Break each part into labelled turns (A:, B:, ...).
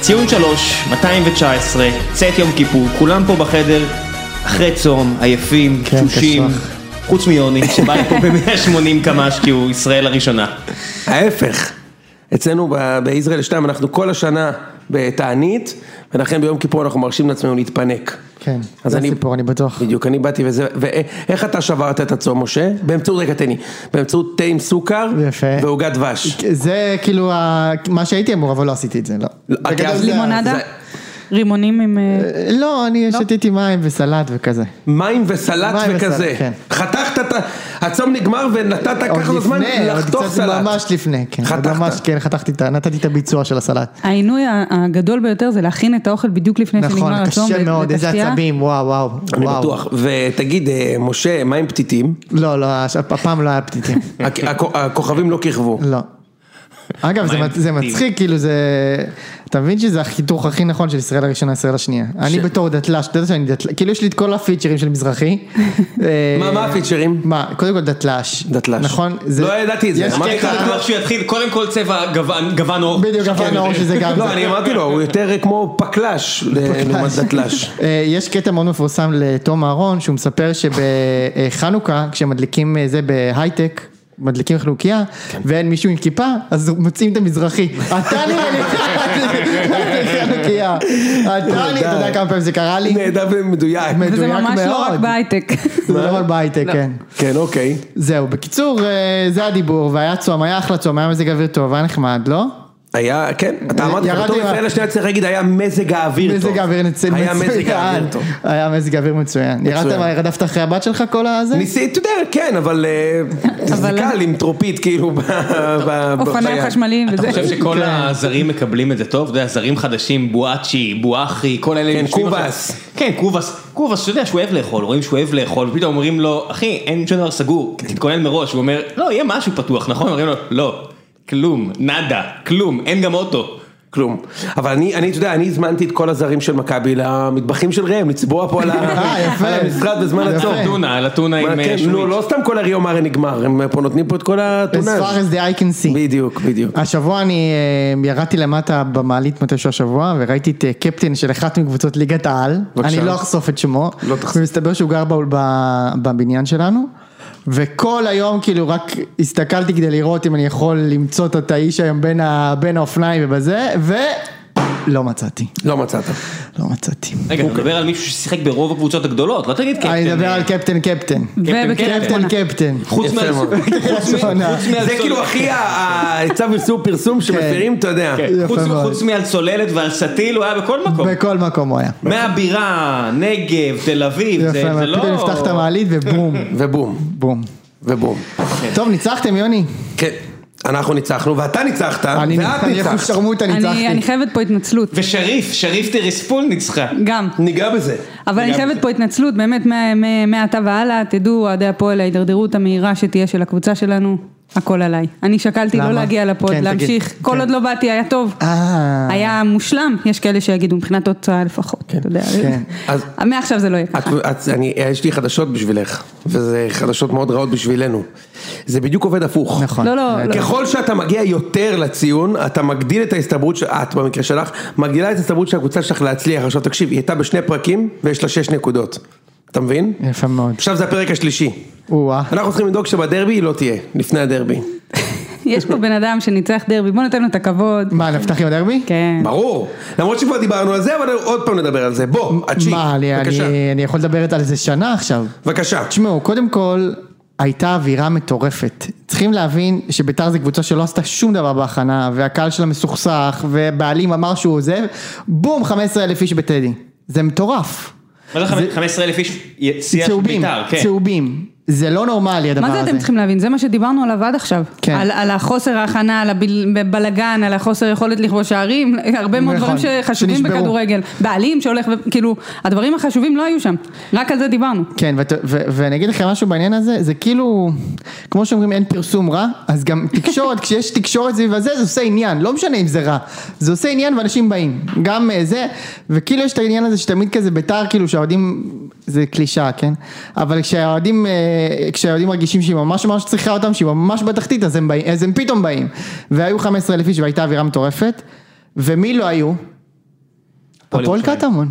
A: ציון 3, 219, צאת יום כיפור, כולם פה בחדר אחרי צום, עייפים,
B: כן,
A: תשושים,
B: כסוח.
A: חוץ מיוני, שבא לפה ב-180 קמ"ש כי הוא ישראל הראשונה.
C: ההפך, אצלנו ב- בישראל 2 אנחנו כל השנה בתענית, ולכן ביום כיפור אנחנו מרשים לעצמנו להתפנק.
B: כן,
C: אז
B: זה
C: אני-
B: הסיפור, אני בטוח.
C: בדיוק, אני באתי וזה, ואיך אתה שברת את הצום, משה? באמצעות, רגע תן לי, באמצעות תה עם סוכר
B: יפה.
C: ועוגת דבש.
B: זה כאילו ה- מה שהייתי אמור, אבל לא עשיתי את זה, לא.
C: לא,
B: בגדול
C: אוקיי, אז
B: זה-
D: לימונדה? רימונים עם... אה,
B: לא, אני שתיתי מים וסלט וכזה.
C: מים וסלט
B: מים
C: וכזה.
B: וסלט, כן.
C: חתכת את ה... הצום נגמר ונתת
B: עוד
C: ככה לזמן
B: לפני, עוד
C: לחתוך
B: קצת
C: סלט.
B: ממש לפני, כן. עוד
C: חתכת.
B: ממש, כן, חתכתי את ה... נתתי את הביצוע של הסלט.
D: העינוי הגדול ביותר זה להכין את האוכל בדיוק לפני
B: נכון,
D: שנגמר הצום.
B: קשה
D: ואת
B: מאוד, איזה
D: השתייה.
B: עצבים, וואו, וואו.
C: אני
B: וואו.
C: בטוח. ותגיד, אה, משה, מה עם פתיתים?
B: לא, לא, הש- הפעם לא היה פתיתים.
C: הכ- הכ- הכוכבים לא כיכבו.
B: לא. אגב, זה
A: מים
B: מצ- זה
A: פתיתים.
B: מצחיק, כאילו זה... אתה מבין שזה החיתוך הכי נכון של ישראל הראשונה, ישראל השנייה. אני בתור דתל"ש, אתה יודע שאני דתל"ש, כאילו יש לי את כל הפיצ'רים של מזרחי. אה,
C: מה, מה הפיצ'רים?
B: מה, קודם כל דתל"ש.
C: דתל"ש.
B: נכון?
C: לא ידעתי את זה,
B: יש
C: אמרתי
A: הייתי
B: קטע-
A: בטוח שהוא יתחיל, קודם כל צבע גוון- גוון אור.
B: בדיוק, גוון האור שזה גם...
C: לא,
B: זה.
C: אני אמרתי לו, הוא יותר כמו פקלש ל- לעומת דתל"ש.
B: אה, יש קטע מאוד מפורסם לתום אהרון, שהוא מספר שבחנוכה, כשמדליקים אה, זה בהייטק, מדליקים חנוכיה,
C: כן.
B: ואין מישהו עם כיפה, אז מוצאים את המזרחי. אתה נראה לי חנוכיה. אתה נראה, אתה יודע כמה פעמים זה קרה לי?
C: נהדר ומדויק.
D: וזה
B: מדויק
D: ממש לא רק
B: מאוד.
D: בהייטק.
B: זה לא רק בהייטק, כן.
C: כן, אוקיי.
B: זהו, בקיצור, אה, זה הדיבור, והיה צום, היה אחלה צום, היה מזג אוויר טוב, היה נחמד, לא?
C: היה, כן, אתה אמרת,
B: ירדתי
C: בתור
B: מה-
C: ישראל השנייה צריך להגיד, היה מזג האוויר טוב.
B: מזג האוויר נצל
C: היה מזג
B: מצוין.
C: האוויר טוב.
B: היה מזג אוויר מצוין. ירדת, מה, רדפת אחרי הבת שלך כל הזה?
C: ניסיתי, אתה יודע, כן, אבל אה, זה
D: אבל- לא.
C: קל עם טרופית, כאילו, ב- ב- ב-
D: אופניים
C: ביד.
D: חשמליים
A: אתה
D: וזה.
A: חושב שכל
B: כן.
A: הזרים מקבלים את זה טוב? אתה יודע, זרים חדשים, בואצ'י, בואחי, כל אלה...
C: כן,
A: יושבים
C: קובאס.
A: עכשיו- כן, קובאס. קובאס, אתה יודע שהוא אוהב לאכול, רואים שהוא אוהב לאכול, ופתאום אומרים לו, אחי, אין שום דבר סגור, תתכונן מראש, הוא אומר, לא, יהיה משהו פתוח, נכון? אומרים לו, לא, כלום, נאדה, כלום, אין גם אוטו.
C: כלום. אבל אני, אני, אתה יודע, אני הזמנתי את כל הזרים של מכבי למטבחים של ראם, לצבוע פה על ה-
B: אה, יפה.
C: על המשרד בזמן
B: יפה.
C: הצום.
A: אתונה, על אתונה
C: מה,
A: עם אה,
C: כן,
A: שומית.
C: נו, לא סתם כל הריו מארי נגמר, הם פה נותנים פה את כל
B: As
C: האתונה.
B: far as the eye can see.
C: בדיוק, בדיוק.
B: השבוע אני אה, ירדתי למטה במעלית מתישהו השבוע וראיתי את אה, קפטן של אחת מקבוצות ליגת העל,
C: בבקשה.
B: אני לא אחשוף את שמו,
C: לא תחשוף.
B: ומסתבר שהוא גר ב- ב- בבניין שלנו, וכל היום כאילו רק הסתכלתי כדי לראות אם אני יכול למצוא את האיש היום בין ה- בין האופניים ובזה, ולא מצאתי,
C: לא מצאת.
B: לא מצאתי.
A: רגע, אתה מדבר על מישהו ששיחק ברוב הקבוצות הגדולות, לא תגיד קפטן.
B: אה,
A: כן,
B: אני אדבר על קפטן קפטן.
D: ובקריית
B: קפטן
D: שמונה.
B: קפטן.
A: חוץ
C: יפה
A: מה...
C: מאוד.
A: חוץ מ- כן,
B: שמונה.
A: חוץ מה-
C: זה כאילו הכי ה- ה- צו איסור פרסום שמפרים, אתה יודע.
A: כן,
B: יפה
A: חוץ-
B: מאוד.
A: חוץ מעל צוללת ועל סטיל, הוא היה בכל מקום.
B: בכל מקום הוא היה.
A: מהבירה, נגב, תל אביב, זה
B: יפה,
A: זה
B: מאוד.
A: לא...
B: פתאום נפתח את המעלית ובום,
C: ובום,
B: בום.
C: ובום.
B: טוב, ניצחתם יוני.
C: כן, אנחנו ניצחנו, ואתה ניצחת,
B: אני
C: ואת
B: ניצחתי, איך
C: ניצחת.
B: שרמוטה
D: אני אני
B: ניצחתי.
D: חייבת פה התנצלות.
A: ושריף, שריף טריספול ניצחה.
D: גם.
C: ניגע בזה.
D: אבל אני
A: וגם-
D: חייבת פה התנצלות, באמת, מה- מה- מעתה והלאה, תדעו, אוהדי הפועל, ההידרדרות המהירה שתהיה של הקבוצה שלנו, הכל עליי. אני שקלתי
B: למה?
D: לא להגיע לפוד,
B: כן, תגיד.
D: להמשיך. כל
B: כן.
D: עוד לא באתי, היה טוב.
B: אה,
D: היה מושלם, יש כאלה שיגידו, מבחינת תוצאה לפחות, אתה יודע.
B: כן.
C: אז-
D: מעכשיו זה לא יהיה
C: את,
D: ככה.
C: את, אני, יש לי חדשות בשבילך, וזה חדשות מאוד רעות בשבילנו. זה בדיוק עובד הפוך.
B: נכון.
D: לא, לא, לא.
C: ככל שאתה מגיע יותר לציון, אתה מגדיל את ההסתברות, של- את במקרה שלך, מגדילה את ההסתברות של הקבוצה שלך להצליח. עכשיו תקשיב, היא הייתה בשני פרקים ויש לה שש נקודות. אתה מבין?
B: יפה מאוד.
C: עכשיו זה הפרק השלישי.
B: או-אה.
C: אנחנו צריכים לדאוג שבדרבי היא לא תהיה, לפני הדרבי.
D: יש פה בן אדם שניצח דרבי, בוא ניתן לו את הכבוד.
B: מה, נפתח עם הדרבי?
D: כן.
C: ברור. למרות שכבר דיברנו על זה, אבל עוד פעם נדבר על זה. בוא, התשיעי.
B: מה, אני-
C: בבקשה.
B: אני- אני יכול לדבר על זה שנה עכשיו.
C: בבקשה.
B: תשמעו, קודם כל, הייתה אווירה מטורפת. צריכים להבין שביתר זו קבוצה שלא עשתה שום דבר בהכנה, והקהל שלה מסוכסך, ובעלים אמר שהוא עוזב, בום, 15 אלף איש בטדי. זה מטורף.
A: מה זה 15 אלף איש? סיעה של
B: צהובים,
A: בית"ר, כן.
B: צהובים. זה לא נורמלי הדבר
D: מה
B: הזה.
D: זה אתם צריכים להבין? זה מה שדיברנו עליו עד עכשיו.
B: כן.
D: על, על החוסר ההכנה, על הבלגן, על החוסר יכולת לכבוש שערים, הרבה מאוד
B: נכון,
D: דברים שחשובים
B: שנשברו.
D: בכדורגל. בעלים שהולך, ו- כאילו, הדברים החשובים לא היו שם, רק על זה דיברנו.
B: כן, ואת- ו- ואני אגיד לכם משהו בעניין הזה, זה כאילו, כמו שאומרים אין פרסום רע, אז גם תקשורת, כשיש תקשורת סביב הזה, זה עושה עניין, לא משנה אם זה רע, זה עושה עניין ואנשים באים, גם אה, זה, וכאילו יש את העניין הזה שתמיד כזה בית"ר, כאילו שהאוהדים, זה קלישאה, כן? אבל כשהאוהדים, אה, כשהאוהדים מרגישים שהיא ממש ממש צריכה אותם, שהיא ממש בתחתית, אז הם, באים, אז הם פתאום באים, והיו 15 אלף איש והייתה אווירה מטורפת, ומי לא היו? הפועל
A: ירושלים.
B: קטמון.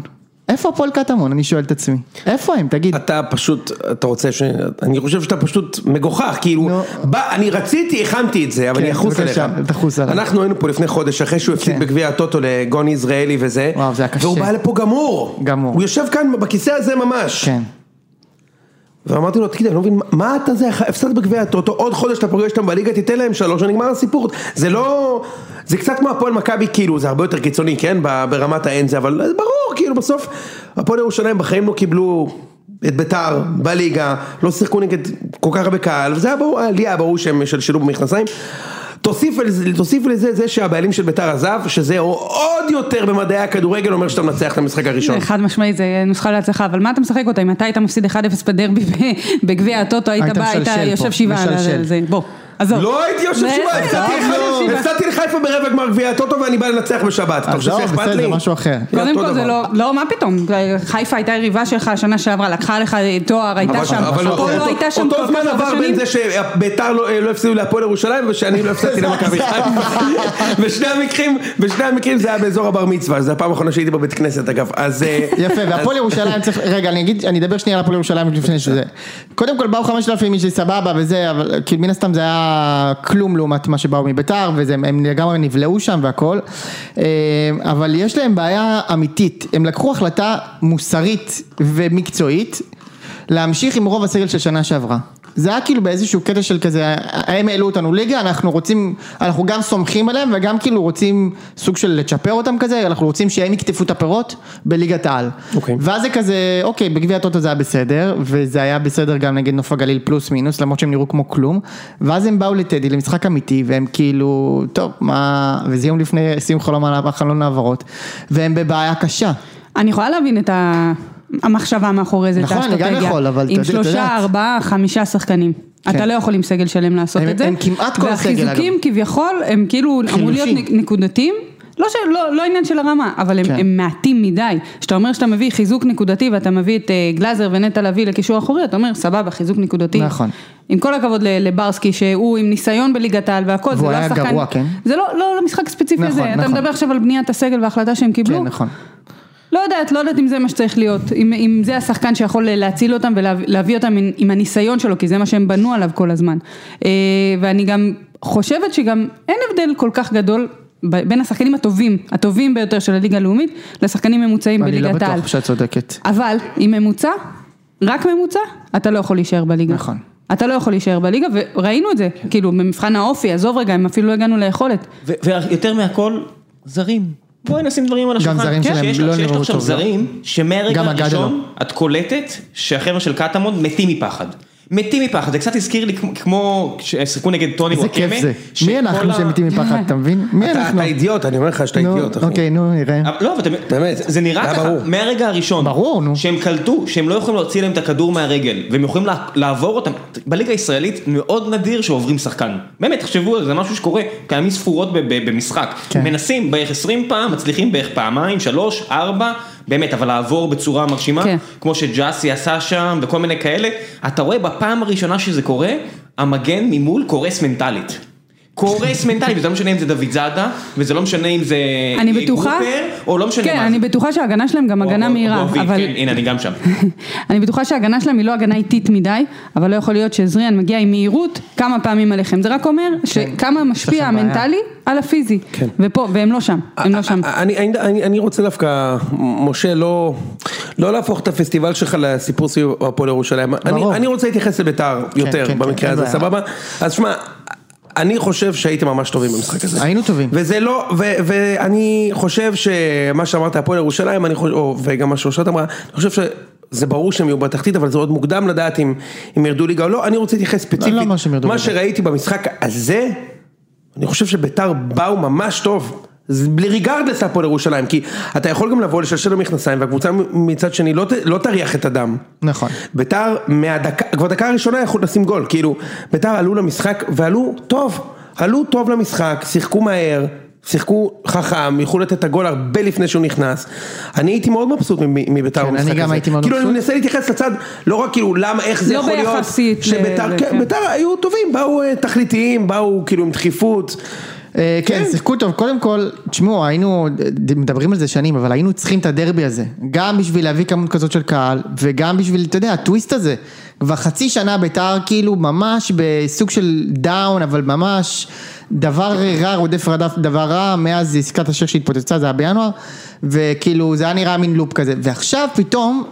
B: איפה הפועל קטמון? אני שואל את עצמי. איפה הם? תגיד.
C: אתה פשוט, אתה רוצה ש... אני חושב שאתה פשוט מגוחך, כאילו,
B: נו.
C: בא, אני רציתי, הכנתי את זה, אבל
B: לא. כן,
C: אני אחוס עליך.
B: בבקשה, תחוס עליי.
C: אנחנו היינו פה לפני חודש, אחרי שהוא הפסיד
B: כן.
C: בגביע הטוטו לגון יזרעאלי וזה.
B: וואו, זה היה קשה.
C: והוא בא לפה גמור.
B: גמור.
C: הוא יושב כאן בכיסא הזה ממש.
B: כן.
C: ואמרתי לו, תגיד, אני לא מבין, מה- מה אתה זה, הפסדת בגביע הטוטו, עוד חודש אתה פוגש אותם בליגה, תיתן להם שלוש, ונגמר הסיפור. זה לא... זה קצת כמו הפועל מכבי, כאילו, זה הרבה יותר קיצוני, כן? ב- ברמת האין זה, אבל זה ברור, כאילו, בסוף, הפועל ירושלים בחיים לא קיבלו את ביתר בליגה, לא שיחקו נגד כל כך הרבה קהל, וזה היה ברור, היה- לי היה ברור שהם שלשלו במכנסיים. תוסיף על זה- תוסיף לזה זה שהבעלים של ביתר עזב, שזה עוד יותר במדעי הכדורגל אומר שאתה מנצח את המשחק הראשון.
D: חד משמעית, זה נוסחה להצלחה, אבל מה אתה משחק אותה? אם אתה היית מפסיד 1-0 בדרבי ב- בגביע הטוטו, היית
B: היית
D: בא, היית
B: משלשל פה,
D: יושב שבעה, על
B: משלשל.
D: זה, בוא, עזוב.
C: לא הייתי יושב שבעה,
D: בסדר,
C: הפסדתי
D: לא,
C: לחיפה-
D: יושב שבעה.
C: הפסדתי לחיפה ברבע גמר גביע הטוטו ואני בא לנצח בשבת, אתה חושב
B: עזוב,
C: שאכפת לי?
B: לא, בסדר, משהו אחר.
D: קודם
C: אותו
D: כל זה
C: דבר.
D: לא, לא, מה פתאום, חיפה הייתה יריבה שלך שנה שעברה, לקחה לך תואר, הייתה
C: אבל-
D: שם,
C: אבל
D: הפועל לא
C: אותו-
D: הייתה שם
C: אותו
D: כל
C: זמן
D: כך הרבה
C: עבר בין
D: שנים.
C: זה שביתר לא- לא הפסידו להפועל ירושלים ושאני לא הפסדתי למכבי חיפה. בשני המקרים, בשני המקרים זה היה באזור הבר מצווה, זו הפעם האחרונה שהייתי בבית כנסת אגב, אז... אה,
B: יפה, והפועל ירושלים צריך, רגע, אני אגיד, אני אדבר שנייה על הפועל ירושלים לפני שזה. קודם כל באו 5,000 איש, זה סבבה וזה, אבל כאילו מן הסתם זה היה כלום לעומת מה שבאו מביתר, והם לגמרי נבלעו שם והכל. אה, אבל יש להם בעיה אמיתית, הם לקחו החלטה מוסרית ומקצועית, להמשיך עם רוב הסגל של שנה שעברה. זה היה כאילו באיזשהו קטע של כזה, הם העלו אותנו ליגה, אנחנו רוצים, אנחנו גם סומכים עליהם וגם כאילו רוצים סוג של לצ'פר אותם כזה, אנחנו רוצים שהם יקטפו את הפירות בליגת העל.
C: אוקיי.
B: ואז זה כזה, אוקיי, בגביע הטוטו זה היה בסדר, וזה היה בסדר גם נגד נוף הגליל פלוס מינוס, למרות שהם נראו כמו כלום, ואז הם באו לטדי למשחק אמיתי, והם כאילו, טוב, מה, וזה יום לפני סיום חלום ה- חלון העברות, והם בבעיה קשה. כן,
D: אני יכולה להבין את ה... המחשבה מאחורי זה, את
B: נכון, אני גם
D: האסטרטגיה.
B: יכול, אבל אתה
D: עם
B: יודע- אתה
D: שלושה,
B: יודעת.
D: ארבעה, חמישה שחקנים.
B: כן.
D: אתה לא יכול עם סגל שלם לעשות
B: הם-
D: את זה.
B: הם כמעט כל הסגל,
D: והחיזוקים
B: אגב.
D: כביכול, הם כאילו אמור להיות
B: חילושים.
D: נק- נקודתיים. לא, ש... לא, לא עניין של הרמה, אבל הם,
B: כן.
D: הם מעטים מדי. כשאתה אומר שאתה מביא חיזוק נקודתי ואתה מביא את אה, גלאזר ונטע לביא לקישור אחורי, אתה אומר, סבבה, חיזוק נקודתי.
B: נכון.
D: עם כל הכבוד ל- לברסקי, שהוא עם ניסיון בליגת העל והכל, זה
B: והוא
D: לא
B: היה
D: השחקן...
B: גרוע, כן?
D: זה לא, לא למשחק הספציפי
B: נכון,
D: הזה. אתה
B: נכון.
D: מדבר עכשיו על בניית הסגל וההחלטה שהם קיבלו.
B: כן, נכון.
D: לא יודעת, לא יודעת אם זה מה שצריך להיות, אם, אם זה השחקן שיכול להציל אותם ולהביא אותם עם, עם הניסיון שלו, כי זה מה שהם בנו עליו כל הזמן. אה, ואני גם חושבת שגם אין הבדל כל כך גדול ב- בין השחקנים הטובים, הטובים ביותר של הליגה הלאומית, לשחקנים ממוצעים
B: אני
D: בליגת
B: לא
D: העל.
B: בטוח שאת צודקת.
D: אבל עם ממוצע, רק ממוצע, אתה לא יכול להישאר בליגה.
B: נכון.
D: אתה לא יכול להישאר בליגה, וראינו את זה, כאילו במבחן האופי, עזוב רגע, הם אפילו לא הגענו ליכולת.
A: ו- ויותר מהכל, זרים. בואי נשים דברים על השולחן.
B: זרים
A: כן,
B: שלהם
A: שיש
B: לא
A: לך- שיש
B: נראו
A: לך עכשיו
B: טוב, לא.
A: זרים, שמהרגע
B: גם לא. אגדה
A: הראשון את קולטת שהחבר'ה של קטמון מתים מפחד. מתים מפחד, זה קצת הזכיר לי כמו- כמו ששיחקו נגד טוני
B: איזה
A: וואקמה.
B: כיף זה. מי
A: שכל
B: אנחנו
A: ה-
B: שמתים מפחד, אתה מבין? מי
C: אתה
B: אנחנו?
C: אתה אידיוט, אני אומר לך שאתה
B: נו,
C: אידיוט, אחי.
B: אוקיי, נו, נראה.
A: אבל לא, אבל אתם-
C: באמת.
A: זה- זה נראה
C: היה
A: ככה,
C: ברור.
A: מהרגע הראשון.
B: ברור, נו.
A: שהם קלטו, שהם לא יכולים להוציא להם את הכדור מהרגל, והם יכולים לה- לעבור אותם. בליגה הישראלית מאוד נדיר שעוברים שחקן. באמת, תחשבו על זה, זה משהו שקורה פעמים ספורות ב- ב- במשחק.
B: כן.
A: מנסים בערך 20 פעם, מצליחים בערך פעמיים, שלוש, ארבע, באמת, אבל לעבור בצורה מרשימה,
D: כן.
A: כמו שג'אסי עשה שם וכל מיני כאלה, אתה רואה בפעם הראשונה שזה קורה, המגן ממול קורס מנטלית. קורס מנטלית, וזה לא משנה אם זה דוד זאדה, וזה לא משנה אם זה
D: אני בטוחה,
A: אה, גרופר, או לא משנה
D: כן,
A: מה
D: אני
A: זה.
D: בטוחה שההגנה שלהם גם
A: או-
D: הגנה
A: או- או
D: מהירה,
A: גובי,
D: אבל
A: כן, הנה, אני גם שם.
D: אני בטוחה שההגנה שלהם היא לא הגנה איטית מדי, אבל לא יכול להיות שזריאן מגיע עם מהירות כמה פעמים עליכם, זה רק אומר שכמה משפיע
B: כן. לכם בעיה. כן. אה,
D: המנטלי על הפיזי, ופה, והם לא שם, הם לא שם.
C: אה, אני, אני, אני, אני רוצה דווקא, משה, לא, לא להפוך את הפסטיבל שלך לסיפור סביב הפועל ירושלים. אני, אני רוצה להתייחס לביתר יותר
B: כן,
C: במקרה
B: כן,
C: הזה,
B: אין בעיה.
C: סבבה? אז שמע, אני חושב שהייתם ממש טובים במשחק הזה.
B: היינו טובים.
C: וזה לא, ו, ואני חושב שמה שאמרת הפועל ירושלים, אני חושב, או, וגם מה שאושרת אמרה, אני חושב ש... זה ברור שהם יהיו בתחתית, אבל זה עוד מוקדם לדעת אם, אם ירדו ליגה או לא. אני רוצה להתייחס ספציפית.
B: לא אומר שהם ירדו
C: מה
B: ליגה.
C: שראיתי במשחק הזה, אני חושב שביתר באו ממש טוב. זה בלי ריגרדלס הפועל ירושלים, כי אתה יכול גם לבוא לשלשל במכנסיים והקבוצה מצד שני לא, ת- לא תריח את הדם.
B: נכון.
C: ביתר מהדקה, כבר דקה הראשונה יכול לשים גול, כאילו, ביתר עלו למשחק ועלו טוב, עלו טוב למשחק, שיחקו מהר, שיחקו חכם, יכלו לתת את הגול הרבה לפני שהוא נכנס. אני הייתי מאוד מבסוט מב- מביתר
B: כן,
C: במשחק הזה.
B: אני גם הייתי מאוד
C: כאילו, אני
B: מבסוט.
C: מנסה להתייחס לצד, לא רק כאילו למה, איך זה
D: לא
C: יכול להיות,
D: ביחסית ל-
C: שביתר,
D: זה,
C: כן,
D: כן.
C: ביתר היו טובים, באו אה, תכליתיים, באו כאילו עם דחיפות.
B: אה, כן, שיחקו טוב, קודם כל, תשמעו, היינו, ד- מדברים על זה שנים, אבל היינו צריכים את הדרבי הזה, גם בשביל להביא כמות כזאת של קהל, וגם בשביל, אתה יודע, הטוויסט הזה, כבר חצי שנה בית"ר כאילו ממש בסוג של דאון, אבל ממש דבר רע רודף רדף דבר רע, מאז עסקת השייח שהתפוצצה, זה היה בינואר, וכאילו זה היה נראה מין לופ כזה, ועכשיו פתאום,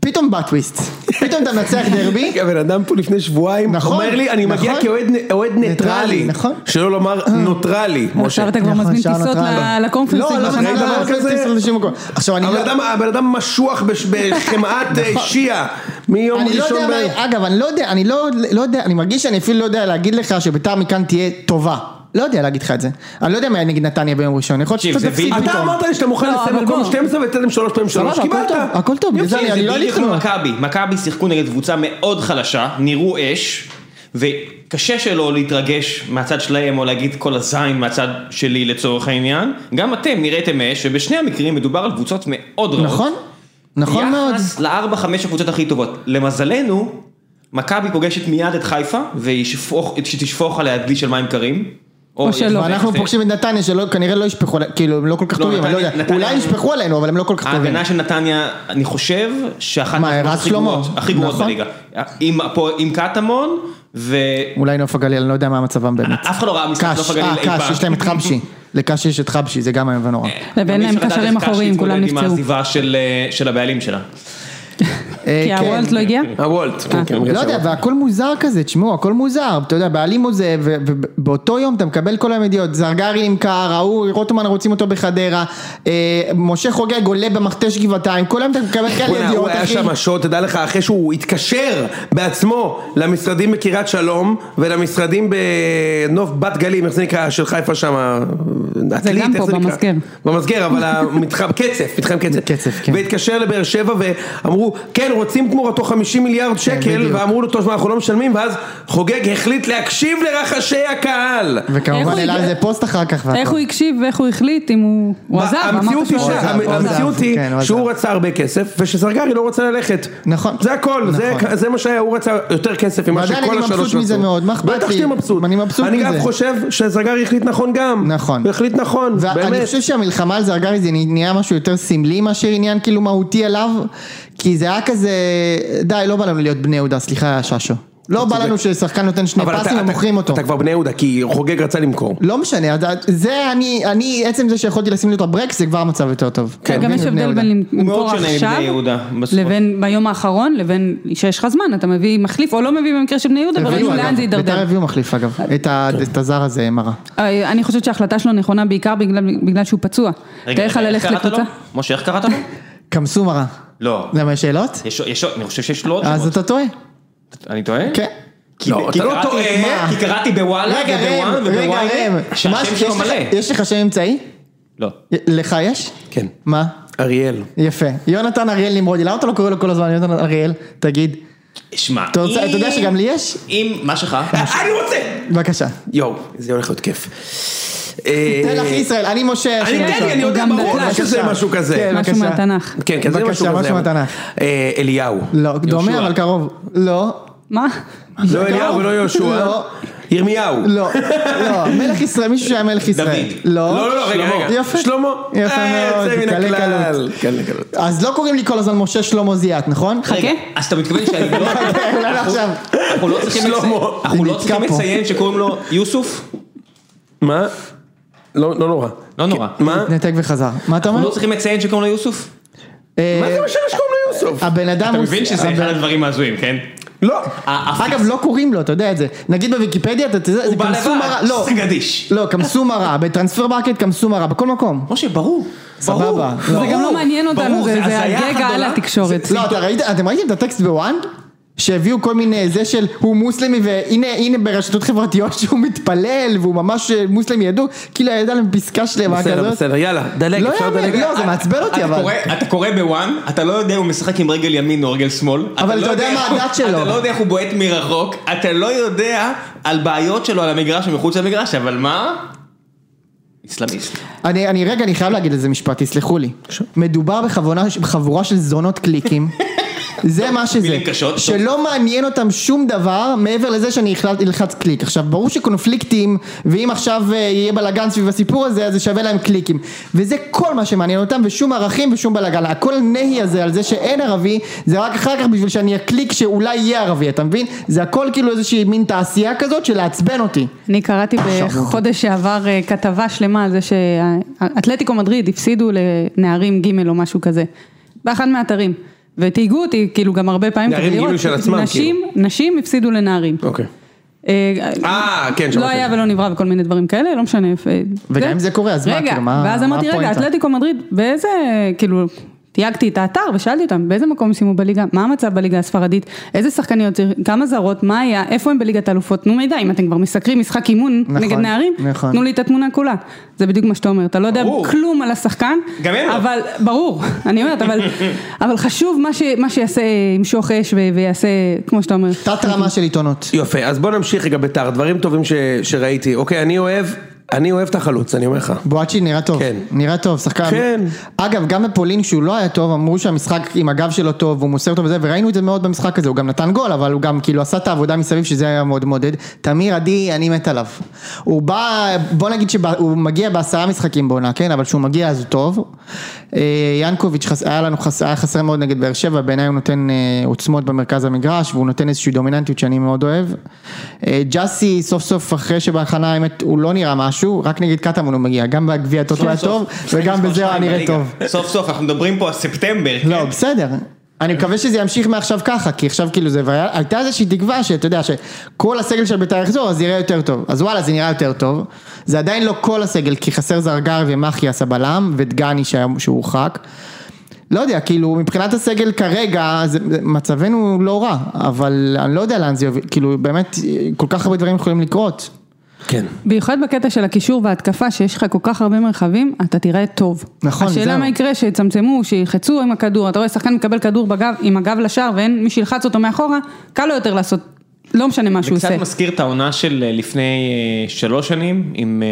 B: פתאום בא טוויסט, פתאום אתה מנצח דרבי,
C: הבן אדם פה לפני שבועיים,
B: נכון,
C: אומר לי, אני מגיע
B: נכון.
C: כאוהד נ- אוהד ניטרלי,
B: ניטרלי, נכון.
C: שלא לומר נוטרלי,
D: עכשיו
C: משה.
D: אתה כבר
B: נכון,
D: מזמין
B: שער
D: טיסות
B: נטרל.
D: ל- לקונפרנסים.
B: לא, לא
D: בשנה
C: ראית
B: מזמין
D: הבאה.
C: דבר כזה?
B: טיסות לשום מקום. עכשיו אני
C: הבן
B: לא... נכון.
C: אדם- הבן אדם משוח בש- בחמאת אה, שיעה, מיום
B: אני לא
C: ראשון
B: יודע,
C: בערב.
B: מה, אגב, אני לא יודע, אני לא, לא יודע, אני מרגיש שאני אפילו לא יודע להגיד לך שביתר מכאן תהיה טובה. לא יודע להגיד לך את זה. אני לא יודע מה יהיה נגד נתניה ביום ראשון, יכול
A: תקשיב,
B: להיות שאתה
A: זה
B: תפסיד
A: וידאו.
C: אתה
B: פתאום.
C: אמרת לי שאתה מוכן
D: לא,
C: לסיים
D: אבל
C: מקום
D: בוא.
C: 12 ותן שלוש פעמים שלוש,
B: סבבה, הכל
C: קיבלת.
B: טוב, הכל טוב,
C: יופי.
B: בזה אני- אני לא
A: בדיוק
B: הולך
A: כמו
B: לו.
A: מכבי, מכבי שיחקו נגד קבוצה מאוד חלשה, נראו אש, וקשה שלא להתרגש מהצד שלהם או להגיד כל הזין מהצד שלי לצורך העניין, גם אתם נראיתם אש, ובשני המקרים מדובר על קבוצות מאוד רעות.
B: נכון? נכון מאוד.
A: יחס לארבע חמש הקבוצות הכי טובות. למזלנו, מכבי פוגשת מיד את חיפה, והיא שפוך- שתשפוך עליה דלי של מים קרים.
D: או שלא.
B: ואנחנו פוגשים את נתניה שכנראה לא ישפכו, עלי- כאילו הם לא כל כך
A: לא,
B: טובים, אני לא
A: נתניה-
B: יודע,
A: נתניה-
B: אולי ישפכו עלינו אבל הם לא כל כך טובים.
A: ההגנה של נתניה, אני חושב, שאחת
B: מה,
A: מההגנות
B: ערן
A: הכי
B: שלמה?
A: גרועות, הכי גרועות
B: נכון.
A: בליגה. עם הפועל- עם קטמון, ואף
B: אולי נוף הגליל, אני לא יודע מה מצבם באמת.
A: אחד לא ראה משחק נוף
B: קאש,
A: הגליל
B: אה
A: אי פעם. אה,
B: קאש, יש להם את חבשי. לקאש יש את חבשי, זה גם איום ונורא.
A: לא
D: ואין להם קשרים אחוריים, כולם
A: עם
D: נפצעו.
A: העזיבה של אה, של הבעלים שלה.
B: אה,
D: כי
B: כן.
D: הוולט לא הגיע?
C: הוולט, כן, כן, בגלל
B: לא יודע,
C: שהוולט.
B: והכל מוזר כזה, תשמעו, הכל מוזר, אתה יודע, בעלים עוזב, ובאותו יום אתה מקבל כל היום ידיעות, זרגרי נמכר, ההוא, רוטמן רוצים אותו בחדרה, אה, משה חוגג עולה במכתש גבעתיים, כל היום אתה מקבל כאלה
C: בוא'נה, הוא
B: ידיעות,
C: היה
B: כן, אחי.
C: שם שעות, תדע לך, אחרי שהוא התקשר בעצמו למשרדים בקריית שלום ולמשרדים בנוף בת גלים, איך זה נקרא, של חיפה שם, עתלית,
D: גם
C: איך
D: פה,
C: זה נקרא?
D: במסגר.
C: במסגר, אבל המתחם, קצף, מתחם קצף.
B: קצף, כן.
C: והתקשר לבאר שבע ואמרו, כן, רוצים תמורתו 50 מיליארד שקל,
B: בדיוק.
C: ואמרו לו, טוב, מה, אנחנו לא משלמים, ואז חוגג החליט להקשיב לרחשי הקהל.
D: איך
B: וכמובן
D: הוא
B: העלה
D: הגיע-
B: על זה פוסט אחר כך, והכל.
D: איך הוא הקשיב ואיך הוא החליט אם הוא... הוא עזב, אמרת
C: המציאות היא
D: שהוא
C: שה-
B: עזב,
D: עזב.
B: הוא עזב,
C: המציאות היא
B: כן, הוא
C: שהוא
B: עזב.
C: רצה הרבה כסף ושזרגרי לא רוצה ללכת.
B: נכון.
C: זה הכל, זה-
B: נכון.
C: זה מה שהיה, הוא רצה יותר כסף ממה
B: ועדיין
C: שכל
B: אני
C: השלוש
B: מבסוט מזה
C: רצו.
B: מאוד, מה אכפת
C: בטח
B: לי?
C: שתהיה מבסוט.
B: אני מבסוט
C: אני גם
B: מזה.
C: חושב שזרגרי החליט נכון גם.
B: נכון.
C: הוא החליט נכון,
B: ואני
C: באמת.
B: חושב שהמלחמה על זרגרי זה נהיה משהו יותר סמלי מאשר עניין כאילו מהותי עליו, כי זה היה כזה, די, לא בא לנו להיות בני יהודה, סליחה ששו. לא בא לנו ששחקן נותן שני
C: אבל אתה-
B: פסים
C: אתה-
B: ומוכרים אותו.
C: אתה כבר בני יהודה, כי חוגג רצה למכור.
B: לא משנה, אז- אז זה אני, אני, עצם זה שיכולתי לשים לי אותו ברקס זה כבר מצב יותר טוב.
C: כן,
D: גם יש
B: בני
D: הבדל
B: יהודה.
D: בין
A: הוא מאוד
D: למכור
A: שונה מבני
D: עכשיו,
A: יהודה, בסוף.
D: לבין ביום האחרון, לבין שיש לך זמן, אתה מביא מחליף, או לא מביא במקרה של בני יהודה, וראינו
B: הביאו, אגב.
D: לאן זה
B: בית"ר
D: יידרדר.
B: הביאו מחליף אגב, את ה- את הזר הזה מרה.
D: אה, אני חושבת שההחלטה שלו נכונה בעיקר בגלל בגלל שהוא פצוע. תאר לך ללכת
A: קראת לו?
D: לקבוצה.
A: משה, איך קראת לו?
B: קמסו מרה.
A: לא.
B: זה מהשאלות?
A: יש- יש- אני חושב שיש לו עוד
B: אה, אז
A: שמות.
B: אתה טועה.
A: אני טועה?
B: כן.
A: כי
C: לא,
A: כי
C: אתה לא
A: קראתי- אה,
C: טועה.
A: כי קראתי בוואלה
B: רגע
A: לא, ובוואן
B: ראם, רגע ראם,
A: ובוואלה,
B: מה-
A: שהשם
B: יש
A: שלו
B: לך-
A: מלא.
B: יש לך שם אמצעי?
A: לא.
B: לך יש?
C: כן.
B: מה?
C: אריאל.
B: יפה. יונתן אריאל נמרודי, למה אתה לא קורא לו כל הזמן יונתן אריאל? תגיד.
A: שמע,
B: אתה רוצה- אתה יודע
A: אם-
B: שגם לי יש?
A: אם, מה שלך? אה,
C: אני רוצה!
B: בבקשה.
C: יואו, זה הולך להיות כיף. אה,
B: תן לך ישראל, אני משה.
C: אני
B: השם
C: תן
B: ראשון.
C: לי, אני יודע,
D: גם
C: ברור
D: בדלת.
C: שזה משהו כזה.
B: כן.
D: משהו
B: בבקשה.
D: מהתנ"ך.
C: כן, כן, זה משהו כזה.
B: בבקשה, משהו מהתנ"ך.
C: אה, אליהו.
B: לא, דומה
A: יהושע.
B: אבל קרוב. לא.
D: מה?
C: לא אליהו
B: קרוב.
C: ולא יהושע.
B: לא.
C: ירמיהו.
B: לא, לא, מלך ישראל, מישהו שהיה מלך ישראל.
A: דוד.
B: לא,
C: לא, לא, לא, רגע,
A: שלמה.
C: רגע.
B: יפה.
C: שלמה.
B: יפה
C: אה,
B: מאוד,
C: יוצא מן
B: קלה
C: הכלל. כן, קלה קלות.
B: אז לא קוראים לי כל הזמן משה שלמה זיאת, נכון?
A: רגע,
D: חכה.
A: אז אתה מתכוון שאני לא...
B: אולי לא עכשיו.
A: אנחנו לא צריכים
C: שלמה.
A: לציין- אנחנו לא
B: נתקע
A: צריכים
B: פה.
A: לציין שקוראים לו יוסוף?
C: מה? לא לא נורא.
A: לא נורא.
C: מה?
B: נתק וחזר. מה
A: אנחנו
B: אתה אומר?
A: לא צריכים לציין שקוראים לו יוסוף?
B: אה,
C: מה זה משנה שקוראים לו יוסוף?
B: הבן אדם
A: אתה
B: הוא...
A: מבין שזה אחד
B: הבן-
A: הדברים ההזויים, כן?
C: לא.
A: ה-
B: אגב, לא קוראים לו, אתה יודע את זה. נגיד בוויקיפדיה, אתה אתה יודע, זה
A: הוא בא
B: קמסו מרה,
A: לבד,
B: לא,
A: סגדיש.
B: לא, קמסו מרה, בטרנספר מרקט קמסו מרה, בכל מקום.
A: משה, ברור.
B: סבבה.
A: ברור,
B: לא.
A: ברור,
D: זה גם לא מעניין אותנו,
A: ברור,
D: זה זה
A: הזיה
D: הגג
A: אחת
D: על
A: גדולה.
D: התקשורת.
B: לא, אתה ראית, אתם ראיתם את הטקסט בוואן? שהביאו כל מיני זה של הוא מוסלמי והנה הנה ברשתות חברתיות שהוא מתפלל והוא ממש אה, מוסלמי ידוע כאילו ידע להם פסקה שלמה
C: בסדר,
B: כזאת.
C: בסדר, יאללה, דלג,
B: לא
C: אפשר
B: יאמן,
C: לדלג.
B: לא, זה מעצבן אותי
A: אה, אתה
B: אבל.
A: קורא- אתה קורא בוואן, אתה לא יודע אם הוא משחק עם רגל ימין או רגל שמאל.
B: אבל
A: לא
B: אתה יודע מה
A: איך-
B: הדת שלו.
A: אתה לא יודע איך הוא בועט מרחוק, אתה לא יודע על בעיות שלו על המגרש ומחוץ למגרש, אבל מה? אסלאמיסט.
B: אני, אני רגע, אני חייב להגיד איזה משפט, תסלחו לי. מדובר בחבונה, בחבורה של זונות קליקים. זה מה שזה.
A: מילים קשות, טוב.
B: שלא מעניין אותם שום דבר מעבר לזה שאני אחל- אלחץ קליק. עכשיו, ברור שקונפליקטים, ואם עכשיו אה, יהיה בלאגן סביב הסיפור הזה, אז זה שווה להם קליקים. וזה כל מה שמעניין אותם, ושום ערכים ושום בלאגן. הכל הנהי הזה על זה שאין ערבי, זה רק אחר כך בשביל שאני אקליק שאולי יהיה ערבי, אתה מבין? זה הכל כאילו איזושהי מין תעשייה כזאת של לעצבן אותי.
D: אני קראתי בחודש שעבר אה, כתבה שלמה על זה שאתלטיקו מדריד הפסידו לנערים ג' או משהו כזה, באחד מהאתרים. ותהיגו אותי כאילו גם הרבה פעמים,
C: נערים
D: כדי
C: ג'
D: לראות,
C: של עצמם,
D: נשים, נשים הפסידו לנערים.
C: אוקיי.
D: אה,
C: אה, כן,
D: לא
C: שמעתי.
D: היה ולא נברא וכל מיני דברים כאלה, לא משנה. איפה-
B: וגם אם זה קורה, אז מה,
D: רגע,
B: כאילו, מה-
D: ואז
B: מה
D: אמרתי, רגע,
B: הפואנטה?"
D: אתלטיקו מדריד, באיזה, כאילו, תייגתי את האתר ושאלתי אותם, באיזה מקום הם סיימו בליגה, מה המצב בליגה הספרדית, איזה שחקניות, צריך- כמה זרות, מה היה, איפה הם בליגת האלופות, תנו מידע, אם אתם כבר מסקרים משחק אימון
B: נכון,
D: נגד נערים,
B: נכון.
D: תנו לי את התמונה כולה. זה בדיוק מה שאתה אומר, אתה לא יודע
A: ברור.
D: כלום על השחקן,
A: גם הם לא.
D: אבל, ברור, אני אומרת, אבל- אבל חשוב מה ש- מה שיעשה, ימשוך אש ו- ויעשה, כמו שאתה אומר.
B: תת רמה של עיתונות.
C: יפה, אז בוא נמשיך רגע ביתר, דברים טובים ש- שראיתי. אוקיי, אני אוהב, אני אוהב את החלוץ, אני אומר לך.
B: בואצ'י נראה טוב,
C: כן.
B: נראה טוב, שחקן.
C: כן.
B: אגב, גם בפולין שהוא לא היה טוב, אמרו שהמשחק עם הגב שלו טוב, והוא מוסר טוב וזה, וראינו את זה מאוד במשחק הזה, הוא גם נתן גול, אבל הוא גם כאילו עשה את העבודה מסביב, שזה היה מאוד מודד. תמיר עדי, אני מת עליו. הוא בא, בוא נגיד שהוא מגיע בעשרה משחקים בעונה, כן? אבל כשהוא מגיע אז הוא טוב. אה, ינקוביץ' חס- היה לנו חס- היה חסר מאוד נגד באר שבע, בעיניי הוא נותן אה, עוצמות במרכז המגרש, והוא נותן איזושהי דומיננטיות שאני מאוד אוהב. אה, ג'אסי סוף סוף אחרי שבהכנה האמת הוא לא נראה משהו, רק נגד קטמון הוא מגיע, גם בגביע הטוטו היה טוב, וגם בזה הוא היה נראה טוב.
A: סוף סוף, אנחנו מדברים פה על ספטמבר. כן?
B: לא, בסדר. אני מקווה שזה ימשיך מעכשיו ככה, כי עכשיו כאילו זה, והייתה איזושהי תקווה שאתה יודע שכל הסגל של בית"ר יחזור אז יראה יותר טוב. אז וואלה זה נראה יותר טוב. זה עדיין לא כל הסגל, כי חסר זרגר ומחיאס הבלם ודגני שהיה- שהוא הורחק. לא יודע, כאילו מבחינת הסגל כרגע, זה, זה- מצבנו לא רע, אבל אני לא יודע לאן זה יוביל, כאילו באמת כל כך הרבה דברים יכולים לקרות.
C: כן.
D: במיוחד בקטע של הקישור וההתקפה, שיש לך כל כך הרבה מרחבים, אתה תראה טוב.
B: נכון,
D: השאלה
B: זהו.
D: מה יקרה, שיצמצמו, שילחצו עם הכדור, אתה רואה שחקן מקבל כדור בגב, עם הגב לשער, ואין מי שילחץ אותו מאחורה, קל לו יותר לעשות, לא משנה מה שהוא
A: קצת
D: עושה.
A: מזכיר את העונה של אה, לפני אה, שלוש שנים עם,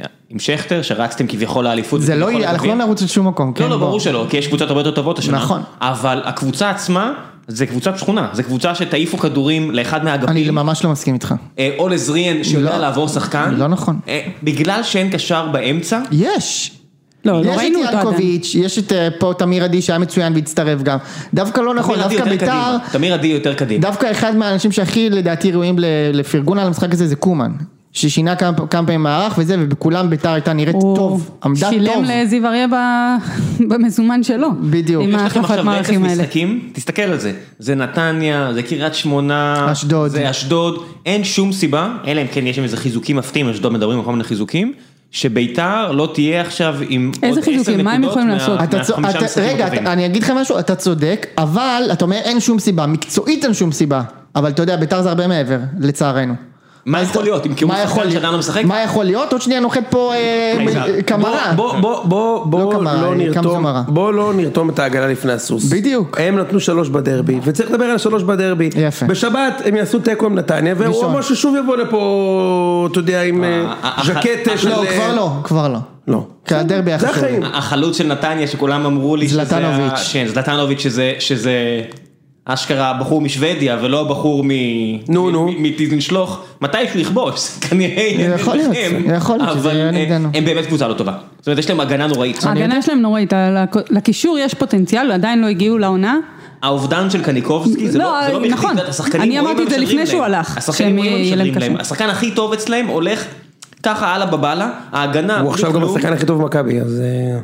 A: אה, עם שכטר, שרצתם כביכול לאליפות.
B: זה לא,
A: וכביכול
B: יהיה- אנחנו
A: לגביע.
B: לא נרוץ לשום מקום, כן?
A: לא, לא,
B: בוא.
A: ברור שלא, כי יש קבוצות הרבה יותר טובות השנה.
B: נכון.
A: אבל הקבוצה עצמה, זה קבוצת שכונה, זה קבוצה שתעיפו כדורים לאחד
B: אני
A: מהאגפים.
B: ממש לא מסכים איתך.
A: אה, או לזריאן שיודע
B: לא.
A: לעבור שחקן.
B: לא נכון.
A: אה, בגלל שאין קשר באמצע,
B: יש!
D: לא, לא
B: יש
D: ראינו
B: את
D: אותו עדיין.
B: ינקוביץ', יש את אה, פה תמיר עדי שהיה מצוין והצטרף גם. דווקא לא נכון,
A: תמיר עדי
B: דווקא
A: יותר
B: ביתר,
A: קדימה. תמיר עדי יותר קדימה.
B: דווקא אחד מהאנשים שהכי לדעתי ראויים ל- לפרגון על המשחק הזה זה קומן. ששינה כמה כמה פעמים מערך וזה, ובכולם ביתר הייתה נראית
D: הוא
B: טוב, עמדה
D: שילם
B: טוב.
D: לזיו אריה ב- במזומן שלו.
B: בדיוק.
D: עם
A: יש לכם
D: ההחלפת
A: עכשיו רצף
D: מערכים האלה.
A: משחקים, תסתכל על זה. זה נתניה, זה קריית שמונה,
B: אשדוד.
A: זה אשדוד, אין שום סיבה, אלא אם כן יש שם איזה חיזוקים מפתיעים, אשדוד מדברים על כל מיני חיזוקים, שביתר לא תהיה עכשיו עם
D: איזה
A: עוד עשר
D: חיזוקים? מה הם
A: נקודות
D: יכולים
A: מה-
D: לעשות?
B: אתה צו-
A: מהחמישה
B: אתה-
A: משחקים
B: רגע,
A: הקרובים.
B: אתה- אני אגיד לך משהו, אתה צודק, אבל אתה אומר אין שום סיבה, מקצועית אין שום סיבה, אבל אתה יודע, ביתר זה הרבה מעבר, לצערנו.
A: מה יכול להיות? אם
B: מה
A: כאילו
B: יכול
A: שחקן
B: להיות?
A: שעדיין לא משחק?
B: מה יכול להיות? עוד שנייה נוחת פה אה,
A: חייזר.
B: קמרה.
C: בוא, בוא, בוא, בוא,
B: לא קמרה,
C: לא נרתום,
B: קמזומרה.
C: בוא לא נרתום את העגלה לפני הסוס.
B: בדיוק.
C: הם נתנו שלוש בדרבי, וצריך לדבר על השלוש בדרבי.
B: יפה.
C: בשבת הם יעשו תיקו עם נתניה, והוא
B: ראשון.
C: אמר ששוב יבוא לפה, אתה יודע, עם אה,
A: אה,
C: ז'קט
A: אה,
C: של...
B: לא,
C: אה,
B: כבר לא, כבר לא.
C: לא.
B: כי הדרבי היה
C: זה
B: חשוב.
C: החיים.
A: החלוץ של נתניה שכולם אמרו לי שזה...
B: זלטנוביץ'.
A: ה- כן, זלטנוביץ' שזה, שזה אשכרה בחור משוודיה ולא בחור מ...
C: נו,
A: מ-
C: נו.
A: מ- מתיזנשלוח, מתי שהוא יכבוש, כנראה יהיה
B: יכול להיות,
A: נגדכם,
B: יכול להיות שזה
A: אבל
B: יהיה
A: הם-
B: נגדנו.
A: הם באמת קבוצה לא טובה. זאת אומרת, יש להם הגנה נוראית.
D: ההגנה שלהם נוראית, ה- לקישור יש פוטנציאל, עדיין לא הגיעו לעונה.
A: האובדן של קניקובסקי זה
D: לא,
A: לא, זה לא
D: נכון.
A: בכדי, השחקנים
D: אני
A: רואים
D: אמרתי
A: מה
D: את זה
A: משדרים
D: לפני שהוא
A: להם.
D: הלך,
A: השחקנים
D: שהם
A: רואים מה
D: יהיה להם
A: משדרים להם.
D: קשה.
A: השחקן הכי טוב אצלם הולך ככה הלאה בבאללה, ההגנה... לא
C: הוא
A: בלי
C: עכשיו גם
A: כלום.
C: השחקן הכי טוב במכבי, אז... אה,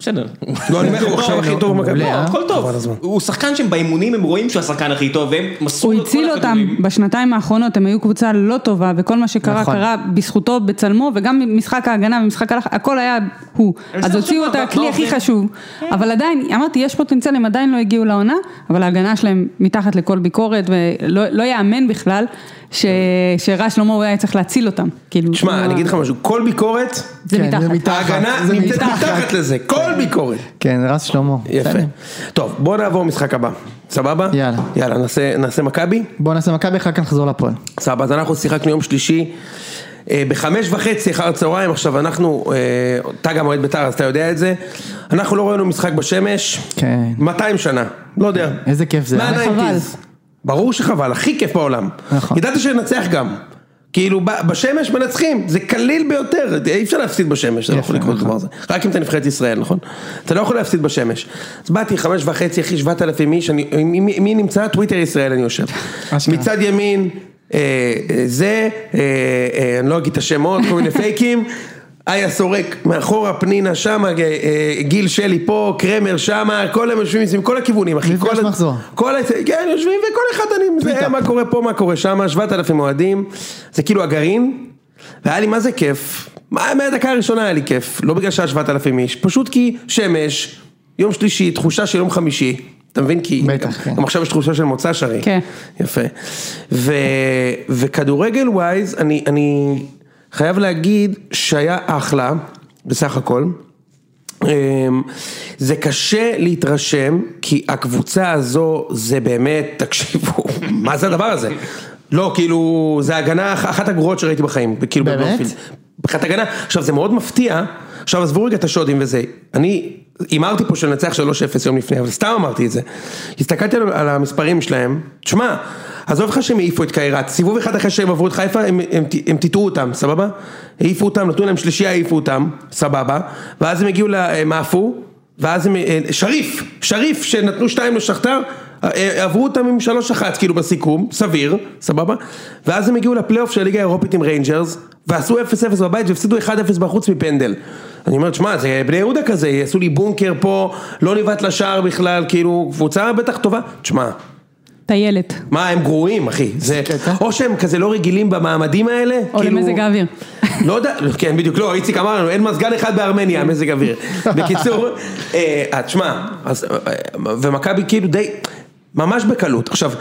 A: בסדר.
C: לא, אני אומר לך, הוא עכשיו הכי טוב במכבי.
A: לא, הכל
C: חבל
A: טוב.
C: הזמן.
A: הוא שחקן שהם באימונים הם רואים שהוא השחקן הכי טוב והם מסרו
D: הוא
A: לו את כל
D: הציל אותם
A: הכדורים.
D: בשנתיים האחרונות, הם היו קבוצה לא טובה, וכל מה שקרה,
B: נכון.
D: קרה בזכותו, בצלמו, וגם משחק ההגנה ומשחק הלחץ, הכל היה הוא.
A: הם
D: אז
A: בסדר
D: הוציאו
A: שבוע,
D: את
A: מה-
D: הכלי
A: מה
D: הכי
A: עושים?
D: חשוב,
B: כן.
D: אבל עדיין, אמרתי, יש פוטנציאל, הם עדיין לא הגיעו לעונה, אבל ההגנה שלהם מתחת לכל ביקורת, ולא לא ייאמן בכלל, ש- שרז שלמה הוא היה צריך להציל אותם. כאילו,
C: תשמע,
D: הוא
C: אני
D: ה-
C: אגיד לך משהו, כל ביקורת,
D: זה
B: כן,
D: מתחת.
B: זה מתחת.
C: ההגנה
B: זה
C: נמצאת
B: מתחת.
C: מתחת לזה, כל ביקורת.
B: כן, רז שלמה.
C: יפה.
B: בסדר.
C: טוב, בוא נעבור משחק הבא, סבבה?
B: יאללה.
C: יאללה, נעשה- נעשה מכבי?
B: בוא נעשה מכבי, אחר כך נחזור לפועל.
C: סבבה, אז אנחנו שיחקנו יום שלישי אה, בחמש וחצי אחר הצהריים, עכשיו אנחנו, אה, תג המועד בית"ר, אז אתה יודע את זה, אנחנו לא ראינו משחק בשמש,
B: כן.
C: 200 שנה, לא יודע.
B: איזה כיף זה.
C: מה
B: אבל
C: ה- 90s.
D: חבל.
C: ברור שחבל, הכי כיף בעולם.
B: נכון.
C: ידעתי שננצח גם. כאילו ב- בשמש מנצחים, זה קליל ביותר, אי אפשר להפסיד בשמש, זה לא
B: יפה,
C: יכול לקרות
B: נכון.
C: דבר הזה, רק אם אתה נבחרת ישראל, נכון? אתה לא יכול להפסיד בשמש. אז באתי חמש וחצי, אחי שבעת אלפים איש, אני- מי- מי מי נמצא? טוויטר ישראל אני יושב.
B: אשכרה.
C: מצד ימין, אה, אה, זה, אה, אה, אני לא אגיד את השמות, כל מיני פייקים. איה סורק מאחורה, פנינה שמה, אה, אה, גיל שלי פה, קרמר שמה, כל הם יושבים עם כל הכיוונים, אחי.
B: מפגש
C: כל ה-
B: מחזור.
C: כל ה... כן, יושבים וכל אחד אני מזהה
B: טוויטר.
C: מה קורה פה, מה קורה שם, 7,000 אוהדים, זה כאילו הגרעין, והיה לי מה זה כיף, מה- מהדקה הראשונה היה לי כיף, לא בגלל שהיה 7,000 איש, פשוט כי שמש, יום שלישי, תחושה של יום חמישי, אתה מבין? כי
B: בטח,
C: גם,
B: כן.
C: גם עכשיו יש תחושה של מוצא שרי.
D: כן.
C: יפה. ו... וכדורגל ווייז, אני, אני חייב להגיד שהיה אחלה, בסך הכל. אמ, זה קשה להתרשם, כי הקבוצה הזו זה באמת, תקשיבו, מה זה הדבר הזה? לא, כאילו, זה הגנה אח- אחת הגרועות שראיתי בחיים, כאילו
B: באמת?
C: בבלומפילד. מבחינת הגנה, עכשיו זה מאוד מפתיע, עכשיו עזבו רגע את השודים וזה, אני הימרתי פה שננצח 3-0 יום לפני, אבל סתם אמרתי את זה. הסתכלתי על, על המספרים שלהם, תשמע, עזוב לך שהם העיפו את קיירת, סיבוב אחד אחרי שהם עברו את חיפה, הם, הם, הם טיטאו אותם, סבבה? העיפו אותם, נתנו להם שלישייה, העיפו אותם, סבבה, ואז הם הגיעו למאפו, ואז הם, אה, שריף, שריף שנתנו שתיים לשכתר, אה, אה, עברו אותם עם שלוש אחת כאילו בסיכום, סביר, סבבה? ואז הם הגיעו לפלייאוף של הליגה האירופית עם ריינג'רס, ועשו 0-0 בבית והפסידו 1-0 בחוץ מפנדל. אני אומר, שמע, זה בני יהודה כזה, יעשו לי בונקר פה, לא נבעט לשער בכלל, כאילו, קבוצה בטח טובה. תשמע,
D: טיילת.
C: מה, הם גרועים, אחי. זה,
B: קטע.
C: או שהם כזה לא רגילים במעמדים האלה, כאילו-
D: או למזג האוויר.
C: לא יודע, כן בדיוק, לא, איציק אמר לנו, אין מזגן אחד בארמניה, מזג אוויר. בקיצור, אה, אה, תשמע, אז, אה, אה, ומכבי כאילו די, ממש בקלות. עכשיו,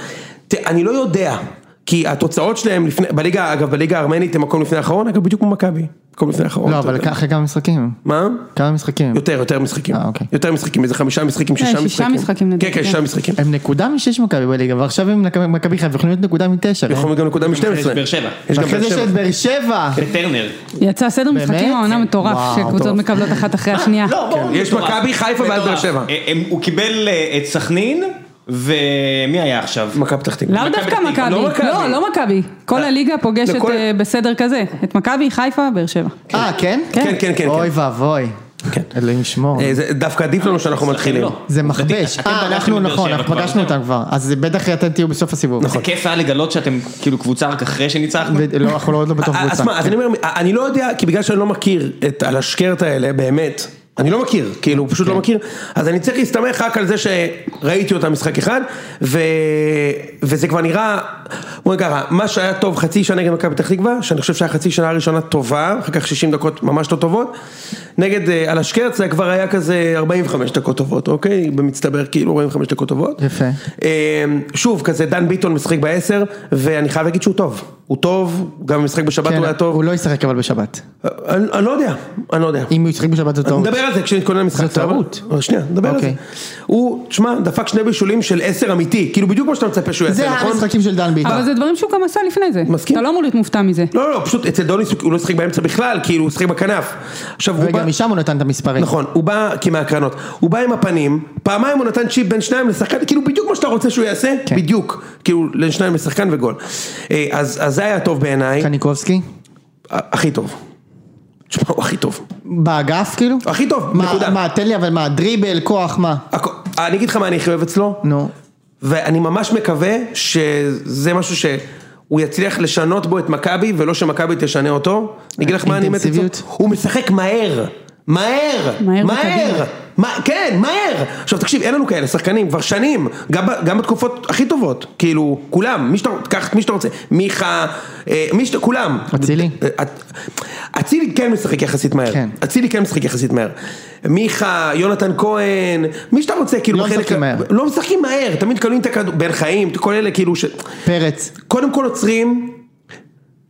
C: ת- אני לא יודע, כי התוצאות שלהם לפני, בליגה, אגב, בליגה הארמנית הם מקום לפני האחרון, אגב, בדיוק כמו מכבי, מקום לפני האחרון.
B: לא,
C: אתה
B: אבל
C: יודע.
B: אחרי כמה משחקים.
C: מה?
B: כמה משחקים.
C: יותר, יותר משחקים.
B: אה, אוקיי.
C: יותר משחקים, איזה חמישה משחקים, שישה
D: אה, שישה
C: משחקים.
D: משחקים לדעתי,
C: כן, כן,
D: כן.
C: שישה משחקים.
B: הם נקודה משש מכבי בליגה, ועכשיו הם מכבי- מכבי חיפה יכולים להיות נקודה מתשע. לא?
C: יכולים גם נקודה מ-12.
A: יש באר שבע.
C: נכון, יש גם
B: ואחרי
C: באר
B: זה יש
C: שבע.
B: את באר שבע.
A: בטרנר.
D: יצא סדר משחקים העונה מטורף,
B: וואו,
D: שקבוצות
B: מטורף.
D: מקבלות אחת אחרי השנייה.
A: לא, ברור.
C: כן, יש
A: מטורף.
C: מכבי, חיפה ואז באר
A: מטורף.
C: שבע.
A: אה, הם- הוא קיבל אה, את סכנין, ומי היה עכשיו?
C: מכבי פתח תקווה.
D: לאו דווקא
A: מכבי
D: מכבי,
A: תקווה,
C: לא מכבי.
D: לא, לא מכבי, כל הליגה פוגשת
C: לכל-
D: אה, בסדר כזה, את מכבי, חיפה, באר שבע.
B: אה, כן?
C: כן, כן, כן.
B: אוי ואבוי.
C: כן.
B: אלוהים ישמור.
C: אה, זה- דווקא עדיף לנו שאנחנו מתחילים.
A: לא.
B: זה מכבש.
A: אתם
B: אה,
A: פגשתם
B: אנחנו
A: את באר
B: נכון,
A: שבע
B: אנחנו
A: כבר,
B: פגשנו
C: כן.
A: אתם?
B: אותם כבר. אז בטח אתם תהיו בסוף הסיבוב.
C: נכון.
A: זה כיף היה לגלות שאתם כאילו קבוצה רק אחרי שניצחנו?
B: ו- לא, אנחנו לא- עוד לא בתוך
C: אה, אז
B: קבוצה.
C: מה, אז אני אומר, אני לא יודע, כי בגלל שאני לא מכיר את הלשקרת האלה, באמת, אני לא מכיר, כאילו, פשוט לא מכיר, אז אני צריך להסתמך רק על זה שראיתי אותה משחק אחד, ו... וזה כבר נראה, בואי ככה, מה שהיה טוב חצי שנה נגד מכבי פתח תקווה, שאני חושב שהחצי שנה הראשונה טובה, אחר כך 60 דקות ממש לא טובות, נגד אה, הלשקרת זה כבר היה כזה 45 דקות טובות, אוקיי? במצטבר כאילו 45 דקות טובות.
B: יפה.
C: אה, שוב, כזה דן ביטון משחק בעשר, ואני חייב להגיד שהוא טוב. הוא טוב, גם במשחק בשבת
B: כן,
C: הוא היה טוב.
B: הוא לא ישחק אבל בשבת.
C: אני אני לא יודע, אני לא יודע.
B: אם הוא ישחק בשבת זה טוב.
C: נדבר על זה כשנתכונן למשחק.
B: זו
C: סבבה?
B: טעות.
C: שנייה, נדבר על זה.
B: אוקיי.
C: הוא, תשמע, דפק שני בישולים של עשר אמיתי, כאילו בדיוק כמו שאתה מצפה שהוא
B: זה
C: יעשה, נכון?
B: המשחקים של דן ביטון.
D: אבל זה דברים שהוא גם עשה לפני זה.
C: מסכים.
D: אתה לא אמור להיות מופתע מזה.
C: לא, לא, פשוט אצל דוניס הוא לא שיחק באמצע בכלל, כאילו הוא שיחק בכנף. עכשיו הוא בא...
B: רגע, משם הוא נתן את המספרים.
C: נכון, הוא בא כמהקרנות, הוא בא עם הפנים, פעמיים הוא נתן צ'יפ בין שניים לשחקן, כאילו בדיוק מה שאתה רוצה שהוא יעשה,
B: כן.
C: בדיוק, כאילו בין שניים לשחקן וגול. אה, אז אז זה היה טוב בעיניי,
B: קניקובסקי?
C: הכי טוב. תשמע, הוא הכי טוב.
B: באגף כאילו?
C: הכי טוב,
B: מה-
C: נקודה.
B: מה, תן לי אבל מה, דריבל, כוח, מה?
C: הכ- אני אגיד לך מה אני הכי אוהב אצלו,
B: נו.
C: ואני ממש מקווה שזה משהו שהוא יצליח לשנות בו את מכבי, ולא שמכבי תשנה אותו. אני אגיד לך מה אני מת אצלו.
B: אינטנסיביות.
C: הוא משחק מהר. מהר,
D: מהר
C: מהר,
D: וקדימה.
C: מה- כן, מהר. עכשיו תקשיב, אין לנו כאלה שחקנים כבר שנים, גם, ב- גם בתקופות הכי טובות, כאילו, כולם, מי שאתה, קח את מי שאתה רוצה, מיכה, אה, מי שאתה, כולם.
B: אצילי.
C: אה, אצילי כן משחק יחסית מהר,
B: כן.
C: אצילי כן משחק יחסית מהר. מיכה, יונתן כהן, מי שאתה רוצה, כאילו,
B: לא
C: בחלק-
B: משחקים מהר.
C: לא משחקים מהר, תמיד קונים את הכדור, בן חיים, כל אלה כאילו ש...
B: פרץ.
C: קודם כל עוצרים,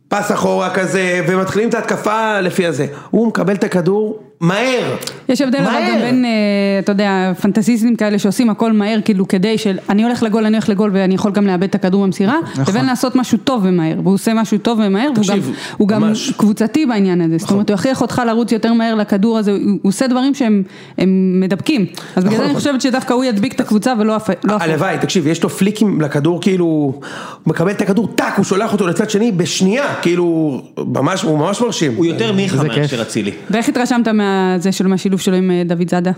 C: פס אחורה כזה, ומתחילים את ההתקפה לפי הזה. הוא מקבל את הכדור, מהר.
D: יש הבדל אבל
C: מהר.
D: גם בין, אה, אתה יודע, פנטסיסטים כאלה שעושים הכל מהר, כאילו כדי של אני הולך לגול, אני הולך לגול ואני יכול גם לאבד את הכדור במסירה, לבין לעשות משהו טוב ומהר, והוא עושה משהו טוב ומהר, והוא גם,
C: נכון. תקשיב,
D: הוא גם
C: ממש. נכון.
D: קבוצתי בעניין הזה, זאת אומרת, הוא יכריח אותך לרוץ יותר מהר לכדור הזה, הוא הוא עושה דברים שהם הם מדבקים, אז בגלל זה
C: נכון.
D: אני חושבת שדווקא הוא ידביק את הקבוצה ולא הפ- לא הפוך.
C: הלוואי, תקשיב, יש לו פליקים לכדור, כאילו, הוא מקבל את הכדור, טאק, הוא שולח אותו לצד שני בשנייה, כאילו, ממש, הוא ממש מרשים.
A: הוא יותר מיכה
B: זה
A: מאשר אצילי.
C: כן.
D: ואיך התרשמת מהזה שלו, מהשילוב שלו עם אה, דוד זאדה?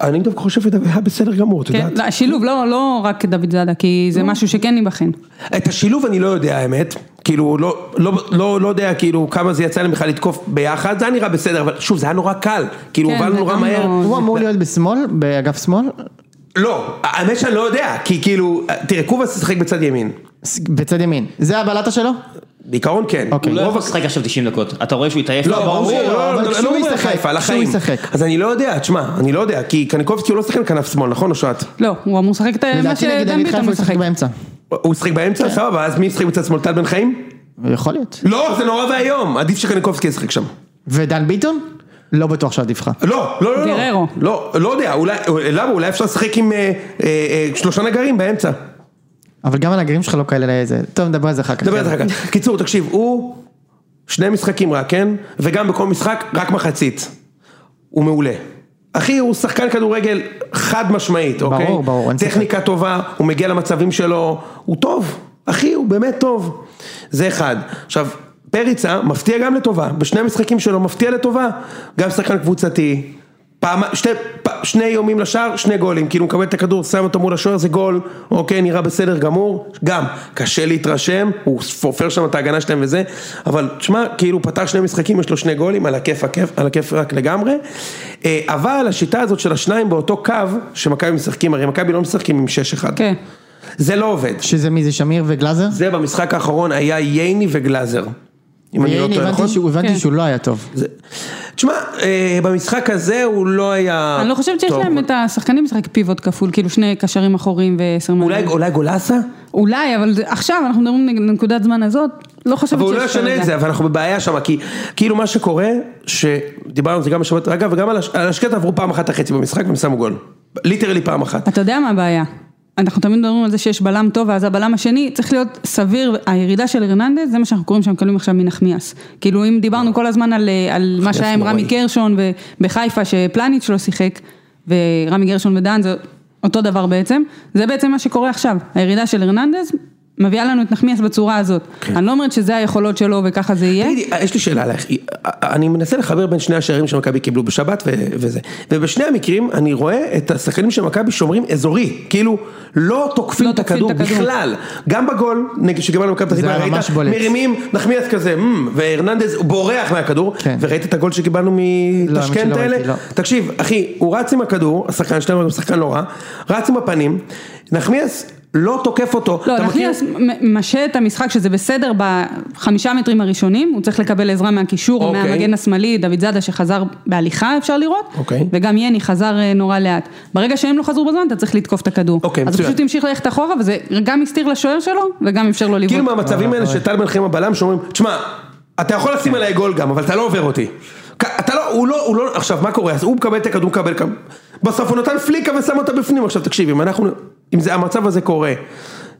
C: אני דווקא חושב שזה היה בסדר גמור, את
D: כן,
C: יודעת.
D: לא, השילוב, לא, לא רק דוד זאדה, כי
B: לא.
D: זה משהו שכן ייבחן.
C: את השילוב אני לא יודע האמת, כאילו לא, לא, לא, לא יודע כאילו כמה זה יצא להם בכלל לתקוף ביחד, זה היה נראה בסדר, אבל שוב זה היה נורא קל, כאילו
D: כן,
C: הובלנו
D: זה
C: נורא
D: גם
C: מהר,
D: לא-
B: הוא אמור להיות בשמאל, באגף שמאל,
C: לא, האמת שאני לא יודע, כי כאילו, תראה קובאס שיחק בצד ימין,
B: ס- בצד ימין. זה הבלטה שלו?
C: בעיקרון כן,
B: אוקיי.
A: הוא לא
C: רוב
A: יכול
C: הק-
A: לשחק עכשיו 90 דקות, אתה רואה שהוא התעייף?
C: לא, ברור,
B: שלא,
C: לא,
B: אבל
C: לא,
B: כשהוא
C: לא, לא,
B: ישחק,
C: חיפה, על
B: כשהוא
C: החיים.
B: ישחק.
C: אז אני לא יודע, תשמע, אני לא יודע, כי קניקובסקי הוא לא שחקן כנף שמאל, נכון אושרת?
D: לא, הוא אמור לשחק את מה
B: לדעתי נגד
D: שדן
B: דוד חיפה
D: ביטון
B: הוא
D: משחק.
B: ישחק באמצע.
C: הוא שחק
D: כן.
C: באמצע, סבבה, אז מי שחק בצד שמאל, טל בן חיים?
B: יכול להיות.
C: לא, זה נורא ואיום, עדיף שקניקובסקי ישחק שם.
B: ודן ביטון? לא בטוח שעדיף לך.
C: לא, לא, לא, לא.
D: גררו.
C: לא, לא יודע, אולי, למה, אולי אפשר לשחק עם אה, אה, אה, שלושה נגרים באמצע.
B: אבל גם הנגרים שלך לא כאלה איזה... טוב, נדבר על זה אחר כך.
C: נדבר על זה אחר כך. קיצור, תקשיב, הוא שני משחקים רק, כן? וגם בכל משחק, רק מחצית. הוא מעולה. אחי, הוא שחקן כדורגל חד משמעית, אוקיי?
B: ברור, ברור, אין ספק.
C: טכניקה טובה, הוא מגיע למצבים שלו, הוא טוב. אחי, הוא באמת טוב. זה אחד. עכשיו, פריצה מפתיע גם לטובה, בשני המשחקים שלו מפתיע לטובה. גם שחקן קבוצתי. פעם, שתי, פ, שני יומים לשער, שני גולים, כאילו הוא מקבל את הכדור, שם אותו מול השוער, זה גול, אוקיי, נראה בסדר גמור, גם, קשה להתרשם, הוא סופר שם את ההגנה שלהם וזה, אבל תשמע, כאילו הוא פתח שני משחקים, יש לו שני גולים, על הכיף, הכיף, על הכיף רק לגמרי, אה, אבל השיטה הזאת של השניים באותו קו, שמכבי משחקים, הרי מכבי לא משחקים עם 6-1,
D: כן.
C: זה לא עובד,
B: שזה מי זה שמיר וגלאזר?
C: זה במשחק האחרון היה ייני וגלאזר, אם אני לא
B: והנה,
C: טועה,
B: הבנתי
C: נכון?
B: שהוא-
D: כן.
B: הבנתי שהוא לא היה טוב.
C: זה- תשמע, אה, במשחק הזה הוא לא היה...
D: אני לא חושבת שיש
C: טוב.
D: להם את השחקנים לשחק פיבוט כפול, כאילו שני קשרים אחוריים ועשר
C: אולי, אולי גולסה?
D: אולי, אבל זה- עכשיו אנחנו מדברים נג- נקודת זמן הזאת, לא חושבת
C: אבל
D: שיש
C: הוא לא ישנה
D: כרגע.
C: את זה, אבל אנחנו בבעיה שם, כי כאילו מה שקורה, שדיברנו על זה גם בשבת, אגב, וגם על הש- על השקט עברו פעם אחת החצי במשחק והם שמו גול. ליטרלי פעם אחת.
D: אתה יודע מה הבעיה? אנחנו תמיד מדברים על זה שיש בלם טוב, ואז הבלם השני צריך להיות סביר, הירידה של הרננדז, זה מה שאנחנו קוראים שהם מקבלים עכשיו מנחמיאס. כאילו אם דיברנו כל הזמן על, אה, על מה שהיה עם
C: נוראי.
D: רמי גרשון ובחיפה, שפלניץ' לא שיחק, ורמי גרשון ודן זה אותו דבר בעצם, זה בעצם מה שקורה עכשיו, הירידה של הרננדז מביאה לנו את נחמיאס בצורה הזאת.
C: כן.
D: אני לא אומרת שזה היכולות שלו וככה זה יהיה.
C: תגידי, אה, יש לי שאלה עלייך, אה, אני מנסה לחבר בין שני השערים שמכבי קיבלו בשבת ו- וזה, ובשני המקרים אני רואה את השחקנים של מכבי שומרים אזורי, כאילו לא תוקפים
D: לא
C: את
D: תוקפים
C: הכדור
D: את הכדור.
C: בכלל, גם בגול, נגד שקיבלנו מכבי פתח
B: זה
C: תקווה,
B: היה ממש בולט.
C: מרימים נחמיאס כזה, "מ", והרננדז הוא בורח מהכדור,
B: כן.
C: וראית את הגול שקיבלנו
B: לא
C: מטשקנט האלה,
B: ראיתי, לא.
C: תקשיב, אחי, הוא רץ עם הכדור, השחקן שלנו הוא שחקן לא רע, רץ עם הפנים, נחמיאס לא תוקף אותו,
D: לא,
C: אתה מכיר?
D: נחמיאס מ- משה את המשחק שזה בסדר בחמישה מטרים הראשונים, הוא צריך לקבל עזרה מהקישור או
C: אוקיי.
D: מהמגן השמאלי, דוד זאדה שחזר בהליכה אפשר לראות,
C: אוקיי.
D: וגם יני חזר אה, נורא לאט. ברגע שהם לא חזרו בזמן אתה צריך לתקוף את הכדור.
C: אוקיי,
D: אז
C: מצוין.
D: הוא פשוט המשיך ללכת אחורה וזה גם הסתיר לשוער שלו וגם אפשר לו
C: כאילו
D: לבעוט.
C: מהמצבים האלה
D: נכון.
C: שטל בן חיים הבלם שאומרים, תשמע, אתה יכול לשים עליי גול גם, אבל אתה לא עובר אותי. כ- אתה לא, הוא לא, הוא לא, עכשיו מה קורה, אז הוא מקבל את הכדור, מקבל כמה, בסוף הוא נתן פליקה ושם אותה בפנים, עכשיו תקשיב, אם אנחנו, אם זה, המצב הזה קורה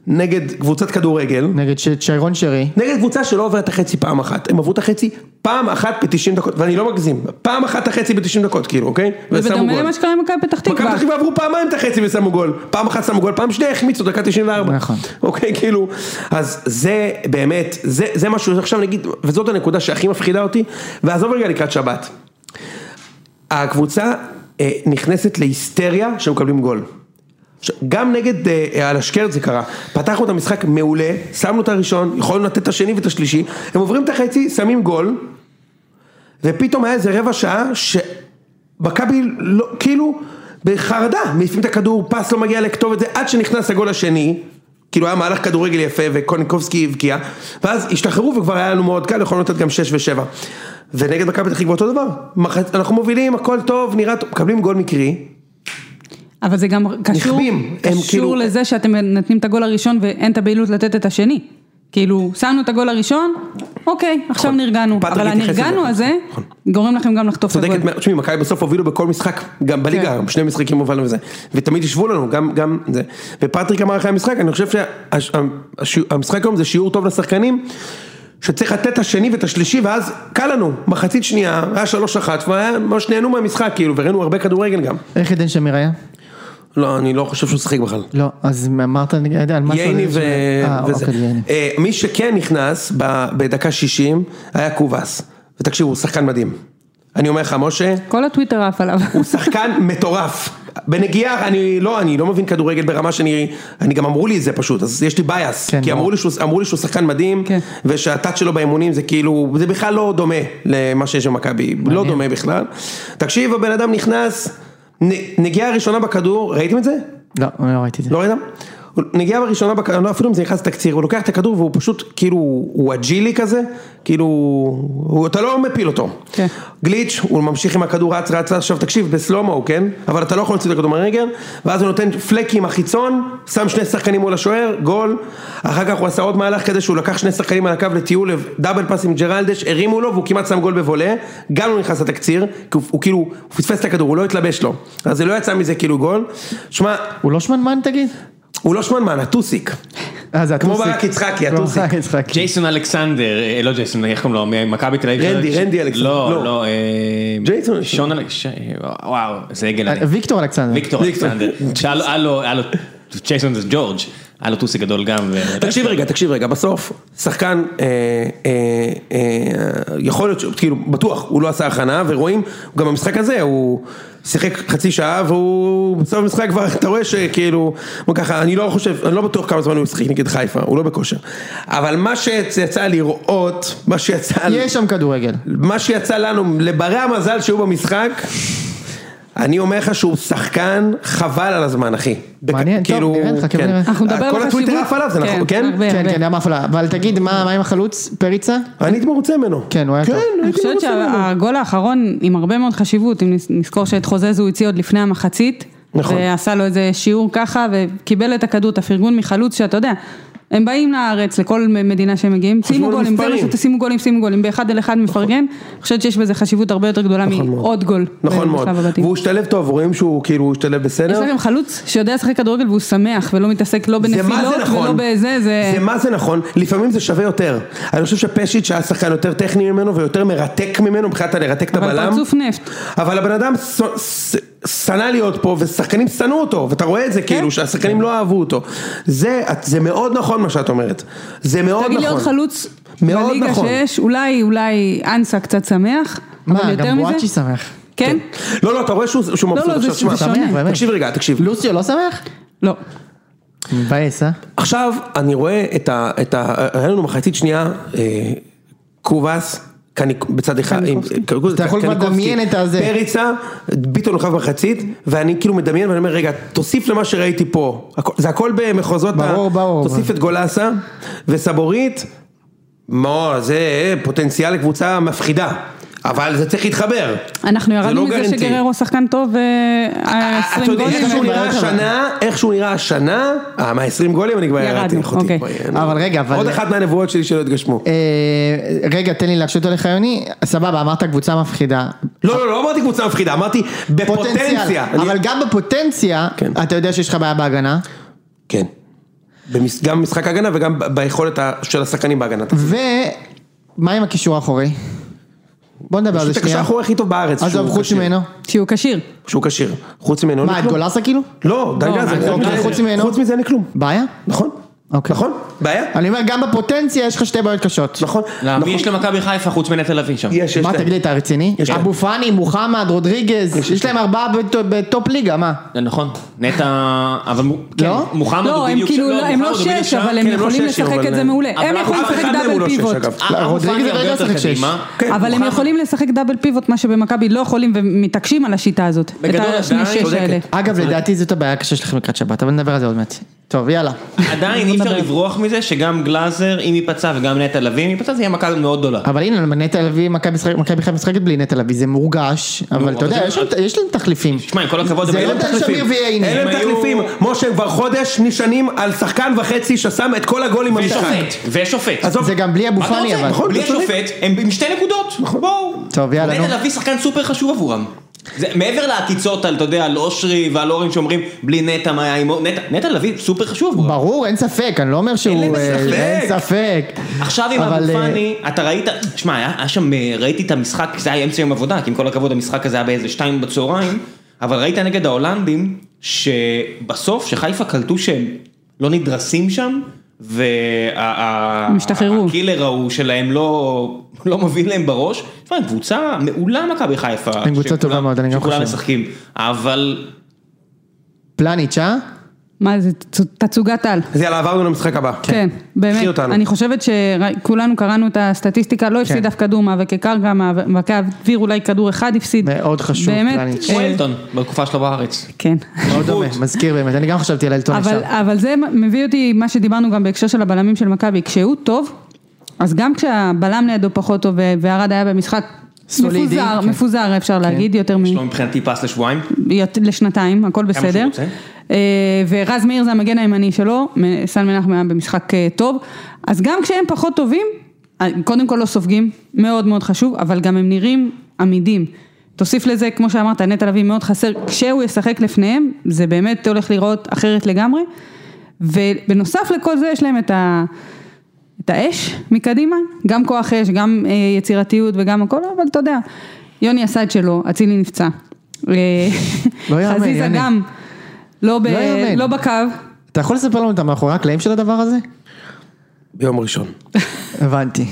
C: נגד קבוצת כדורגל,
B: נגד ש- שיירון שרי.
C: נגד קבוצה שלא עוברת את החצי פעם אחת, הם עברו את החצי פעם אחת ב-90 דקות, ואני לא מגזים, פעם אחת את החצי ב-90 דקות, כאילו, אוקיי? ושמו
D: ובדומה
C: גול.
D: למה שקרה עם מכבי פתח
C: מכבי
D: תקווה.
C: פתח תקווה עברו פעמיים את החצי ושמו גול, פעם אחת שמו גול, פעם שנייה החמיצו, דקה 94.
B: נכון.
C: אוקיי, כאילו, אז זה באמת, זה, זה משהו, עכשיו נגיד, וזאת הנקודה שהכי מפחידה אותי, ועזוב רגע לקראת שבת. הקבוצה אה, נכנסת להיסטריה שמקבלים גול. ש- גם נגד אה, אה, על השקרט זה קרה, פתחנו את המשחק מעולה, שמנו את הראשון, יכולנו לתת את השני ואת השלישי, הם עוברים את החצי, שמים גול, ופתאום היה איזה רבע שעה שמכבי לא, כאילו בחרדה, מעיפים את הכדור, פס לא מגיע לכתובת זה, עד שנכנס הגול השני, כאילו היה מהלך כדורגל יפה וקוניקובסקי הבקיע, ואז השתחררו וכבר היה לנו מאוד קל, יכולנו לתת גם 6 ו-7. ונגד מכבי פתח תקווה אותו דבר, מח- אנחנו מובילים, הכל טוב, נראה טוב, מקבלים גול מקרי,
D: אבל זה גם קשור,
C: נכבים, הם
D: קשור
C: כאילו-
D: לזה שאתם נותנים את הגול הראשון ואין את הבהילות לתת את השני. כאילו, שמנו את הגול הראשון, אוקיי, עכשיו נרגענו.
C: נכון. פטריק
D: אבל
C: התייחס לזה.
D: הנרגענו הזה,
C: נכון.
D: גורם לכם גם לחטוף את הגול.
C: צודקת, מאה- תשמעי, מכבי בסוף הובילו בכל משחק, גם בליגה, שני משחקים הובלנו וזה, ותמיד ישבו לנו, גם, גם זה. ופטריק אמר אחרי המשחק, אני חושב שהמשחק היום זה שיעור טוב לשחקנים, שצריך לתת את השני ואת השלישי, ואז קל לנו, מחצית שנייה, היה שלוש אחת, והיה ממש נהנו מהמשחק, כאילו, וראינו הרבה כדורגל גם.
B: איך עדן שמיר היה?
C: לא, אני לא חושב שהוא שיחק בכלל.
B: לא, אז אמרת, אני יודע, על מה
C: ייני ו...
B: אה,
C: וזה.
B: אוקיי, ייני.
C: אה, מי שכן נכנס ב- בדקה 60 היה קובאס, ותקשיבו, הוא שחקן מדהים. אני אומר לך, משה,
D: כל הטוויטר עף עליו.
C: הוא שחקן מטורף. בנגיעה, אני לא, אני לא מבין כדורגל ברמה שאני, אני גם אמרו לי את זה פשוט, אז יש לי בייס,
B: כן,
C: כי אמרו
B: ברור.
C: לי, שהוא, אמרו לי שהוא שחקן מדהים,
D: כן.
C: ושהטאט שלו באימונים זה כאילו, זה בכלל לא דומה למה שיש במכבי, לא דומה בכלל. תקשיב, הבן אדם נכנס, נ, נגיעה ראשונה בכדור, ראיתם את זה?
B: לא, אני לא ראיתי את זה.
C: לא ראיתם? הוא- נגיעה בראשונה, בכ- לא, אפילו אם זה נכנס לתקציר, הוא לוקח את הכדור והוא פשוט כאילו, הוא אג'ילי כזה, כאילו, הוא, אתה לא מפיל אותו.
D: כן.
C: גליץ', הוא ממשיך עם הכדור רץ רץ רץ, עכשיו תקשיב, בסלומו, כן? אבל אתה לא יכול להוציא את הכדור מהרגל, ואז הוא נותן פלקים החיצון, שם שני שחקנים מול השוער, גול, אחר כך הוא עשה עוד מהלך כזה שהוא לקח שני שחקנים על הקו לטיול, דאבל פאס עם ג'רלדש, הרימו לו והוא כמעט שם גול בבולה, גם לא נכנס לתקציר, כי הוא, הוא כאילו, הוא פספס את הכדור, הוא לא התלבש לו, אז זה לא יצא מזה כאילו גול, שמע,
B: הוא לא שמנמן תגיד?
C: הוא לא שמנמן, הטוסיק.
B: אה, זה
C: כמו
B: הטוסיק.
C: ברק יצחקי,
B: כמו
C: הטוסיק.
B: ברק יצחקי.
A: ג'ייסון אלכסנדר, אה, לא ג'ייסון, איך קוראים לו, ממכבי תל אביב.
C: רנדי,
A: ש-
C: רנדי אלכסנדר,
A: לא,
C: לא.
A: לא, אה,
C: ג'ייסון
A: שון אלכסנדר, וואו, זה
D: אה,
A: עגל עליי.
B: אה, ויקטור אלכסנדר.
A: ויקטור
C: ויקטור.
A: אלכסנדר. שאל- היה לו, היה לו, ג'ייסון זה ג'ורג', היה לו טוסי גדול גם. ו-
C: תקשיב רגע, תקשיב רגע, בסוף, שחקן, אה, אה, אה, יכול להיות, ש- כאילו, בטוח, הוא לא עשה הכנה, ורואים, גם במשחק הזה, הוא שיחק חצי שעה, והוא בסוף המשחק כבר, אתה רואה שכאילו, הוא ככה, אני לא חושב, אני לא בטוח כמה זמן הוא ישחק נגד חיפה, הוא לא בכושר. אבל מה שיצא לראות, מה שיצא...
B: יש שם כדורגל.
C: מה שיצא לנו, לברי המזל שהיו במשחק, אני אומר לך שהוא שחקן חבל על הזמן, אחי.
B: מעניין, טוב,
C: כאילו,
B: נראה, נחכה
C: כן.
B: ונראה.
D: אנחנו נדבר על
C: כל הטוויטר
D: החשיבות.
C: עף עליו, זה
D: כן,
C: נכון, כן?
D: הרבה.
B: כן, כן, אמר פלה. אבל תגיד, מה מה עם החלוץ? פריצה?
C: אני הייתי מרוצה ממנו.
B: כן, הוא היה טוב.
C: כן,
D: אני
C: הייתי
D: חושבת
C: מרוצה ממנו.
D: שהגול האחרון עם הרבה מאוד חשיבות, אם נס- נזכור שאת חוזז הוא הוציא עוד לפני המחצית.
C: נכון.
D: ועשה לו איזה שיעור ככה, וקיבל את הכדור, את הפרגון מחלוץ, שאתה יודע, הם באים לארץ, לכל מדינה שהם מגיעים, שימו
C: על
D: גולים, זה מה
C: המספרים.
D: שאתה שימו גולים, שימו גולים, באחד אל אחד מפרגן, אני חושבת שיש בזה חשיבות הרבה יותר גדולה
C: נכון. מאוד.
D: מעוד גול.
C: נכון מאוד,
D: בשלב הבתים.
C: והוא השתלב טוב, רואים שהוא כאילו הוא השתלב
D: יש
C: בסדר.
D: לכם חלוץ שיודע לשחק כדורגל והוא שמח, ולא מתעסק לא
C: זה מה
D: בנפילות
C: זה
D: ולא
C: נכון,
D: בזה, זה...
C: זה מה זה נכון, לפעמים זה שווה יותר. אני חושב שפשיץ' היה שחקן יותר טכני ממנו ויותר מרתק ממנו מבחינת הלרתק את הבלם.
D: אבל פרצוף נפט.
C: אבל הבן אדם ש- ש- שנא להיות פה, ושחקנים שנאו אותו, ואתה רואה את
D: כן.
C: זה כאילו, שהשחקנים לא אהבו אותו. זה, את- זה מאוד נכון מה שאת אומרת. זה מאוד נכון.
D: תגיד לי עוד חלוץ
C: מאוד
D: בליגה
C: נכון.
D: שיש, אולי, אולי אנסה קצת שמח,
B: מה,
D: אבל יותר
B: גם
D: מזה,
B: בואצ'י שמח.
D: כן?
C: לא, לא, אתה רואה שהוא שהוא מבסוט
D: לא, זה
C: עכשיו,
D: שהוא
C: שמע,
D: שונה.
B: באמת.
C: תקשיב רגע, תקשיב.
B: לוסיו לא שמח?
D: לא.
B: מבאס, אה?
C: עכשיו אני רואה את ה... את ה... היה לנו מחצית שנייה, אה, קובאס. קניק, בצד אחד, עם- קניקובסקי,
B: אתה יכול כבר לדמיין את הזה.
C: פריצה, ביטון הולכה במחצית, ואני כאילו מדמיין ואני אומר רגע, תוסיף למה שראיתי פה, הכל- זה הכל במחוזות,
B: ברור,
C: ה-
B: ברור.
C: תוסיף את גולסה וסבורית, מה, זה פוטנציאל לקבוצה מפחידה, אבל זה צריך להתחבר.
D: אנחנו
C: זה
D: ירדנו
C: לא
D: מזה
C: גרנטי.
D: שגררו שחקן טוב, אה,
C: אתה
D: 20
C: יודע,
D: גולים,
C: איך שהוא
D: אבל-
C: נראה
B: אבל-
C: השנה, איך שהוא נראה השנה, אה מה 20 גולים אני כבר
D: ירדנו,
C: ירדתי
D: אוקיי.
C: אחותי. כבר, יאללה.
B: אבל רגע, אבל-
C: עוד אחת מהנבואות שלי שלא התגשמו.
B: אה, רגע, תן לי להקשות עליך, יוני. סבבה, אמרת קבוצה מפחידה.
C: לא לא לא אמרתי קבוצה מפחידה, אמרתי בפוטנציה. אני-
B: אבל גם בפוטנציה,
C: כן.
B: אתה יודע שיש לך בעיה בהגנה,
C: כן. במס- גם במשחק הגנה וגם ב- ביכולת ה- של השחקנים בהגנה.
B: ומה עם הקישור האחורי? בוא נדבר על
C: פשוט
B: זה
C: הקשר
B: שנייה.
C: האחורי הכי טוב בארץ.
B: עזוב,
C: שהוא
B: חוץ
C: כשיר.
B: ממנו.
D: שהוא כשיר.
C: שהוא כשיר. חוץ ממנו. אין
B: מה,
C: לי
B: את
C: כלום.
B: גולסה כאילו?
C: לא, די
D: לא,
C: גז,
D: אוקיי,
C: אני-
B: חוץ ממנו?
C: חוץ מזה אין לי כלום.
B: בעיה?
C: נכון.
B: אוקיי.
C: נכון. בעיה?
B: אני אומר, גם בפוטנציה יש לך שתי בעיות קשות.
C: נכון.
A: לא,
C: נכון.
A: מי יש למכבי חיפה חוץ מנטל אביב שם?
C: יש, יש
B: מה,
C: להם.
B: תגיד לי, אתה רציני?
C: יש להם.
B: אבו פאני, מוחמד, רודריגז, יש להם ארבעה בטו- בטופ ליגה, מה?
A: זה נכון, נטע, אבל מ-
B: לא?
A: כן, מוחמד
D: לא,
A: הוא
D: הם
A: בדיוק
D: כאילו,
A: שם,
D: לא- הם לא
A: מוחמד הוא בדיוק
D: שש,
A: שם.
D: אבל הם
C: כן, הם לא
D: יכולים
C: שש,
D: לשחק
C: אבל-
D: את זה מעולה.
A: אבל
D: הם יכולים
C: אף
D: לשחק
C: אחד מהם הוא
D: דאבל
C: לא שש,
D: פיבוט.
C: אגב.
A: אה,
B: לא,
A: מוחמד
B: רודריגז
A: הרבה
B: לא
A: יותר
B: ישחק שש.
A: קדימה.
C: כן,
D: אבל הם
A: מוחמד-
D: יכולים לשחק דאבל פיבוט, מה שבמכבי לא יכולים ומתעקשים על השיטה הזאת.
A: בגדול,
D: את השני
A: עדיין,
D: שש
A: צודקת.
D: האלה.
B: אגב, לדעתי זאת הבעיה הקשה שלכם לקראת שבת, אבל נדבר על זה עוד מעט. טוב, יאללה.
A: עדיין אי אפשר לברוח מזה שגם גלאזר, אם ייפצע וגם נטע לביא, אם ייפצע זה יהיה מכה מאוד גדולה.
B: אבל הנה, נטע לביא, מכבי משחק- מכבי חיפה משחקת בלי נטע לביא, זה מורגש, אבל
A: אבל
B: אתה יודע,
A: זה-
B: יש להם- יש להם תחליפים.
A: שמע, עם כל הכבוד,
B: זה
A: הם היו
B: לא דן שמיר
A: מתחלפים.
B: וייני.
C: אין
A: הם
C: להם
A: היו-
C: תחליפים, משה כבר חודש נשענים על שחקן וחצי ששם את כל הגולים במשחק.
A: ושופט, ושופט.
C: עזוב,
B: זה גם בלי אבו
A: מה אתה
B: פאני,
A: רוצה?
B: אבל.
C: נכון,
A: בלי
C: אתה צודק.
A: השופט, הם עם שתי נקודות, בואו.
B: טוב, יאללה, נו.
A: נטע לביא שחקן סופר חשוב עבורם. זה מעבר לעקיצות על, אתה יודע, על אושרי ועל אורן שאומרים, בלי נטע מה היה עם אור-" נטע, נטע לביא סופר חשוב עבורם.
B: ברור, אין ספק, אני לא אומר שהוא...
A: להם
B: אה,
A: ספק.
B: אין ספק.
A: עכשיו עם
B: אבל,
A: אבו
B: אה,
A: פאני, אתה ראית, שמע, היה היה שם, אה, ראיתי את המשחק, זה היה אמצע יום עבודה, כי עם כל הכבוד המשחק הזה היה באיזה שתיים בצהריים, אבל ראית נגד ההולנדים, שבסוף, שחיפה קלטו שהם לא נדרסים שם,
D: הם השתחררו.
A: והקילר ההוא שלהם לא, לא מביא להם בראש, תשמע, הם קבוצה מעולה מכבי חיפה,
B: הם קבוצה
A: שכולם-
B: טובה מאוד, אני גם
A: שכולם
B: חושב.
A: משחקים, אבל
B: פלניץ', אה?
D: מה זה, תצ- תצוגת על.
C: אז יאללה עברנו למשחק הבא.
D: כן,
C: קחי
D: באמת,
C: אותנו.
D: אני חושבת שכולנו קראנו את הסטטיסטיקה, לא
B: כן.
D: הפסיד אף כדור מאבקי קרקע, מאבקי אוויר אולי כדור אחד הפסיד.
B: מאוד חשוב,
D: באמת,
B: פלניץ'.
A: כמו
D: אה,
A: אלטון, בתקופה שלו בארץ.
D: כן.
B: מאוד דומה, מזכיר באמת, אני גם חשבתי על אלטון
D: אבל,
B: עכשיו.
D: אבל זה מביא אותי, מה שדיברנו גם בהקשר של הבלמים של מכבי, כשהוא טוב, אז גם כשהבלם לידו פחות טוב ו- וערד היה במשחק
B: סולידי,
D: מפוזר,
B: כן.
D: מפוזר אפשר להגיד, יותר מ...
A: יש לו מבחינתי פס לשבועיים,
D: יות- לשנתיים, הכל
A: שהוא
D: בסדר.
A: רוצה.
D: אה, ורז מאיר זה המגן הימני שלו, מ- סן מנחם היה במשחק אה, טוב. אז גם כשהם פחות טובים, אה, קודם כל לא סופגים, מאוד מאוד חשוב, אבל גם הם נראים עמידים. תוסיף לזה, כמו שאמרת, נטע לביא מאוד חסר, כשהוא ישחק לפניהם, זה באמת הולך להיראות אחרת לגמרי. ובנוסף לכל זה יש להם את ה... את האש מקדימה, גם כוח אש, גם אה, יצירתיות וגם הכל, אבל אתה יודע, יוני עשה את שלו, אצילי נפצע. אה,
B: לא יאמן,
D: חזיזה
B: יוני.
D: גם, לא, ב,
B: לא יאמן.
D: לא בקו,
B: אתה יכול לספר לנו את המאחורי הקלעים של הדבר הזה?
C: ביום ראשון.
B: הבנתי.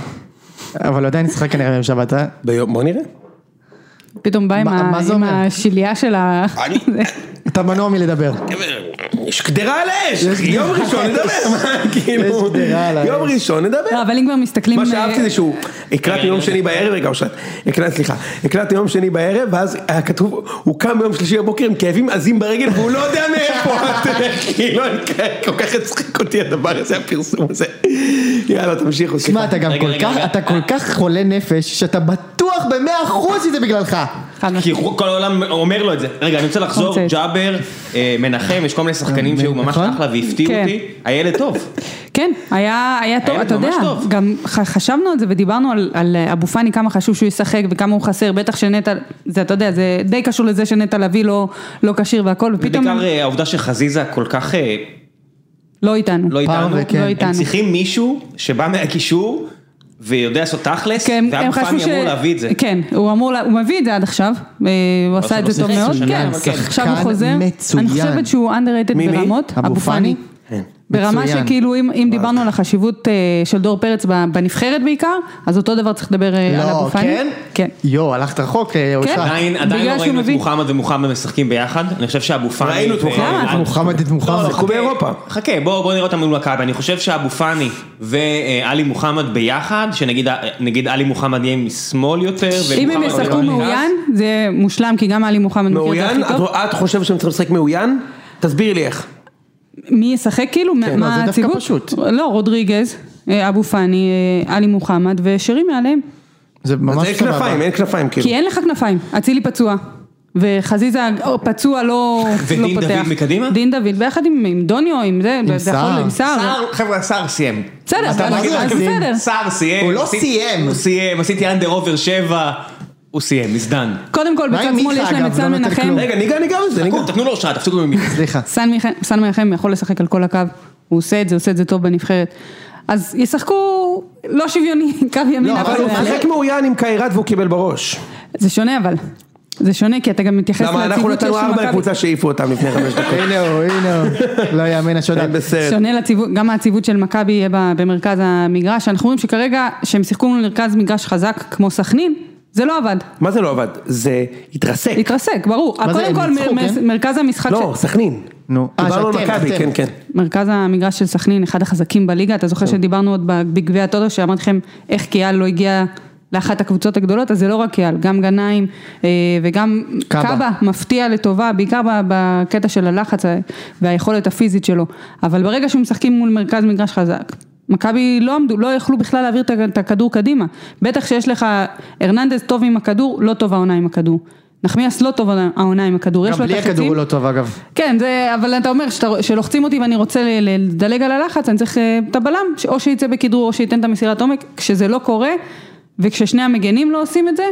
B: אבל עדיין נשחק כנראה ביום שבת, אה?
C: ביום, בוא נראה.
D: פתאום בא עם,
B: מה-
D: ה,
B: מה זה
D: עם
B: אומר?
D: השיליה של ה...
B: אתה מנוע מלדבר.
C: יש קדרה על האש, יום ראשון נדבר, מה כאילו,
B: קדרה על האש.
C: יום ראשון נדבר.
D: לא, אבל אם כבר מסתכלים... אה,
C: מה שאהבתי זה שהוא, הקלטנו
B: אה,
C: יום שני בערב, רגע אושרת, הקלט- סליחה, הקלטנו יום שני בערב, ואז היה כתוב, הוא קם ביום שלישי בבוקר עם כאבים עזים ברגל, והוא לא יודע מאיפה, את- כאילו, אני כל כך הצחיק אותי הדבר הזה, הפרסום הזה. יאללה, תמשיכו, סליחה.
B: שמע, אתה גם
A: רגע,
B: כל
A: רגע,
B: כך,
A: רגע.
B: אתה כל כך חולה נפש, שאתה בטוח במאה אחוז שזה בגללך.
D: חד
A: כי
D: משמעית.
A: הוא- כל העולם אומר לו את זה. רגע, אני רוצה לחזור,
D: רוצה את זה.
A: ג'אבר, אה, מנחם, יש כל מיני שחקנים שהוא ממש
B: נכון?
A: אחלה והפתיעו
D: אה, כן.
A: אותי. הילד טוב.
D: כן, היה, היה טוב,
A: היה
D: אתה
A: ממש
D: יודע,
A: טוב.
D: גם ח- חשבנו על זה ודיברנו על, על אה, אבו פאני, כמה חשוב שהוא ישחק וכמה הוא חסר, בטח שנטע, זה אתה יודע, זה די קשור לזה שנטע לביא לא לא כשיר והכל, ופתאום
A: בעיקר אה, העובדה שחזיזה כל כך אה,
D: לא איתנו.
A: לא איתנו.
B: וכן.
D: לא
A: הם
D: איתנו.
A: צריכים מישהו שבא מהקישור ויודע לעשות תכלס,
D: כן, הם
A: ואבו
D: חשבו
A: פאני
D: ש...
A: אמור להביא את זה.
D: כן, הוא אמור, לה- הוא מביא את זה עד עכשיו, אה, הוא עשה את
A: הוא
D: זה טוב
A: שיחק
D: מאוד,
A: שנה,
D: כן,
A: אבל כן.
D: עכשיו הוא
B: שחקן
D: חוזר,
B: מצוין.
D: אני חושבת שהוא underrated
C: מי, מי?
D: ברמות,
B: אבו
D: אבו פאני,
C: כן.
D: ברמה
B: מצוין.
D: שכאילו אם אם דיברנו על החשיבות אה, של דור פרץ ב- בנבחרת בעיקר, אז אותו דבר צריך לדבר אה, על
B: לא,
D: אבו פאני,
B: כן?
D: כן,
B: יואו, הלכת רחוק, אה, אושרת.
A: עדיין, עדיין
D: בגלל
A: לא
D: שהוא
A: ראינו את
D: מביא.
A: מוחמד ומוחמד משחקים ביחד, אני חושב שאבו פאני...
C: ראינו את
A: ו-
C: מוחמד.
D: למה?
A: אה,
B: מוחמד את מוחמד. אוקיי.
C: אנחנו באירופה.
A: חכה, בואו בוא נראה אותם מול מכבי, אני חושב שאבו פאני ועלי מוחמד ביחד, שנגיד אה, נגיד עלי מוחמד יהיה משמאל יותר,
D: אם הם
A: ומוחמד
D: ישחקו
A: יותר מרכז.
D: מאוין, זה מושלם, כי גם עלי מוחמד מכיר את זה
C: מאוין?
D: הכי טוב,
C: את- את חושבת שהם צריכים לשחק מאוין? תסבירי לי איך.
D: מי ישחק כאילו, מה-
B: לא, זה
D: מה
B: דווקא
D: הציבור,
B: פשוט.
D: לא, רודריגז, אה, אבו פאני, אה, עלי מוחמד ושרי מעליהם.
B: זה
C: אז
B: ממש
C: אין
B: סבבה.
C: כנפיים, אין כנפיים כאילו.
D: כי אין לך כנפיים, אצילי פצוע. וחזיזה או, פצוע לא,
A: ודין
D: לא
A: דוד
D: פותח.
A: מקדימה?
D: דין דוד, ביחד עם, עם דוניו, עם זה, עם
B: סער.
D: עם סער.
A: סער, חבר'ה, סער סיים.
D: בסדר,
B: אתה
D: אז-
B: מה זה
D: אה, אז
B: להגזים?
D: בסדר.
A: סער סיים.
B: הוא לא
A: עשיתי-
B: סיים.
A: הוא סיים, עשיתי אנדר עובר שבע. הוא סיים, מזדן.
D: קודם כל,
B: מה
D: בצד
B: עם
D: שמאל
B: מיכה,
D: יש להם
B: אגב?
D: את
B: לא
D: סן
B: נותן
D: מנחם.
B: כלום.
C: רגע, ניגע, ניגע בזה, ניגע.
A: תנו לו השראה, תפסיקו ממי.
B: סליחה.
D: סן מיכ- סן מנחם יכול לשחק על כל הקו, הוא עושה את זה, עושה את זה טוב בנבחרת. אז ישחקו לא שוויוני, קו ימין.
B: לא,
D: אף
C: אבל הוא
D: אחד.
C: משחק מאוין עם קיירת והוא קיבל בראש.
D: זה שונה אבל. זה שונה כי אתה גם מתייחס
C: למה אנחנו
D: ליציבות שיש
C: נתנו ארבע
D: במכבי.
C: לקבוצה שהעיפו אותם לפני חמש דקות.
B: הנה הוא, הנה הוא. לא יאמן השודד.
C: בסדר.
D: שונה לציוו- גם הציוות של מכבי יהיה ב- במרכז המגרש, אנחנו רואים שכרגע שהם שיחקו מול מרכז מגרש חזק כמו סכנין, זה לא עבד,
C: מה זה לא עבד? זה התרסק.
D: התרסק, ברור,
B: מה זה,
D: קודם כל
B: הם ניצחו,
D: מ- מ-
B: כן?
D: מרכז המשחק,
C: לא,
D: של-
C: סכנין.
B: נו. אה,
C: דיברנו על
B: שאתם,
C: מכבי,
B: אתם.
C: כן, כן.
D: מרכז המגרש של סכנין, אחד החזקים בליגה, אתה
B: כן.
D: זוכר שדיברנו עוד ב- בגביע הטוטו, שאמרתי לכם איך קיאל לא הגיע לאחת הקבוצות הגדולות, אז זה לא רק קיאל, גם גנאים אה, וגם
B: קאבה.
D: קאבה מפתיע לטובה, בעיקר ב- בקטע של הלחץ ה- והיכולת הפיזית שלו, אבל ברגע שמשחקים מול מרכז מגרש חזק, מכבי לא עמדו, לא יכלו בכלל להעביר את הכ- את הכדור קדימה. בטח שיש לך, הרננדז טוב עם הכדור, לא טוב העונה עם הכדור. נחמיאס לא טוב העונה עם הכדור,
B: גם
D: יש לו את
B: בלי הכדור
D: החצים.
B: הוא לא טוב אגב.
D: כן, זה, אבל אתה אומר, שאתה, שלוחצים אותי ואני רוצה ל- ל- לדלג על הלחץ, אני צריך אה, את הבלם, או שיצא בכדרור או שייתן את המסירת עומק, כשזה לא קורה, וכששני המגנים לא עושים את זה,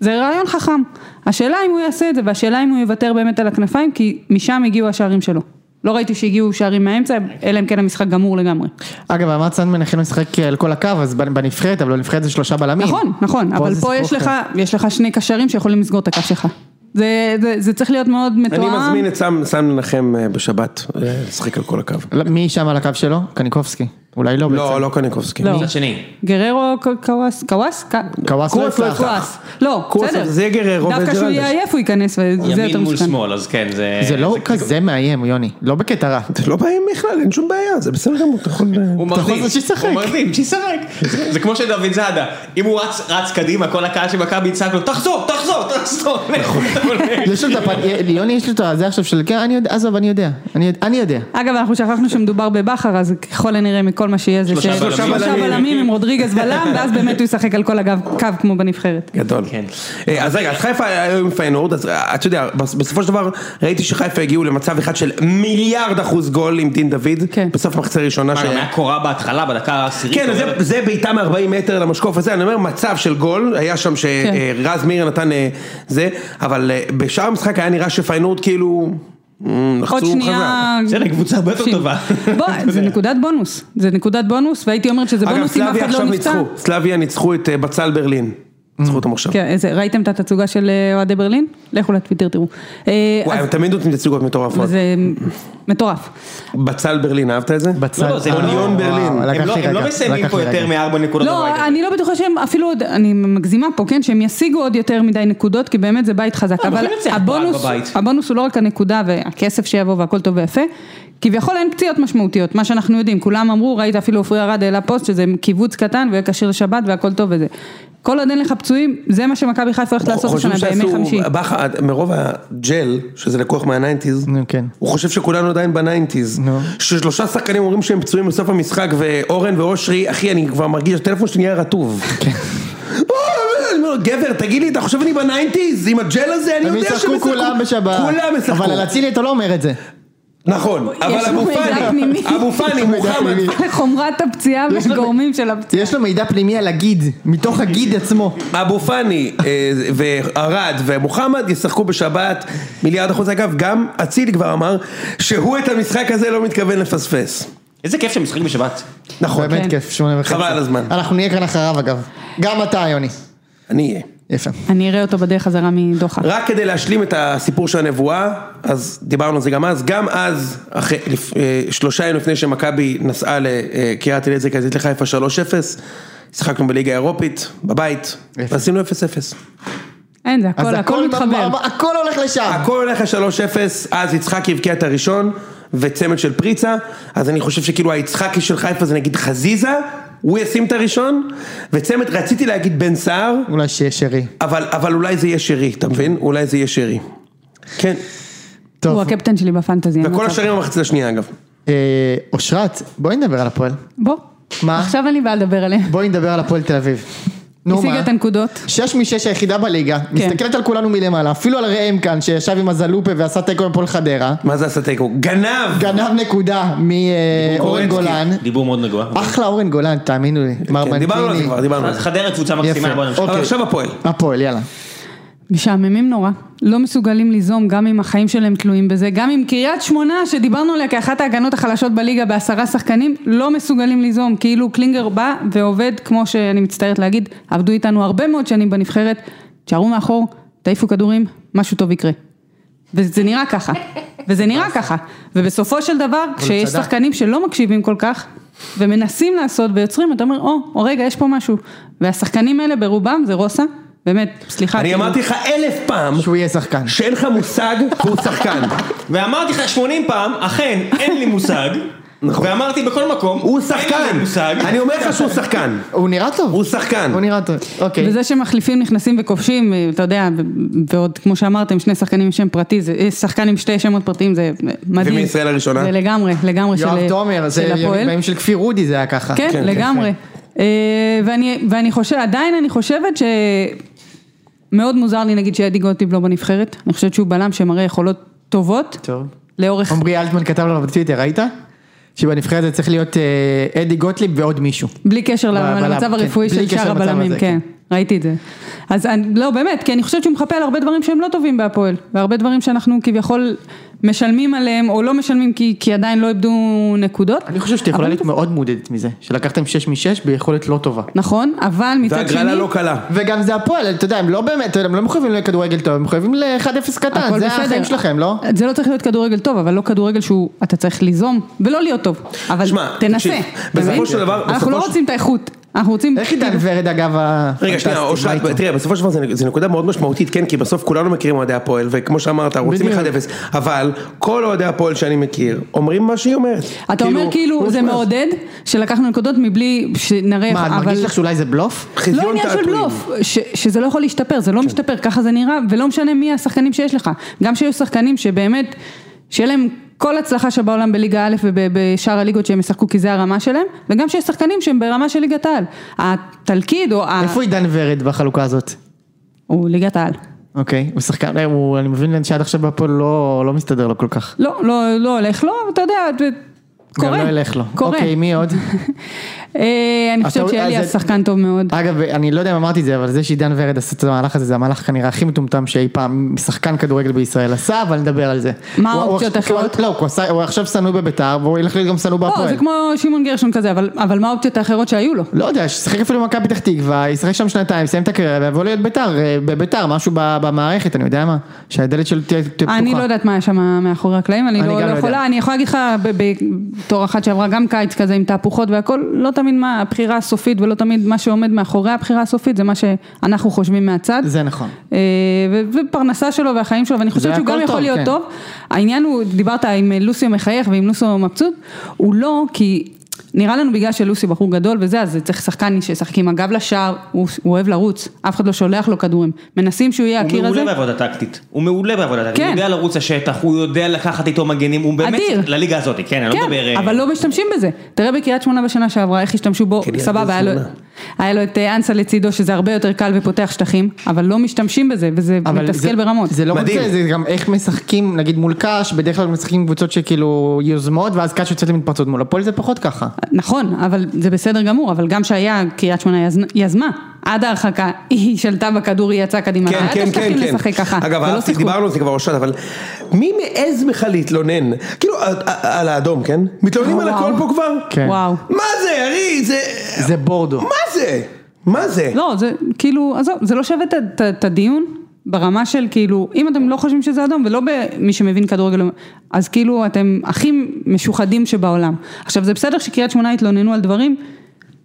D: זה רעיון חכם. השאלה אם הוא יעשה את זה, והשאלה אם הוא יוותר באמת על הכנפיים, כי משם הגיעו השערים שלו. לא ראיתי שהגיעו שערים מהאמצע, אלא אם כן המשחק גמור לגמרי.
B: אגב, אמרת סנדמן החל לשחק אה, על כל הקו, אז בנ- בנבחרת, אבל בנבחרת זה שלושה בלמים.
D: נכון, נכון,
B: פה
D: אבל
B: זה
D: פה
B: סיפור
D: יש
B: אחר.
D: לך, יש לך שני קשרים שיכולים לסגור את הקף שלך. זה, זה, זה צריך להיות מאוד מתואם.
C: אני מזמין את סם סם מנחם אה, בשבת אה, לשחק על כל הקו.
B: לא, מי שם על הקו שלו? קניקובסקי. אולי לא
C: לא,
B: בעצם.
C: לא קניקובסקי.
D: לא.
A: מצד שני.
D: גררו ק- קוואס, קוואס? ק-
B: קוואס לא
C: קוואס לא
B: יפתח.
D: קוואס. לא,
C: קוואס,
D: בסדר.
C: זה גררו
D: דווקא כשהוא
C: וג'רלדש.
D: יהיה עייף הוא ייכנס, וזה
A: ימין
D: יותר
A: מול
D: מסוכן.
A: שמאל, אז כן, זה...
B: זה לא כזה מאיים, יוני. לא בקטע רע.
C: זה לא בעיה בכלל, אין שום בעיה, זה בסדר גמור, אתה יכול... אה,
A: הוא
B: אתה יכול
A: מרדים,
B: לעשות שישחק.
A: הוא מרדים, שישחק. זה- זה כמו שדוד זאדה, אם הוא רץ- רץ קדימה, כל הקהל של מכבי יצעק לו, תחזור, תחזור, תחזור.
B: יש לו את הפן... יוני, יש לו את הזה עכשיו של... כן, אני יודע, עזוב, אני יודע. אני יודע- אני יודע.
D: אגב, אנחנו שכחנו שמדובר בבכר, אז ככל הנראה מכל מה שיהיה זה ש...
A: שלושה בלמים.
D: שלושה בלמים עם רודריגז בלם, ואז באמת הוא ישחק על כל הגב- קו כמו בנבחרת.
C: גדול.
A: כן.
C: אה, אז רגע, אז חיפה היו עם פיינורד, אז אה, אתה יודע, בס- בסופו של דבר ראיתי שחיפה הגיעו למצב אחד של מיליארד אחוז גול עם דין דוד,
D: כן.
C: בסוף מחצה ראשונה.
A: מה,
C: ש-
A: גם היה קורה בהתחלה, בדקה העשירית.
C: כן, אז זה- זה בעיטה מ-40 מטר למשקוף הזה, אני אומר מצב של גול, היה שם
D: כן.
C: שרז מאיר נתן אה, זה, אבל אה, בשאר המשחק היה נראה שפיינורד כאילו... מ, לחצו
D: עוד שנייה...
A: בסדר, קבוצה הרבה יותר
D: שים.
A: טובה.
D: בוא, זה נקודת בונוס. זה נקודת בונוס, והייתי אומרת שזה
C: אגב,
D: בונוס אם אף
C: סלאביה
D: אחד לא
C: עכשיו
D: נפצע.
C: ניצחו, סלאביה ניצחו את אה, בצל ברלין, ניצחו אותם עכשיו.
D: כן, איזה- ראיתם את התצוגה של אה, אוהדי ברלין? לכו לטוויטר תראו. אה,
C: וואי,
D: אז-
C: הם תמיד נותנים תצוגות מטורפות.
D: זה מטורף.
C: בצל ברלין, אהבת את זה?
B: בצד.
A: לא, זה
B: אה,
A: אוניון
B: וואו,
C: ברלין. הם
B: לקח
A: הם
B: לי
A: לא-
B: רגע,
A: הם לא מסיימים
B: לקח
A: פה
B: לי רגע.
A: יותר מארבע נקודות. בבית.
D: לא, אני לא בטוחה שהם אפילו עוד, אני מגזימה פה, כן, שהם ישיגו עוד יותר מדי נקודות, כי באמת זה בית חזק,
A: הם
D: אבל
A: יכולים לנצח פה
D: הבונוס,
A: רק בבית.
D: הבונוס הוא לא רק הנקודה והכסף שיבוא והכל טוב ויפה, כביכול אין פציעות משמעותיות, מה שאנחנו יודעים, כולם אמרו, ראית אפילו עופרי ארד העלה פוסט שזה קיבוץ קטן ויהיה כשיר לשבת והכל טוב וזה. כל עוד אין לך פצועים, זה מה שמכבי חיפה הולכת לעשות
C: חושבים
D: השנה בימי
C: שעשו-
D: חמישי.
C: בכר, מרוב הג'ל, שזה לקוח מהניינטיז,
B: נו, כן.
C: הוא חושב שכולנו עדיין בניינטיז.
B: נו.
C: ששלושה שחקנים אומרים שהם פצועים בסוף המשחק, ואורן ואושרי, אחי, אני כבר מרגיש, הטלפון שלי נהיה רטוב.
B: כן.
C: אני אומר לו, גבר, תגיד לי, אתה חושב אני בניינטיז? עם הג'ל הזה, אני
B: הם
C: יודע שהם
B: ישחקו כולם בשבת.
C: כולם ישחקו.
B: אבל על אצילי אתה לא אומר את זה.
C: נכון, אבל
D: לו
C: אבו
D: מידע
C: פאני,
D: פנימי.
C: אבו פאני,
B: מידע
C: מוחמד,
B: פנימי.
D: לחומרת הפציעה
B: יש לו-
D: והגורמים של הפציעה.
B: יש לו מידע פנימי על הגיד, מתוך הגיד עצמו.
C: אבו פאני אה, וערד ומוחמד ישחקו בשבת מיליארד אחוז. אגב, גם אצילי כבר אמר שהוא את המשחק הזה לא מתכוון לפספס.
A: איזה כיף שמשחק בשבת.
C: נכון,
B: באמת
D: כן.
B: כיף, שמונה וחצי.
C: חבל על הזמן.
B: אנחנו נהיה כאן אחריו אגב. גם אתה, יוני.
C: אני אהיה.
B: יפה.
D: אני אראה אותו בדרך חזרה מדוחה.
C: רק כדי להשלים את הסיפור של הנבואה, אז דיברנו על זה גם אז, גם אז, אחרי, לפ, אה, שלושה ימים לפני שמכבי נסעה לקריית אליעזר כזית לחיפה 3-0, שיחקנו בליגה האירופית, בבית,
B: יפה.
C: ועשינו 0-0.
D: אין זה,
B: אז
D: הכל, הכל מתחבר.
B: במ- הכל הולך לשם.
C: הכל הולך ל-3-0, אז יצחקי הבקיע את הראשון, וצמד של פריצה, אז אני חושב שכאילו היצחקי של חיפה זה נגיד חזיזה, הוא ישים את הראשון, וצמד, רציתי להגיד בן סער,
B: אולי שיהיה שרי.
C: אבל, אבל אולי זה יהיה שרי, אתה מבין? אולי זה יהיה שרי. כן,
D: הוא
B: טוב,
D: הקפטן שלי בפנטזי. אין
C: וכל
D: מצב.
C: השערים במחצית השנייה אגב.
B: אה, אושרת, בואי נדבר על הפועל.
D: בוא.
B: מה?
D: עכשיו אין לי בעיה לדבר עליהם.
B: בואי נדבר על הפועל תל אביב. נו
D: השיגה
B: מה?
D: את כן. הנקודות.
B: שש משש היחידה בליגה, מסתכלת על כולנו מלמעלה, אפילו על ראם כאן שישב עם הזלופה ועשה תיקו עם הפועל חדרה,
C: מה זה עשה תיקו? גנב!
B: גנב נקודה מאורן
A: אה,
C: גורצקי.
B: גולן,
A: דיבור מאוד נגוע.
B: אחלה אורן גולן, תאמינו לי,
C: כן, דיברנו על זה
B: מרמנטיני,
C: כבר, דיברנו על
A: אה, אז
C: זה.
A: חדרה קבוצה
B: יפה.
A: מקסימה, בוא נמשיך.
C: אבל
B: אוקיי.
C: עכשיו הפועל.
B: הפועל יאללה,
D: משעממים נורא. לא מסוגלים ליזום גם אם החיים שלהם תלויים בזה. גם אם קריית שמונה שדיברנו עליה כאחת ההגנות החלשות בליגה בעשרה שחקנים, לא מסוגלים ליזום. כאילו קלינגר בא ועובד, כמו שאני מצטערת להגיד, עבדו איתנו הרבה מאוד שנים בנבחרת, תשארו מאחור, תעיפו כדורים, משהו טוב יקרה. וזה נראה ככה, וזה נראה ככה, ובסופו של דבר, כשיש
B: צדק.
D: שחקנים שלא מקשיבים כל כך, ומנסים לעשות ויוצרים, אתה אומר, או, או רגע, יש פה משהו. והשחקנים האלה ברובם זה רוסה, באמת, סליחה.
C: אני
D: כאילו,
C: אמרתי לך אלף פעם
B: שהוא יהיה שחקן,
C: שאין לך מושג והוא שחקן.
A: ואמרתי לך 80 פעם, אכן, אין לי מושג,
C: נכון.
A: ואמרתי בכל מקום,
C: הוא
A: אין לי
C: שחקן,
A: מושג.
C: אני אומר לך שהוא שחקן,
B: הוא נראה טוב.
C: הוא שחקן.
B: הוא נראה טוב. אוקיי.
D: וזה שמחליפים נכנסים וכובשים, אה, אתה יודע, ו- ועוד כמו שאמרתם, שני שחקנים עם שם פרטי, זה, אה, שחקן עם שתי שמות פרטיים, זה אה, מדהים.
C: ומישראל הראשונה?
D: זה לגמרי, לגמרי של, אה,
B: יואב תומר,
D: של
B: זה
D: הפועל.
B: בימים של כפיר אודי זה היה ככה.
D: כן,
C: כן,
D: לגמרי. אה, ואני, ואני חושבת, עדיין אני חושבת ש... מאוד מוזר לי נגיד שאדי גוטיב לא בנבחרת, אני חושבת שהוא בלם שמראה יכולות טובות.
C: כן.
B: טוב.
D: לאורך...
B: עמרי אלטמן כתב לנו בטוויטר, ראית? שבנבחרת זה צריך להיות אה, אדי גוטליב ועוד מישהו.
D: בלי קשר
B: ב- בלם,
D: למצב הרפואי
B: לא, כן.
D: של
B: בלי קשר
D: שאר
B: למצב
D: הבלמים,
B: הזה,
D: כן, ראיתי את זה. אז אני- לא, באמת, כי אני חושבת שהוא מחפה על הרבה דברים שהם לא טובים בהפועל, והרבה דברים שאנחנו כביכול משלמים עליהם, או לא משלמים כי, כי עדיין לא איבדו נקודות.
B: אני חושב שאתה יכולה
D: אבל-
B: להיות מאוד מעודדת מזה, שלקחתם 6 מ-6 ביכולת לא טובה.
D: נכון, אבל מצד שני...
C: והגרלה לא קלה.
B: וגם זה הפועל, אתה יודע, הם לא באמת, אתה יודע, הם לא מחויבים לכדורגל טוב, הם מחויבים ל-1-0 קטן,
D: הכל
B: אה, זה
D: בסדר.
B: החיים שלכם, לא?
D: זה לא צריך להיות כדורגל טוב, אבל לא כדורגל שהוא, אתה צריך ליזום, ולא להיות טוב. אבל
C: שמע,
D: תנסה.
C: תקשיב,
D: אתה
C: בסופו
D: מבין?
C: של דבר-
D: אנחנו
C: בסופו
D: לא
C: של-
D: רוצים את האיכות, אנחנו רוצים... כאילו-
B: איך עידן ורד אגב ה...
C: רגע, שנייה,
B: פנטסטי, מה
C: אושרת,
B: איתו?
C: תראה, בסופו של דבר זה- זה נקודה מאוד משמעותית, כן, כי בסוף כולנו מכירים אוהדי הפועל, וכמו שאמרת, רוצים
B: בדיוק.
C: 1-0, אבל כל אוהדי הפועל שאני מכיר, אומרים מה שהיא אומרת.
D: אתה אומר כאילו
C: הוא
D: זה
C: נכנס.
D: מעודד שלקחנו נקודות מבלי שנראה,
B: מה, את
D: אבל-
B: מרגיש לך שאולי זה בלוף?
C: חזיון
D: לא עניין של
C: תעתועים.
D: בלוף, ש- שזה לא יכול להשתפר, זה לא
B: כן.
D: משתפר, ככה זה נראה, ולא משנה מי השחקנים שיש לך. גם שיש שחקנים שבאמת, שיהיה להם כל הצלחה שבעולם בליגה א' ובשאר הליגות שהם ישחקו כי זה הרמה שלהם, וגם שיש שחקנים שהם ברמה של ליגת העל. התלכיד או ה...
B: איפה עידן ורד בחלוקה הזאת?
D: הוא ליגת העל.
B: אוקיי, הוא שחקן, אה, הוא- אני מבין שעד עכשיו בהפועל לא לא מסתדר לו כל כך.
D: לא, לא, לא הולך לו, אתה יודע, זה- קורה.
B: גם לא ילך לו.
D: קורה.
B: אוקיי, מי עוד?
D: אה, אני
B: אתה-
D: חושבת שאלי
B: אז-
D: היה שחקן טוב מאוד.
B: אגב, אני לא יודע אם אמרתי את זה, אבל זה שעידן ורד עשה את המהלך הזה, זה המהלך כנראה הכי מטומטם שאי פעם שחקן כדורגל בישראל עשה, אבל נדבר על זה.
D: מה
B: הוא- הוא
D: האופציות
B: עכשיו-
D: האחרות?
B: לא, הוא עשה- הוא עכשיו שנוא בביתר, והוא ילך להיות גם שנוא
D: לא,
B: בהפועל.
D: זה כמו שמעון גרשון כזה, אבל אבל מה האופציות האחרות שהיו לו?
B: לא יודע, שיחק אפילו במכבי פתח תקווה, ישחק שם שנתיים, יסיים את הקריירה, ויבוא להיות ביתר, אה, בביתר, משהו ב- במערכת, אני יודע מה, שהדלת שלו תהיה תהיה פתוחה.
D: אני לא יודעת מה היה שם מאחורי הקלעים, אני
B: אני
D: לא
B: גם
D: לא
B: לא
D: יכולה,
B: יודע.
D: אני יכולה להגיד לך ב- בתור אחת שעברה גם קיץ כזה עם תהפוכות והכל, לא תמיד מה הבחירה הסופית ולא תמיד מה שעומד מאחורי הבחירה הסופית, זה מה שאנחנו חושבים מהצד.
B: זה נכון.
D: אה, ו- ופרנסה שלו והחיים שלו, ואני חושבת שהוא
B: הכל
D: גם יכול
B: טוב,
D: להיות
B: כן.
D: טוב. העניין הוא, דיברת עם לוסיו מחייך ועם לוסיו מבסוט, הוא לא, כי נראה לנו בגלל שלוסיו בחור גדול וזה, אז צריך שחקן שישחק עם הגב לשער, הוא הוא אוהב לרוץ, אף אחד לא שולח לו כדורים. מנסים שהוא יהיה
A: הוא
D: הקיר הזה.
A: מעולה בעבודה טקטית, הוא מעולה בעבודה טקטית,
D: כן.
A: הוא יודע לרוץ לשטח, הוא יודע לקחת איתו מגנים, הוא באמת,
D: אדיר.
A: לליגה הזאת, כן, אני לא מדבר,
D: כן,
A: אה,
D: אבל לא משתמשים בזה. תראה בקריית שמונה בשנה שעברה, איך השתמשו בו,
C: קריית
D: סבבה, היה לו-
C: כן, שמונה.
D: היה לו את אה, אנסה לצידו, שזה הרבה יותר קל ופותח שטחים, אבל לא משתמשים בזה, וזה
B: אבל
D: מתסכל
B: זה-
D: ברמות.
B: זה לא רק
C: מדהים.
B: זה, זה גם איך משחקים, נגיד מול קאש, בדרך כלל משחקים עם קבוצות שכאילו יוזמות, ואז קאש יוצאת למתפרצות מול הפועל זה פחות ככה.
D: נכון, אבל זה בסדר גמור, אבל גם שהיה, קריית שמונה יז- יזמה, עד ההרחקה, היא שלטה בכדור, היא יצאה קדימה.
C: כן,
D: היה
C: כן,
D: את
C: כן,
D: השטחים
C: כן.
D: לשחק ככה, לא
C: אגב,
D: ולא
C: אהבתי,
D: שיחקו.
C: דיברנו על זה כבר אושרת, אבל מי מעז בכלל להתלונן? כאילו, על- על האדום, כן? מתלוננים על
D: וואו.
C: הכל פה כבר?
B: כן.
D: וואו.
C: מה זה, ארי? זה...
B: זה בורדו.
C: מה זה? מה זה?
D: לא, זה כאילו, עזוב, זה לא שווה את ה- את ה- את הדיון ברמה של כאילו, אם אתם לא חושבים שזה אדום, ולא במי שמבין כדורגל, אז כאילו אתם הכי משוחדים שבעולם. עכשיו, זה בסדר שקריית שמונה התלוננו על דברים,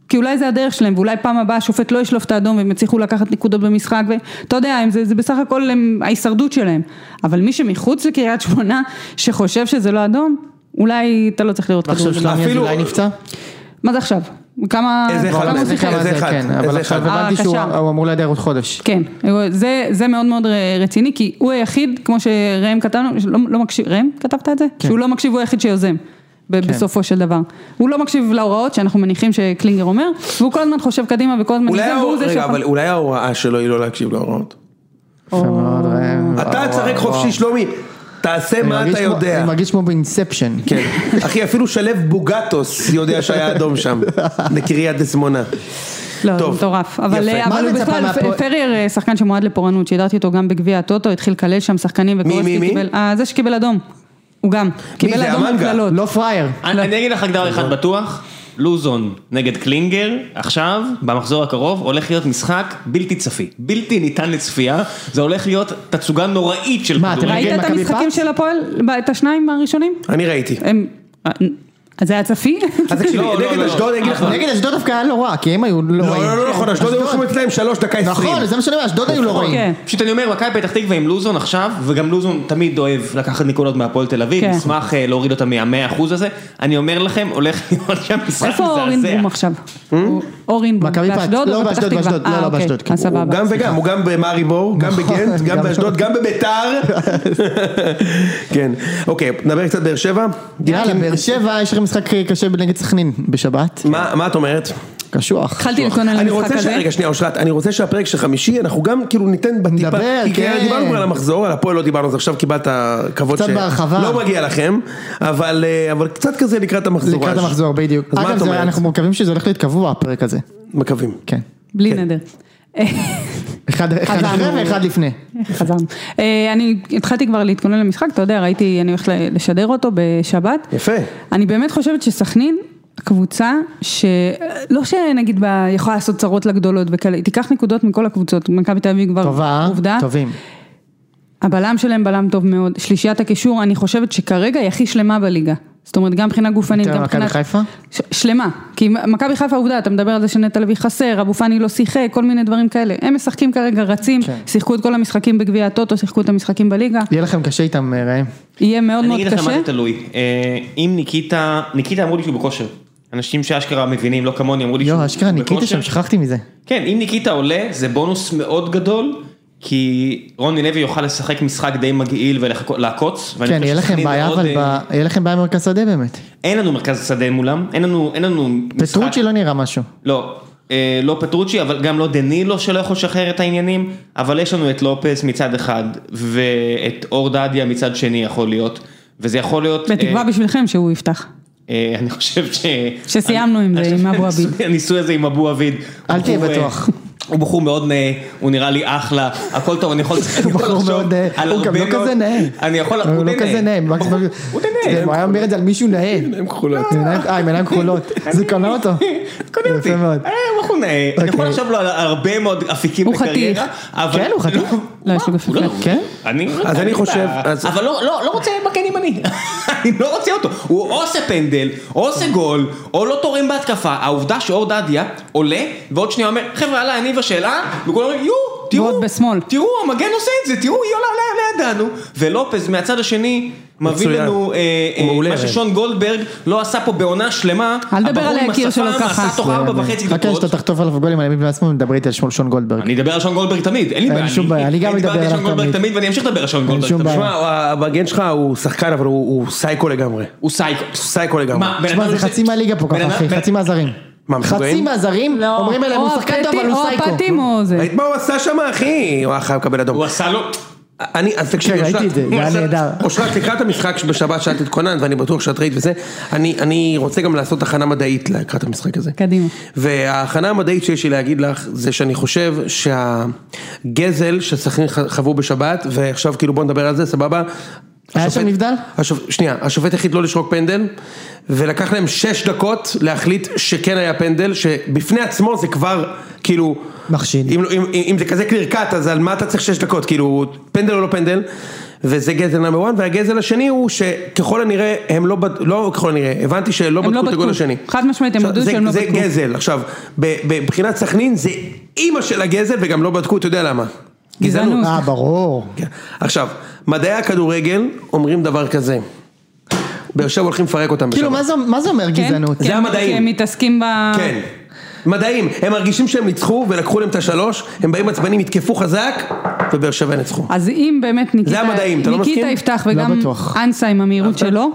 D: כי אולי זה הדרך שלהם, ואולי פעם הבאה השופט לא ישלוף את האדום, והם יצליחו לקחת נקודות במשחק, ואתה יודע, הם- זה, זה בסך הכל הם, ההישרדות שלהם. אבל מי שמחוץ לקריית שמונה, שחושב שזה לא אדום, אולי אתה לא צריך לראות
B: ועכשיו
D: כדורגל.
B: שלומי
C: אפילו-
B: אזולאי נפצע?
D: מה זה עכשיו? כמה...
C: איזה אחד
D: כמה
C: מהם?
D: הוא שיחק?
C: כמה זה אחד,
B: כן, אבל
C: איזה
B: עכשיו
C: אחד.
B: הבנתי
D: אה,
B: שהוא
D: קשר.
B: הוא אמור להיעדר עוד חודש.
D: כן, זה, זה מאוד מאוד ר- רציני, כי הוא היחיד, כמו שראם כתב, לא, לא מקשיב, ראם כתבת את זה? כן. שהוא לא מקשיב, הוא היחיד שיוזם,
C: כן.
D: ב- בסופו של דבר. הוא לא מקשיב להוראות שאנחנו מניחים שקלינגר אומר, והוא כל הזמן חושב קדימה וכל הזמן
C: אולי
D: יוזם,
C: ההור-
D: והוא זה
C: רגע, אבל
D: שיכול...
C: אולי ההוראה שלו היא לא להקשיב להוראות.
D: או,
B: יפה מאוד, ראם.
C: אתה
B: וואו,
C: תשחק
B: וואו,
C: חופשי,
B: וואו.
C: שלומי. תעשה
B: אני
C: מה
B: מרגיש
C: אתה
B: כמו-
C: יודע.
B: אני מרגיש כמו באינספשן.
C: כן. אחי, אפילו שלו בוגטוס יודע שהיה אדום שם, לקריית דסמונה.
D: לא, זה
C: טוב.
D: מטורף. אבל, אה,
C: יפה.
B: מה
D: אבל הוא
B: מצפה
D: בכלל,
B: מהפועל?
D: פרייר אה, שחקן שמועד לפורענות, שידרתי אותו גם בגביע הטוטו, התחיל לקלל שם שחקנים
C: מי,
D: וקורסקי
C: מי?
D: קיבל, אה, זה שקיבל אדום, הוא גם, קיבל
C: זה,
D: אדום על
C: המנגה?
D: קללות.
B: לא פראייר.
A: אני אני אגיד לך רק דבר אחד בטוח, לוזון נגד קלינגר, עכשיו, במחזור הקרוב, הולך להיות משחק בלתי צפי, בלתי ניתן לצפייה, זה הולך להיות תצוגה נוראית של
B: מה, אתם
A: כדורגל.
D: ראית
B: נגד
D: את
B: מכבי
D: המשחקים
B: פת?
D: של הפועל, את השניים הראשונים?
C: אני ראיתי.
D: הם... אז אה, זה היה צפי? כאילו,
C: אז תקשיבי,
A: לא, לא,
C: נגד
A: לא.
C: אשדוד, אני אגיד לך...
B: נגד אשדוד דווקא היה לא רע, כי הם היו לא
C: אה, לא,
B: רעים.
C: לא, לא, נכון, אשדוד היו חוץ אצלהם שלוש דקה עשרים.
B: נכון, זה מה שאני אומר, אשדוד היו לא רעים.
D: כן.
A: פשוט אני אומר, מכבי פתח תקווה עם לוזון עכשיו, וגם לוזון תמיד אוהב לקחת נקודות מהפועל תל אביב,
D: כן.
A: נשמח אה, להוריד אותה מהמאה אחוז הזה, אני אומר לכם, הולך להיות שם משחק
D: איפה אורין בום
A: מזעזע.
D: עכשיו?
C: אה?
D: אורין בום,
B: מכבי פת-
D: באשדוד
B: לא,
D: או בפתח
B: באשדוד,
D: תקווה?
B: באשדוד, לא,
D: אה,
B: לא,
D: אוקיי,
B: באשדוד, כן.
D: אז
C: הוא
D: סבבה.
C: גם וגם, הוא גם במאריבור, גם בגנט, נכון, גם
B: גם
C: באשדוד, גם בביתר. כן, אוקיי, נדבר קצת באר שבע. כן.
B: יאללה, באר שבע, יש לכם משחק קשה נגד סכנין בשבת.
C: מה מה את אומרת?
B: קשוח.
D: התחלתי להתכונן
C: לא. אני
D: למשחק
C: רוצה ש...
D: הזה.
C: רגע, שנייה, אושרת, אני רוצה שהפרק של חמישי, אנחנו גם כאילו ניתן בטיפה...
B: נדבר,
C: כי
B: כן.
C: דיברנו כבר על המחזור, על הפועל לא דיברנו, אז עכשיו קיבלת כבוד
B: קצת בהרחבה.
C: לא מגיע לכם, אבל אה, אבל קצת כזה לקראת המחזור.
B: לקראת
C: אז-
B: המחזור, בדיוק.
C: אז מה
B: אגב,
C: את
B: זה-
C: אומרת?
B: אנחנו מקווים שזה הולך להיות קבוע, הפרק הזה.
C: מקווים.
B: כן.
D: בלי נדר.
B: אחד אחד אחרי
D: חזרנו.
B: ואחד לפני.
D: חזרנו. אה, אני התחלתי כבר להתכונן למשחק, אתה יודע, ראיתי, אני הולכת ל- לשדר אותו בשבת.
C: יפה.
D: אני באמת חושבת שסכנין, קבוצה שלא שנגיד בה יכולה לעשות צרות לגדולות וכאלה, היא תיקח נקודות מכל הקבוצות, מכבי תל אביב כבר
B: טובה,
D: עובדה.
B: טובים.
D: הבלם שלהם בלם טוב מאוד, שלישיית הקישור, אני חושבת שכרגע היא הכי שלמה בליגה. זאת אומרת, גם מבחינה גופנית,
B: יותר
D: גם
B: מכבי
D: מבחינת...
B: חיפה?
D: ש... שלמה. כי מכבי חיפה עובדה, אתה מדבר על זה שנטע לביא חסר, אבו פאני לא שיחק, כל מיני דברים כאלה. הם משחקים כרגע, רצים,
B: כן.
D: שיחקו את כל המשחקים בגביע הטוטו, שיחקו את המשחקים בליגה.
B: יהיה לכם קשה איתם, אה, ראם.
D: יהיה מאוד
A: אני
D: מאוד
A: אגיד לך מה
D: קשה.
A: זה תלוי, אה, אם ניקיטה, ניקיטה אמרו לי שהוא בכושר, אנשים שאשכרה מבינים, לא כמוני, אמרו לי שהוא
B: יואו, אשכרה, ניקיתי
A: בכושר.
B: שם, שכחתי מזה.
A: כן, אם ניקיטה עולה, זה בונוס מאוד גדול, כי רוני לוי יוכל לשחק משחק די מגעיל ולעקוץ. ואני
B: כן,
A: חושב
B: יהיה לכם
A: שסכנין
B: בעיה,
A: מאוד,
B: אבל
A: אה,
B: ב- יהיה לכם בעיה במרכז שדה באמת.
A: אין לנו מרכז שדה מולם, אין לנו, אין לנו משחק.
B: פטרוצ'י לא נראה משהו.
A: לא, אה, לא פטרוצ'י, אבל גם לא דנילו שלא יכול לשחרר את העניינים, אבל יש לנו את לופס מצד אחד, ואת אור דדיה מצד שני יכול להיות, וזה יכול להיות... אה,
D: בתקווה בשבילכם שהוא יפתח.
A: אה, אני חושב ש...
D: שסיימנו עם
A: אני
D: זה,
A: חושב
D: עם
A: שהניסוי-
D: אבו עביד.
A: הניסוי הזה עם אבו עביד.
B: אל
A: הוא
B: תהיה
A: בחור, אה,
B: בטוח.
A: הוא בחור מאוד נאה, הוא נראה לי אחלה, הכל טוב, אני יכול אני יכול
B: בחור
A: לחשוב
B: מאוד נאה.
A: על
B: הוא גם
A: הרבה
B: לא
A: מאוד-
B: כזה נאה.
A: אני יכול,
B: הוא לא
A: די
B: כזה נאה. מקסימום-
A: הוא די
B: זה,
A: נאה.
B: הוא היה אומר את זה על מישהו נאה. עיניים
C: כחולות.
B: אה, עם עיניים כחולות. זה קנה אותו.
A: קונה אותי.
B: יפה מאוד.
A: אה, הוא בחור נאה. אני יכול
B: אוקיי.
A: לחשוב לו על הרבה מאוד אפיקים
D: הוא
A: בקריירה. אבל-
B: כן, הוא חתיך.
D: לא, יש לו גוף
A: הוא לא-
D: יפה.
B: כן?
A: אני,
C: אז אני חושב- אז-
A: אבל לא, לא, לא רוצה מגן ימני, אני לא רוצה אותו, הוא או עושה פנדל, או עושה גול, או לא תורם בהתקפה, העובדה שאור דדיה עולה, ועוד שנייה אומר, חבר'ה, עלה הניבה שאלה, וכולם אומרים, יו, תראו,
D: ועוד בשמאל."
A: תראו, המגן עושה את זה, תראו, היא עולה עליה לידינו, ולופז מהצד השני, מביא
C: מצוין.
A: לנו אה,
C: הוא
A: אה,
C: מעולה,
A: מה
C: הרי.
A: ששון גולדברג לא עשה פה בעונה שלמה,
D: אל תדבר
A: הבחור
D: על
A: עם
D: היקיר שלו
A: השפם
D: ככה.
A: עשה תוך
B: כן,
A: ארבע וחצי
B: חכה
A: דקות,
B: שאתה תחטוף עליו גולים על ימין ועל שמאל, מדבר איתי על שמואל שון גולדברג.
A: אני אדבר על שון גולדברג תמיד, אין לי
B: אין
A: בעיה,
B: שום בעיה, אני גם
A: דיברתי
B: אדבר
A: על שון
B: עליו
A: גולדברג
B: תמיד.
A: תמיד ואני אמשיך לדבר על שון גולדברג,
B: שום
A: תמיד.
B: בעיה.
C: תשמע, אה, המגן שלך הוא שחקן, אבל הוא הוא סייקו לגמרי.
A: הוא סייקו.
C: סייקו לגמרי.
A: מה, בן
B: תשמע,
A: אדם
B: זה
A: יוצא-
B: חצי מהליגה פה
A: בן
B: ככה,
A: אדם-
B: אחי,
A: בן-
B: חצי מהזרים.
C: מה, משוגעים?
B: חצי מהזרים, אומרים אליהם, הוא
D: לא. או
B: שחקן טוב,
D: הפטי-
B: אבל הוא
D: או הפטים
B: סייקו.
D: או זה.
C: ראית מה הוא עשה שם, אחי? הוא היה חייב לקבל אדום.
A: הוא עשה לו...
C: אני, אז תקשיבי,
B: כן, ראיתי את זה, זה היה
C: אושרת-
B: נהדר.
C: אושרת, לקראת המשחק בשבת שאת התכוננת, ואני בטוח שאת ראית וזה, אני, אני רוצה גם לעשות הכנה מדעית לקראת המשחק הזה.
D: קדימה.
C: וההכנה המדעית שיש לי להגיד לך, זה שאני חושב שהגזל שסכנין ח- חוו בשבת, ועכשיו כאילו בוא נדבר על זה, סבבה?
B: היה שם
C: השופט-
B: נבדל?
C: השופ... שנייה, השופט החליט לא לשרוק פנדל, ולקח להם שש דקות להחליט שכן היה פנדל, שבפני עצמו זה כבר, כאילו...
B: מחשיד.
C: אם, אם, אם זה כזה clear cut, אז על מה אתה צריך שש דקות? כאילו, פנדל או לא פנדל? וזה גזל נאמר 1, והגזל השני הוא שככל הנראה, הם לא, בד... לא ככל הנראה, הבנתי שלא בדקו
D: לא
C: את הגול
D: בדקו.
C: השני.
D: חד משמעית, הם
C: עכשיו,
D: הודו
C: זה-
D: שהם לא
C: זה
D: בדקו.
C: גזל, עכשיו, ב- מבחינת סכנין זה אימא של הגזל וגם לא בדקו, אתה יודע למה.
D: גזענות.
B: אה, ברור.
C: כן. עכשיו, מדעי הכדורגל אומרים דבר כזה, באר שבע הולכים לפרק אותם
B: כאילו,
C: בשבת.
B: מה זה- מה זה אומר
D: כן?
B: גזענות?
D: כי
C: זה
D: הם-
C: המדעים.
D: כי הם מתעסקים ב...
C: כן. מדעים, הם מרגישים שהם ניצחו ולקחו להם את השלוש, הם באים עצבנים, יתקפו חזק, ובאר שבע ינצחו.
D: אז אם באמת ניקיטה...
C: זה המדעים, אתה לא מסכים?
D: ניקיטה יפתח
B: לא
D: וגם
B: בטוח.
D: אנסה עם המהירות שלו.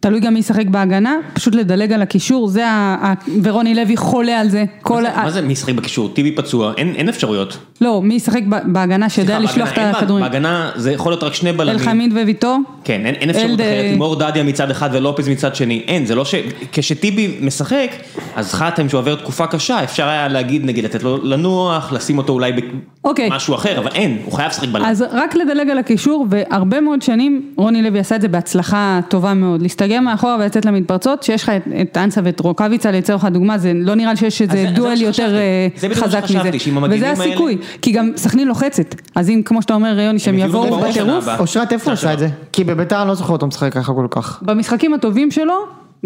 D: תלוי גם מי ישחק בהגנה, פשוט לדלג על הקישור, זה ה... ה- ורוני לוי חולה על זה. כל ה...
A: מה זה מי ישחק בקישור? טיבי פצוע, אין אין אפשרויות.
D: לא, מי ישחק ב- בהגנה שיודע
A: סליחה,
D: לשלוח את
A: בהגנה אין בעיה,
D: הכדורים.
A: בהגנה זה יכול להיות רק שני בלמים.
D: אלחמיד וויטור.
A: כן, אין- אין אפשרות
D: אלד-
A: אחרת עם אור דדיה מצד אחד ולופז מצד שני. אין, זה לא ש... כשטיבי משחק, אז חתם שעובר תקופה קשה, אפשר היה להגיד, נגיד, לתת לו לנוח, לשים אותו אולי
D: אוקיי.
A: במשהו אחר, אבל אין, הוא חייב לשחק בלם.
D: אז רק לדלג על הקישור, והרבה מאוד שנים רוני לוי עשה את זה בהצלחה טובה מאוד. להסתגר מאחורה ולצאת למתפרצות, שיש לך את, את אנסה ואת רוקאביצה לצורך הדוגמה, זה לא נראה לי שיש
A: אז זה-
D: איזה
A: אז זה מה
D: דואל יותר
A: שחשבתי.
D: אה,
A: זה בדיוק מה
D: חזק
A: שחשבתי, שעם
D: מזה.
A: המגנים
D: וזה
A: האלה-
D: הסיכוי, כי גם סכנין לוחצת. אז אם, כמו שאתה אומר, יוני, שהם
A: יביאו
D: יבואו
A: בראש שנה
D: בטירוף,
A: הבאה.
B: אושרת, איפה הוא עשה את זה? כי בביתר אני לא זוכר אותו משחק ככה כל כך.
D: במשחקים הטובים שלו,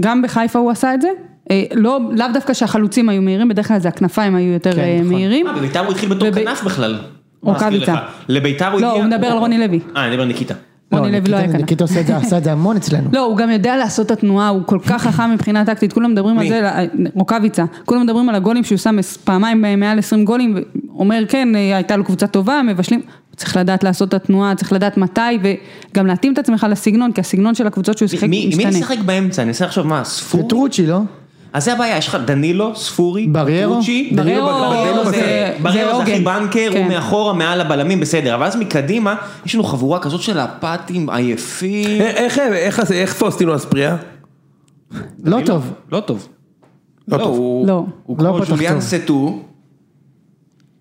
D: גם בחיפה הוא עשה את זה. אה, לא, לאו דווקא שהחלוצים היו מהירים, בדרך כלל זה הכנפיים היו יותר
B: כן,
D: אה,
B: נכון.
D: מהירים.
A: אה, בביתר הוא התחיל בתור
D: וב-
A: כנף בכלל.
D: רוקאביצה.
A: מזכיר לך. לביתר הוא
D: לא,
A: הגיע...
D: הוא מדבר על רוני לוי.
A: אה, אני מדבר על ניקיטה.
D: רוני לוי לא היה כנף.
B: ניקיטה עושה את זה- עשה את זה המון אצלנו.
D: לא, הוא גם יודע לעשות את התנועה, הוא כל כך חכם מבחינה טקטית, כולם מדברים על
A: מי?
D: זה, אה, רוקאביצה, כולם מדברים על הגולים שהוא שם עש- פעמיים ב- מעל 20 גולים, אומר כן, אה, הייתה לו קבוצה טובה, מבשלים, צריך לדעת לעשות את התנועה, צריך לדעת מתי, וגם להתאים את עצמך לסגנון, כי הסגנון של הקבוצות שהוא שיחק
A: מי מי
D: משתנה.
A: משחק באמצע? אני אנסה לחשוב מה, ספורי?
B: פטרוצ'י, לא?
A: אז זה הבעיה, יש לך דנילו, ספורי,
B: בריירו?
A: פטרוצ'י,
D: בריירו,
A: בריירו
D: זה-
A: זה
D: זה
A: בריירו זה הכי
D: עוגן.
A: בנקר, הוא
D: כן.
A: מאחורה, מעל הבלמים, בסדר, אבל אז מקדימה, יש לנו חבורה כזאת של אפאתים עייפים,
C: אה, איך- איך עשה- איך פוסטינו אספריה?
B: לא טוב.
A: לא טוב.
C: לא טוב.
A: הוא-
D: לא.
A: הוא
B: לא
A: כמו
B: פתח
A: ז'וליאן
B: טוב.
A: סטו.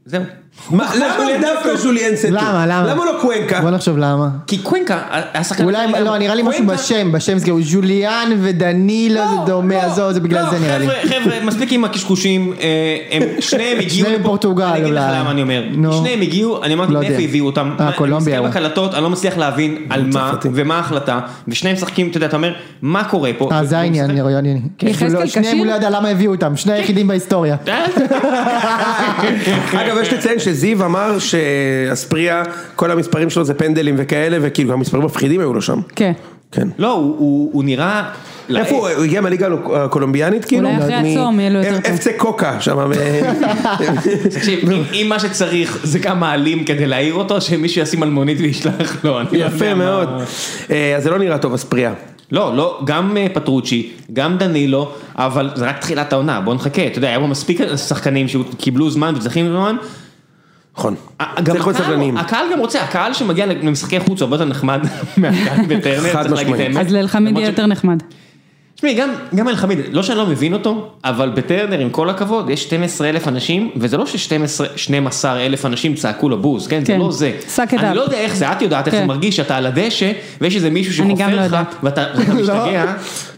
A: זהו.
C: מה- למה דווקא ז'וליאן סטו?
B: למה, למה?
C: למה לא קוונקה?
B: בוא נחשוב למה.
A: כי קוונקה, השחקן...
B: אולי, לא, נראה לי משהו
A: קוונקה-
B: בשם, בשם זה ז'וליאן
D: לא,
B: ודנילו לא, זה דומה, עזוב, זה בגלל
A: לא,
B: זה נראה לי.
A: חבר'ה, חבר'ה, מספיק עם הקשקושים, אה, הם שניהם הגיעו...
B: שניהם
A: לפה-
B: מפורטוגל,
A: אני אגיד לך
B: אולי.
A: למה אני אומר.
B: נו.
A: שניהם הגיעו, אני אמרתי,
B: לא
A: מאיפה
B: יודע.
A: הביאו אותם?
B: אה,
A: מה-
B: קולומביה,
A: אני
B: הוא.
A: מסתכל בקלטות, אני לא מצליח להבין על מה
C: צרפתי.
A: ומה ההחלטה, ושניהם משחקים, אתה יודע, אתה אומר, מה קורה פה?
B: אה, זה העניין, נראה, יוני.
D: יחזקאל כן. אה?
B: לא- שניהם
D: כשיר?
B: הוא לא ידע למה הביאו אותם, שני היחידים בהיסטוריה.
D: כן,
C: אגב, יש לציין שזיו אמר שאספריה, כל המספרים שלו זה פנדלים וכאלה, וכאילו המספרים מפחידים היו לו שם.
D: כן.
C: כן.
A: לא, הוא- הוא הוא נראה...
C: איפה הוא? הוא הגיע מהליגה הקולומביאנית כאילו?
D: אולי אחרי
C: מ-
D: הצום יהיה לו יותר
C: F-
D: טוב.
C: FC קוקה שם. אה,
A: תקשיב, אם- אם מה שצריך זה גם מעלים כדי להעיר אותו, שמישהו ישים אלמונית וישלח לו. אני לא יודע
C: יפה
A: מה-
C: מאוד. אה, אז זה לא נראה טוב אספריה.
A: לא, לא, גם אה, פטרוצ'י, גם דנילו, אבל זה רק תחילת העונה, בוא נחכה, אתה יודע, היה פה מספיק שחקנים שקיבלו זמן וצריכים זמן.
C: נכון.
A: ה- גם
C: צריך להיות סבלניים.
A: הקהל, הקהל גם רוצה, הקהל שמגיע למשחקי חוץ הוא הרבה יותר נחמד מהקהל בטרנר,
C: חד
A: צריך להגיד את
C: משמעית.
A: האמת.
D: אז לאלחמיד
A: למרות ש-
D: יהיה יותר נחמד.
A: תשמעי, גם, גם אלחמיד, לא שאני לא מבין אותו, אבל בטרנר, עם כל הכבוד, יש 12 אלף אנשים, וזה לא ש-12 אלף אנשים צעקו לו בוז, כן? זה
D: כן.
A: לא זה.
D: Suck it
A: אני
D: up.
A: לא יודע איך זה, את יודעת איך זה
D: כן.
A: מרגיש, שאתה על הדשא, ויש איזה מישהו
D: אני גם
A: שחופר
D: לא
A: לך,
D: יודעת.
A: ואתה ואתה משתגע.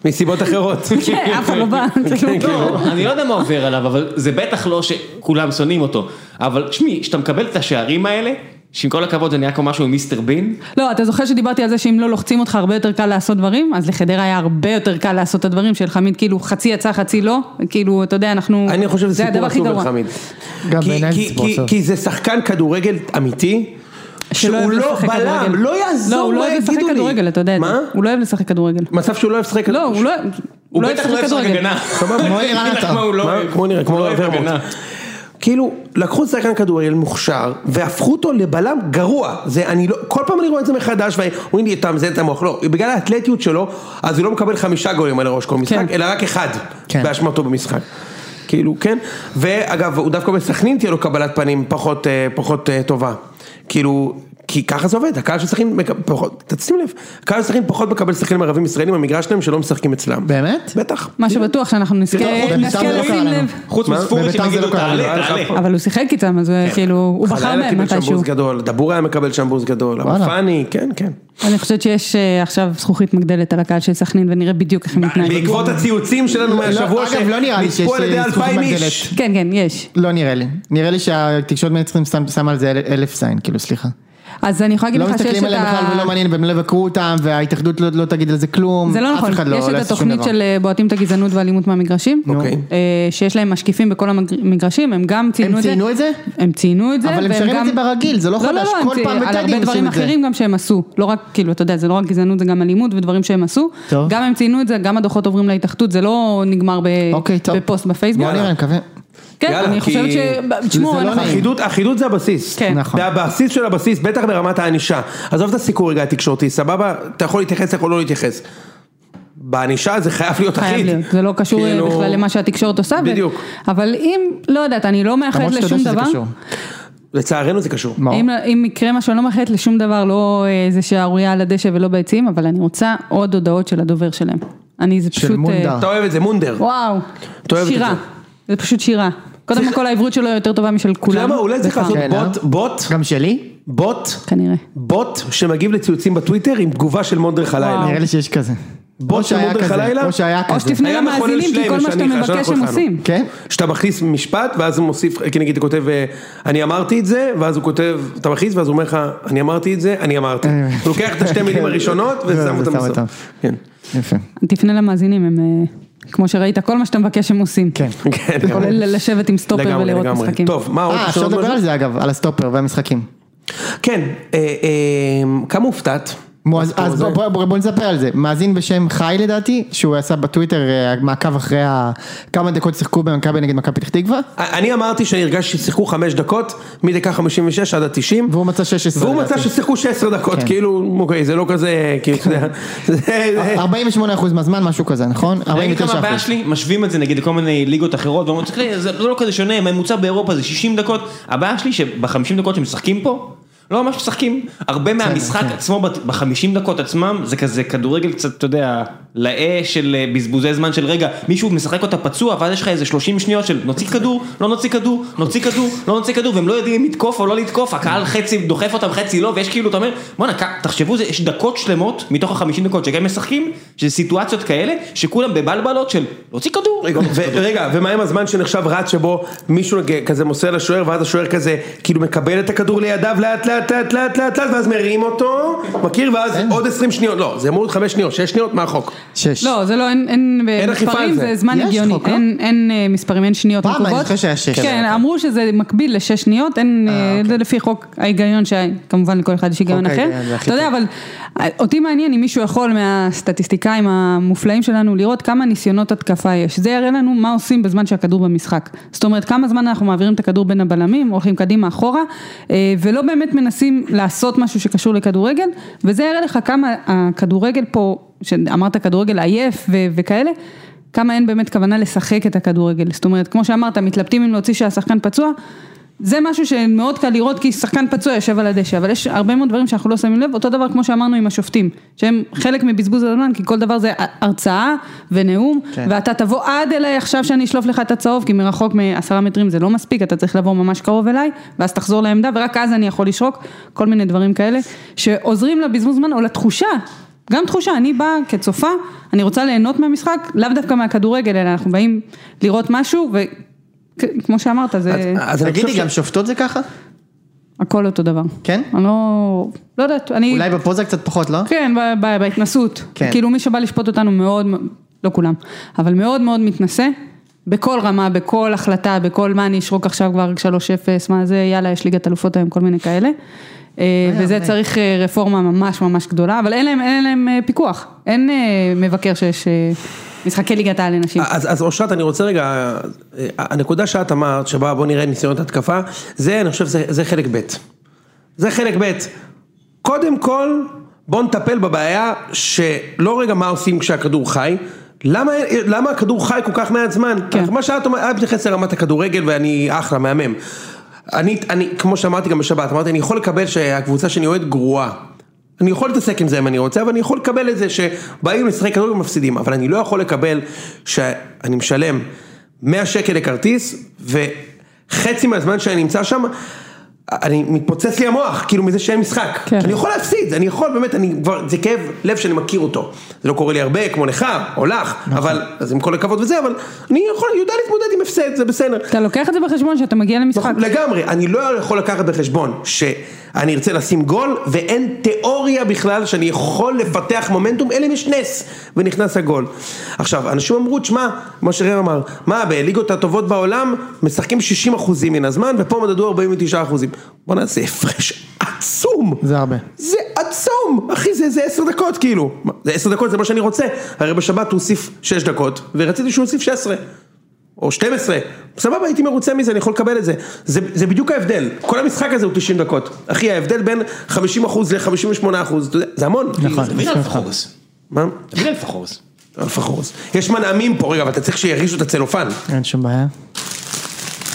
C: מסיבות אחרות.
D: כן, אף אחד לא בא. כאילו.
A: לא, אני לא יודע מה עובר עליו, אבל זה בטח לא שכולם שונאים אותו. אבל שמי, כשאתה מקבל את השערים האלה, שעם כל הכבוד זה נהיה כמו משהו עם מיסטר בין,
D: לא, אתה זוכר שדיברתי על זה שאם לא לוחצים אותך הרבה יותר קל לעשות דברים? אז לחדרה היה הרבה יותר קל לעשות את הדברים של חמיד, כאילו חצי יצא חצי לא, כאילו, אתה יודע, אנחנו...
C: אני חושב שזה סיפור
D: הדבר הכי
C: עצוב
D: גרוע.
C: וחמיד.
B: גם
C: כי-
B: בעיניי זה
C: כי-
B: סיפור
C: כי-
B: עצוב.
C: כי זה שחקן כדורגל אמיתי.
D: שלא
C: שהוא
D: אוהב
C: לא
D: לשחק
C: בלם,
D: כדורגל.
C: לא יעזור
D: לא, הוא לא
C: מה
D: אוהב לשחק
C: יגידו לי.
D: כדורגל, אתה יודע את זה.
C: מה?
D: הוא לא אוהב לשחק כדורגל.
C: מצב שהוא לא אוהב לשחק
D: לא, הוא לא... הוא
A: הוא
D: לא אוהב
A: בטח לא
D: לשחק
A: יפסק
D: כדורגל.
A: הגנה.
B: כמו ערן
A: אני אגיד לך
B: עטר.
A: מה הוא לא
C: מה?
A: אוהב.
C: כמו נראה, כמו
A: הוא לא אוהב
C: ורמוט.
A: הגנה.
C: כאילו, לקחו שחקן כדורגל מוכשר, והפכו אותו לבלם גרוע. זה, אני לא, כל פעם אני רואה את זה מחדש, ואומרים לי, אתה מזיין את המוח. לא, בגלל האתלטיות שלו, אז הוא לא מקבל חמישה גולים על הראש כל משחק,
D: כן.
C: אלא רק אחד,
B: כן.
C: באשמתו במשחק. כאילו, כן. ואגב, הוא דווקא בסכנין תהיה לו קבלת פנים פחות, אה, פחות אה, טובה. כאילו... כי ככה זה עובד, הקהל של סכנין, מקב- פחות, תשים לב, הקהל של סכנין פחות מקבל שחקנים ערבים ישראלים במגרש שלהם שלא משחקים אצלם.
B: באמת?
C: בטח.
D: מה שבטוח שאנחנו נזכה
B: בביתר
D: נזכה
B: זה לא קרה
D: כן, לשים
B: לנו.
D: לב.
A: חוץ
C: מה?
A: מספורי
B: בביתר זה
A: שנגיד
B: לא
A: לו
B: קרה,
A: תעלה,
C: לא היה לך
A: תעלה.
C: פה.
D: אבל הוא שיחק איתם, אז
C: כן.
D: אה, כאילו, הוא בחר
C: חלילה
D: בהם
C: קיבל שם
D: מתישהו.
C: בוז גדול, דבור היה מקבל שם בוז גדול, אבל
B: וואלה.
C: פאני, כן, כן.
D: אני חושבת שיש אה, עכשיו זכוכית מגדלת על הקהל של סכנין, ונראה בדיוק איך הם מתנהגים.
C: בעקבות הציוצים שלנו מהשבוע,
B: אגב, לא נראה לי
C: שנספו
B: שיש,
C: על ידי
B: אה, זכות
C: אלפיים
B: מגדלת.
C: איש.
D: כן, כן, יש.
B: לא נראה לי. נראה לי שהתקשורת מנצחים שם- שמה על זה אל- אלף זין, כאילו, סליחה.
D: אז אני יכולה להגיד
B: לא
D: לך שיש
B: מסתכלים
D: את
B: עליהם בכלל ולא
D: ה...
B: מעניין, והם לא יבקרו אותם, וההתאחדות לא- לא תגיד על זה כלום.
D: זה לא
B: אף
D: נכון,
B: אחד לא-
D: יש
B: לא
D: את
B: יעשה שום
D: התוכנית
B: דבר.
D: של אה, בועטים את הגזענות והאלימות מהמגרשים,
C: אוקיי.
D: אה, שיש להם משקיפים בכל המגרשים, הם גם ציינו
B: הם
D: את זה.
B: ציינו את זה?
D: הם ציינו את זה,
B: אבל הם
D: והם
B: שרים את
D: גם-
B: זה ברגיל, זה לא חדש,
D: הם
B: כל
D: צי-
B: פעם
D: על
B: בטדי
D: הרבה
B: הם
D: דברים
B: עושים את זה.
D: אחרים גם שהם עשו, לא רק, כאילו, אתה יודע, זה לא רק גזענות, זה גם אלימות ודברים שהם עשו.
B: טוב.
D: גם הם ציינו את זה, גם הדוחות עוברים להתאחדות, זה לא נגמר ב-
B: אוקיי, טוב.
D: בפוסט בפייסבוק.
B: בוא נראה, נקווה.
D: כן,
C: יאללה, כי-
D: אני חושבת ש... תשמעו,
B: זה לא
D: אנחנו-
B: נעים.
C: אחידות, אחידות זה הבסיס.
D: כן.
B: נכון.
C: זה הבסיס של הבסיס, בטח ברמת הענישה. עזוב את הסיקור רגע התקשורתי, סבבה? אתה יכול להתייחס, אתה יכול לא להתייחס. בענישה זה חייב להיות
D: חייב
C: אחיד.
D: להיות, זה לא קשור
B: אה,
C: כאילו-
D: בכלל למה שהתקשורת עושה, ו-
C: בדיוק.
D: אבל אם, לא יודעת, אני לא
B: למרות
D: מאחלת
B: שאתה יודע
D: לשום
B: שזה
D: דבר,
B: קשור.
C: לצערנו זה קשור.
B: מאור.
D: אם, אם יקרה משהו, אני לא מאחלת לשום דבר, לא אה, איזה שערורייה על הדשא ולא בעצים, אבל אני רוצה עוד הודעות של הדובר שלהם. אני, זה
B: של
D: פשוט... אה,
B: מונדר.
C: אתה אוהב את זה, מונדר.
D: וואו,
C: אתה אוהבת את
D: שירה,
C: זה.
D: זה פשוט שירה. קודם כל העברות שלו יותר טובה משל
C: אתה
D: כולם.
C: יודע מה, אולי צריך
D: בפעם.
C: לעשות
B: כן,
C: בוט, בוט,
B: גם שלי?
C: בוט,
D: כנראה.
C: בוט שמגיב לציוצים בטוויטר עם תגובה של מונדרך הלילה.
B: נראה לי שיש כזה.
C: בוט
B: או שהיה
C: של מודרך
B: כזה,
C: הלילה?
B: או שהיה כזה.
D: או שתפנה
C: היה מחולל
D: למאזינים, כי
C: שלם
D: כל מה שאתה
C: שאני-
D: מבקש
C: שאנחנו
D: הם
C: הכנו.
D: עושים.
B: כן?
C: שאתה מכניס משפט ואז הוא מוסיף, כי נגיד הוא כותב אה, אני אמרתי את זה, ואז הוא כותב, אתה מכניס ואז הוא אומר לך אני אמרתי את זה, אני אמרתי.
B: אני-
C: הוא לוקח את השתי מילים הראשונות ושם
B: ושם
C: אותם
B: אותם.
C: בסוף. כן.
B: יפה.
D: תפנה למאזינים, הם... אה, כמו שראית, כל מה שאתה מבקש הם עושים.
B: כן.
C: כן, לגמרי.
D: כולל לשבת עם סטופר
C: לגמרי,
D: ולראות
C: לגמרי.
D: משחקים.
C: טוב, מה עוד?
B: אה,
C: יש
B: אפשר
C: עוד
B: לדבר
C: משהו?
B: על זה אגב, על הסטופר והמשחקים.
C: כן, אה, אה, כמה הופתעת?
B: מו, אז,
C: בסיפור
B: אז
C: הזה?
B: בוא, בוא, בוא, בוא נספר על זה, מאזין בשם חי לדעתי, שהוא עשה בטוויטר אה, מעקב אחרי ה... כמה דקות שיחקו במכבי נגד מכבי פתח תקווה,
C: אני אמרתי שהרגשתי ששיחקו חמש דקות, מדקה 56 עד ה-90.
B: והוא מצא 16.
D: לא
C: והוא
B: לדעתי.
C: מצא ששיחקו 16 דקות,
B: כן.
C: כאילו, אוקיי, זה לא כזה, כאילו, אתה
D: כן.
C: יודע, זה-
D: אה,
C: זה-
B: 48% מהזמן, משהו כזה, נכון?
A: אני אגיד לך מה הבעיה
B: 49%.
A: שלי, משווים את זה נגיד לכל מיני ליגות אחרות, ואומרים, "צריך ל- זה לא כזה שונה, הממוצע באירופה זה 60 דקות, הבעיה שלי שב-50 דקות שמשחקים פה, לא ממש משחקים, הרבה מהמשחק עצמו ב-50 דקות עצמם, זה כזה כדורגל קצת, אתה יודע, לאה של אה, בזבוזי זמן של רגע, מישהו משחק אותה פצוע, ואז יש לך איזה 30 שניות של נוציא כדור, לא נוציא כדור, נוציא כדור, לא נוציא כדור, והם לא יודעים אם לתקוף או לא לתקוף, הקהל חצי דוחף אותם, חצי לא, ויש כאילו, אתה אומר, בואנה, כ- תחשבו, זה- יש דקות שלמות מתוך החמישים דקות שכן משחקים, שזה סיטואציות כאלה, שכולם בבלבלות של להוציא כדור.
C: רגע, ו- רגע, ומה עם הזמן שנחשב רץ שבו מישהו נג- כזה מוסר לשוער ואז השוער כזה כאילו מקבל את הכדור לידיו לאט לאט לאט לאט לאט לאט ואז מרים אותו, מכיר? ואז עוד 20 שניות, לא, זה אמור להיות 5 שניות, 6 שניות מהחוק.
B: 6.
D: לא, זה לא, אין, אין,
C: אין אכיפה
D: מספרים,
C: על זה.
D: זה זמן
B: יש
D: הגיוני,
B: חוק, לא?
D: אין, אין אה, מספרים, אין שניות
B: פעם, אני
D: נקובות.
B: זוכר שהיה שש. אוקיי.
D: כן, אמרו שזה מקביל לשש שניות, אין, אה, זה לפי חוק ההיגיון, שכמובן לכל אחד יש היגיון
B: חוק
D: אחר.
B: ההיגיון זה הכי
D: אתה יודע,
B: טוב.
D: אבל אה, אותי מעניין אם מישהו יכול מהסטטיסטיקאים המופלאים שלנו לראות כמה ניסיונות התקפה יש. זה יראה לנו מה עושים בזמן שהכדור במשחק. זאת אומרת, כמה זמן אנחנו מעבירים את הכדור בין הבלמים, הולכים קדימה, אחורה, אה, ולא באמת מנסים לעשות משהו שקשור לכדורגל, וזה יראה לך כמה הכדורגל פה, שאמרת כדורגל עייף ו- וכאלה. כמה אין באמת כוונה לשחק את הכדורגל, זאת אומרת, כמו שאמרת, מתלבטים אם להוציא שהשחקן פצוע, זה משהו שמאוד קל לראות כי שחקן פצוע יושב על הדשא, אבל יש הרבה מאוד דברים שאנחנו לא שמים לב, אותו דבר כמו שאמרנו עם השופטים, שהם חלק מבזבוז הזמן, כי כל דבר זה הרצאה ונאום,
B: כן.
D: כן. ואתה תבוא עד אליי עכשיו שאני אשלוף לך את הצהוב, כי מרחוק מעשרה מטרים זה לא מספיק, אתה צריך לבוא ממש קרוב אליי, ואז תחזור לעמדה, ורק אז אני יכול לשרוק, כל מיני דברים כאלה, שעוזרים לבזבוז זמן או לתחושה. גם תחושה, אני באה כצופה, אני רוצה ליהנות מהמשחק, לאו דווקא מהכדורגל, אלא אנחנו באים לראות משהו, וכמו שאמרת, זה...
C: אז אני
B: תגידי,
C: חושב ש-
B: גם שופטות זה ככה?
D: הכל אותו דבר.
B: כן?
D: אני לא, לא יודעת, אני,
B: אולי בפוזה קצת פחות, לא?
D: כן, ב- ב- בהתנסות.
B: כן.
D: כאילו מי שבא לשפוט אותנו מאוד, לא כולם, אבל מאוד מאוד מתנשא, בכל רמה, בכל החלטה, בכל מה אני אשרוק עכשיו כבר 3-0, מה זה, יאללה, יש ליגת אלופות היום, כל מיני כאלה. אה, וזה
B: אוקיי.
D: צריך אה, רפורמה ממש ממש גדולה, אבל אין להם, אין להם אה, פיקוח, אין אה, מבקר שיש אה, משחקי ליגת העל לנשים.
C: אז, אז אושרת, אני רוצה רגע, אה, הנקודה שאת אמרת, שבה בוא נראה ניסיונות התקפה, זה, אני חושב, זה, זה חלק ב'. זה חלק ב'. קודם כל, בוא נטפל בבעיה שלא רגע מה עושים כשהכדור חי. למה, למה הכדור חי כל כך מעט זמן?
D: כן.
C: מה שאת אומרת, את מתייחסת לרמת הכדורגל ואני אחלה, מהמם. אני, אני, כמו שאמרתי גם בשבת, אמרתי, אני יכול לקבל שהקבוצה שאני אוהד גרועה. אני יכול להתעסק עם זה אם אני רוצה, אבל אני יכול לקבל את זה שבאים לשחק כדורגל ומפסידים, אבל אני לא יכול לקבל שאני משלם 100 שקל לכרטיס, וחצי מהזמן שאני נמצא שם, אני מתפוצץ לי המוח, כאילו מזה שאין משחק.
D: כן.
C: אני יכול להפסיד, אני יכול באמת, אני כבר, זה כאב לב שאני מכיר אותו. זה לא קורה לי הרבה, כמו לך, או לך, אבל, אז עם כל הכבוד וזה, אבל אני יכול, יודע להתמודד עם הפסד, זה בסדר.
D: אתה לוקח את זה בחשבון שאתה מגיע למשחק.
C: נכון, לגמרי, אני לא יכול לקחת בחשבון שאני ארצה לשים גול ואין תיאוריה בכלל שאני יכול לפתח מומנטום אלא אם יש נס ונכנס הגול. עכשיו, אנשים אמרו, תשמע, מה שרר אמר, מה בליגות הטובות בעולם משחקים 60% מן הזמן ופה מדדו 49%. בואנה זה הפרש עצום.
B: זה הרבה.
C: זה עצום, אחי זה זה עשר דקות כאילו, מה, זה עשר דקות זה מה שאני רוצה, הרי בשבת הוא הוסיף שש דקות ורציתי שהוא יוסיף 16 או 12, סבבה הייתי מרוצה מזה, אני יכול לקבל את זה, זה, זה בדיוק ההבדל, כל המשחק הזה הוא 90 דקות, אחי ההבדל בין 50% ל-58% זה המון,
B: נכון.
A: תביא לי אלפה חורס,
C: מה?
A: תביא לי אלפה חורס.
C: אלפה חורס, יש מנעמים פה רגע אבל אתה צריך שירגישו את הצלופן,
B: אין שום בעיה.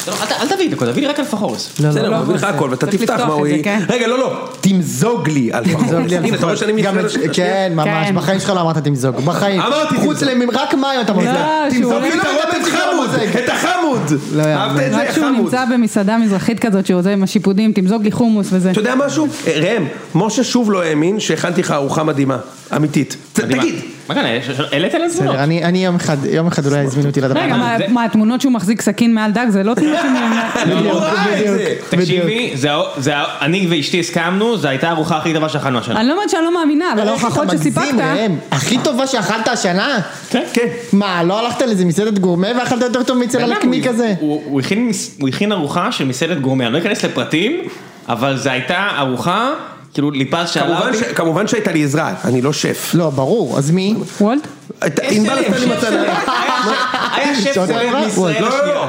A: לא, אל ת- אל תביא לי הכל, תביא לי רק אלפה חורס.
B: לא,
C: בסדר,
B: לא,
C: הוא
B: לא.
C: מביא לך הכל ואתה
D: צריך
C: תפתח
D: לפתוח
C: מה הוא
D: את זה,
C: יהיה,
D: כן.
C: רגע לא לא, תמזוג לי אלפה חורס,
B: תמזוג לי
C: הנה אתה רואה לא שאני
B: גם
C: מתחיל,
B: את- כן, ממש,
D: כן.
B: בחיים שלך לא אמרת תמזוג, בחיים.
C: אמרתי
B: חוץ
C: תמזוג.
B: למ... רק מים אתה מוזג.
D: לא, שהוא
B: תמזוג כאילו,
D: הולך-
B: לי את הרוטב
C: את
B: שלך
C: החמוד,
B: מוזג.
C: את החמוד,
B: לא יאמן.
C: אהבת את
D: רק
C: זה
D: כשהוא
C: החמוד.
D: נמצא במסעדה מזרחית כזאת שהוא עוזב עם השיפודים, תמזוג לי חומוס וזה.
C: אתה יודע משהו? אה, ראם, משה שוב לא האמין שהכנתי לך ארוחה מדהימה, אמיתית. ת-
A: מדהימה.
C: תגיד,
A: מה כאן, העלית על הזמנות.
B: בסדר, אני אני יום אחד, יום אחד אולי יזמינו אותי לדבר.
D: רגע, מה-
A: זה-
D: מה התמונות שהוא מחזיק סכין מעל דג זה לא תמונות של...
A: לא,
B: בדיוק,
A: וואי,
B: בדיוק,
A: זה-
B: בדיוק.
A: תקשיבי, זה ה- זה ה- אני ואשתי הסכמנו, זו הייתה הארוחה הכי טובה שאכלנו השנה.
D: אני לא אומרת שאני לא מאמינה, אבל ההוכחות
B: אה, אתה מגזים,
D: שסיפקת...
B: ראם. הכי טובה שאכלת השנה?
A: כן.
C: כן.
B: מה, לא הלכת לאיזה מסעדת גורמה ואכלת יותר טוב מצל
A: בן אדם,
B: הלקמי
A: הוא-
B: לא כזה?
A: הוא הוא הכין מס- הוא הכין ארוחה של מסעדת גורמה, אני לא אכנס לפרטים, אבל זו הייתה ארוחה, כאילו ליפז שאלה
C: כמובן
A: אותי.
C: ש- כמובן שהייתה לי עזרה, אני לא שף.
B: לא, ברור, אז מי?
D: וולט?
C: הייתה-
A: יש
C: ענבל
A: שלם,
C: עשתה לי
A: שף שלם.
C: מתנה.
A: היה שף
B: שעוד
A: סלב
B: עברה?
A: מישראל
C: לא, לא,
A: השנייה.
C: לא.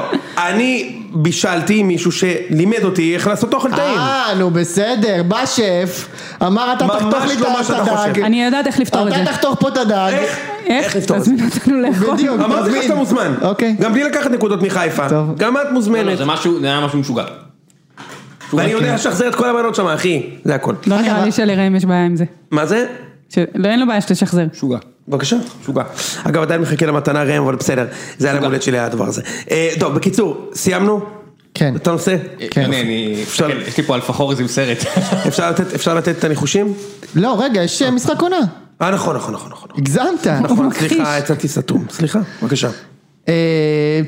C: אני בישלתי מישהו שלימד אותי איך לעשות אוכל טעים.
B: אה, נו בסדר, בא שף, אמר אתה
C: ממש
B: תחתוך לי את
C: לא מה
B: ה- את
C: שאתה
B: הדג,
C: חושב.
D: אני יודעת איך לפתור את זה.
B: כן. אתה תחתוך פה את הדג,
C: איך?
D: איך?
C: לפתור את
D: תזמין אותנו לאכול.
B: בדיוק,
C: אמרתי לך
B: תזמין.
C: שאתה מוזמן.
B: אוקיי.
C: גם בלי לקחת נקודות מחיפה.
B: טוב.
C: גם את
A: לא, לא,
C: מוזמנת.
A: זה משהו- זה היה משהו משוגע.
C: ואני יודע לשחזר את כל הבנות שם, אחי. זה הכל.
D: לא
B: רגע,
D: נראה לי
B: אבל-
D: שלראם יש בעיה עם זה.
C: מה זה?
D: ש- לא, אין לו בעיה שתשחזר.
A: משוגע.
C: בבקשה, תשוגע. אגב, עדיין מחכה למתנה ראם, אבל בסדר. זה היה למולד שלי הדבר הזה. אה, טוב, בקיצור, סיימנו?
B: כן,
C: את הנושא?
B: כן.
A: אני, אני,
C: אפשר-
A: תסתכל, יש לי פה אלפחורז עם סרט.
C: אפשר לתת- אפשר לתת את הניחושים?
B: לא רגע יש אה, משחק עונה,
C: אה, נכון, נכון, נכון, נכון.
B: הגזמת,
C: נכון,
D: מכחיש.
C: סליחה, יצאתי סתום. סליחה, בבקשה.
B: אה,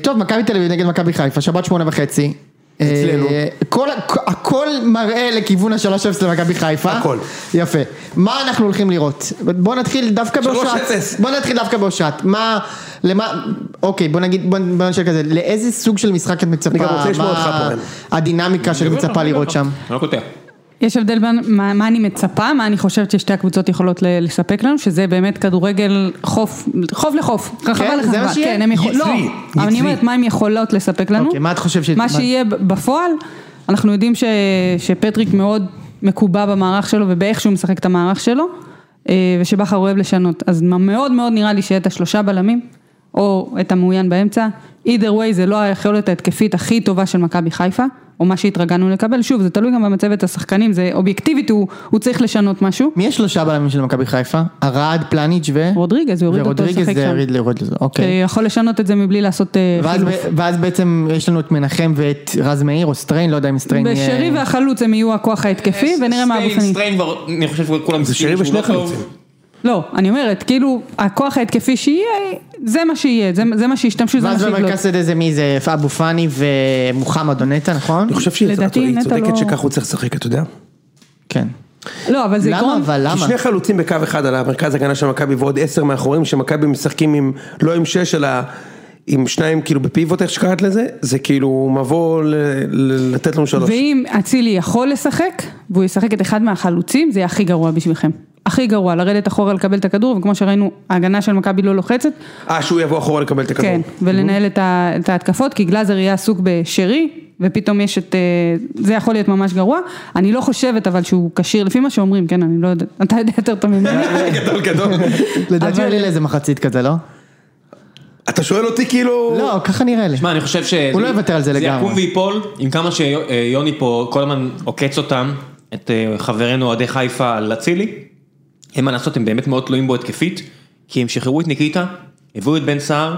B: טוב מכבי תל אביב נגד מכבי חיפה שבת שמונה וחצי, אה,
C: אצלנו.
B: כל ה- הכל מראה לכיוון השלוש אפס למכבי חיפה,
C: הכל.
B: יפה, מה אנחנו הולכים לראות, בוא נתחיל דווקא
C: שלוש
B: באושרת,
C: אפס.
B: בוא נתחיל דווקא באושרת, מה, למה, אוקיי בוא נגיד, בוא בוא נשאל כזה, לאיזה סוג של משחק את מצפה,
C: גם רוצה לשמוע
B: מה
C: אותך פה, ראם.
B: הדינמיקה שאת מצפה לראות שם,
A: אני לא קוטע.
D: יש הבדל בין מה, מה אני מצפה, מה אני חושבת ששתי הקבוצות יכולות ל- לספק לנו, שזה באמת כדורגל חוף, חוף לחוף, רחבה
B: כן? זה
D: לחבה.
B: מה שיהיה?
D: כן, הם יכול...
C: יצרי,
D: לא, אבל אני
C: יצרי.
D: אומרת מה הן יכולות לספק לנו.
B: אוקיי, מה את חושבת ש-
D: מה
B: מה-
D: שיהיה ב- בפועל, אנחנו יודעים ש... שפטריק מאוד מקובע במערך שלו ובאיך שהוא משחק את המערך שלו, אה, ושבכר אוהב לשנות. אז מה מאוד מאוד נראה לי שיהיה את השלושה בלמים, או את המעוין באמצע. either way זה לא היכולת ההתקפית הכי טובה של מכבי חיפה, או מה שהתרגלנו לקבל. שוב, זה תלוי גם במצבת השחקנים, זה אובייקטיבית, הוא, הוא צריך לשנות משהו.
B: מי יש שלושה בלמים של מכבי חיפה? ארד, פלניץ' ו...
D: רודריגז, הוא יוריד אותו לשחק
B: ורודריגז
D: שם. אה,
B: זה יוריד לרוד לזה, אוקיי.
D: יכול לשנות את זה מבלי לעשות אה,
B: ואז,
D: חילוף.
B: ב- ואז בעצם יש לנו את מנחם ואת רז מאיר או סטריין, לא יודע אם סטריין יהיה...
D: בשרי והחלוץ הם יהיו הכוח ההתקפי,
B: אה,
D: ונראה מה
A: סטריין-
D: הגופני.
A: סטריין כבר, אני חושב שכולם
C: שרי
A: מסכימים שהוא
C: ושני
A: לא טוב.
C: חלוצים.
D: לא, אני אומרת, כאילו, הכוח ההתקפי שיהיה, זה מה שיהיה, זה, זה מה שישתמשו, זה מה
B: ואז
D: שיגלות.
B: במרכז שדה זה מי זה? אבו פאני ומוחמד או נטע, נכון?
C: אני חושב שהיא
D: לדעתי,
C: היא
D: נטע
C: צודקת
D: לא-
C: שכך הוא צריך לשחק, אתה יודע?
B: כן.
D: לא, אבל זה
B: למה
D: יגרום...
B: אבל?
C: כי
B: למה?
C: שני חלוצים בקו אחד על המרכז הגנה של מכבי ועוד עשר מאחורים שמכבי משחקים עם, לא עם שש אלא עם שניים כאילו בפיבוט איך שקראת לזה, זה כאילו מבוא ל- ל- לתת לנו שלוש.
D: ואם אצילי יכול לשחק, והוא ישחק את אחד מהחלוצים, זה יהיה הכי גרוע בשבילכם. הכי גרוע, לרדת אחורה לקבל את הכדור, וכמו שראינו, ההגנה של מכבי לא לוחצת,
C: אה, שהוא יבוא אחורה לקבל את הכדור.
D: כן, ולנהל את ה- את ההתקפות, כי גלאזר יהיה עסוק בשרי, ופתאום יש את... אה, זה יכול להיות ממש גרוע. אני לא חושבת אבל שהוא כשיר, לפי מה שאומרים, כן, אני לא יודעת, אתה יודע יותר טוב ממני.
C: גדול גדול.
B: לדעתי
D: אבל-
B: עולה לאיזה מחצית כזה, לא?
C: אתה שואל אותי כאילו...
B: לא, ככה נראה לי.
A: שמע, אני חושב ש...
B: הוא לא יוותר על זה
A: זה
B: לגמרי.
A: יקום וייפול, עם כמה שיוני פה כל הזמן עוקץ אותם, את אה, חברינו אוהדי חיפה על אצילי. אין מה לעשות, הם באמת מאוד תלויים בו התקפית, כי הם שחררו את ניקיטה, הביאו את בן סער,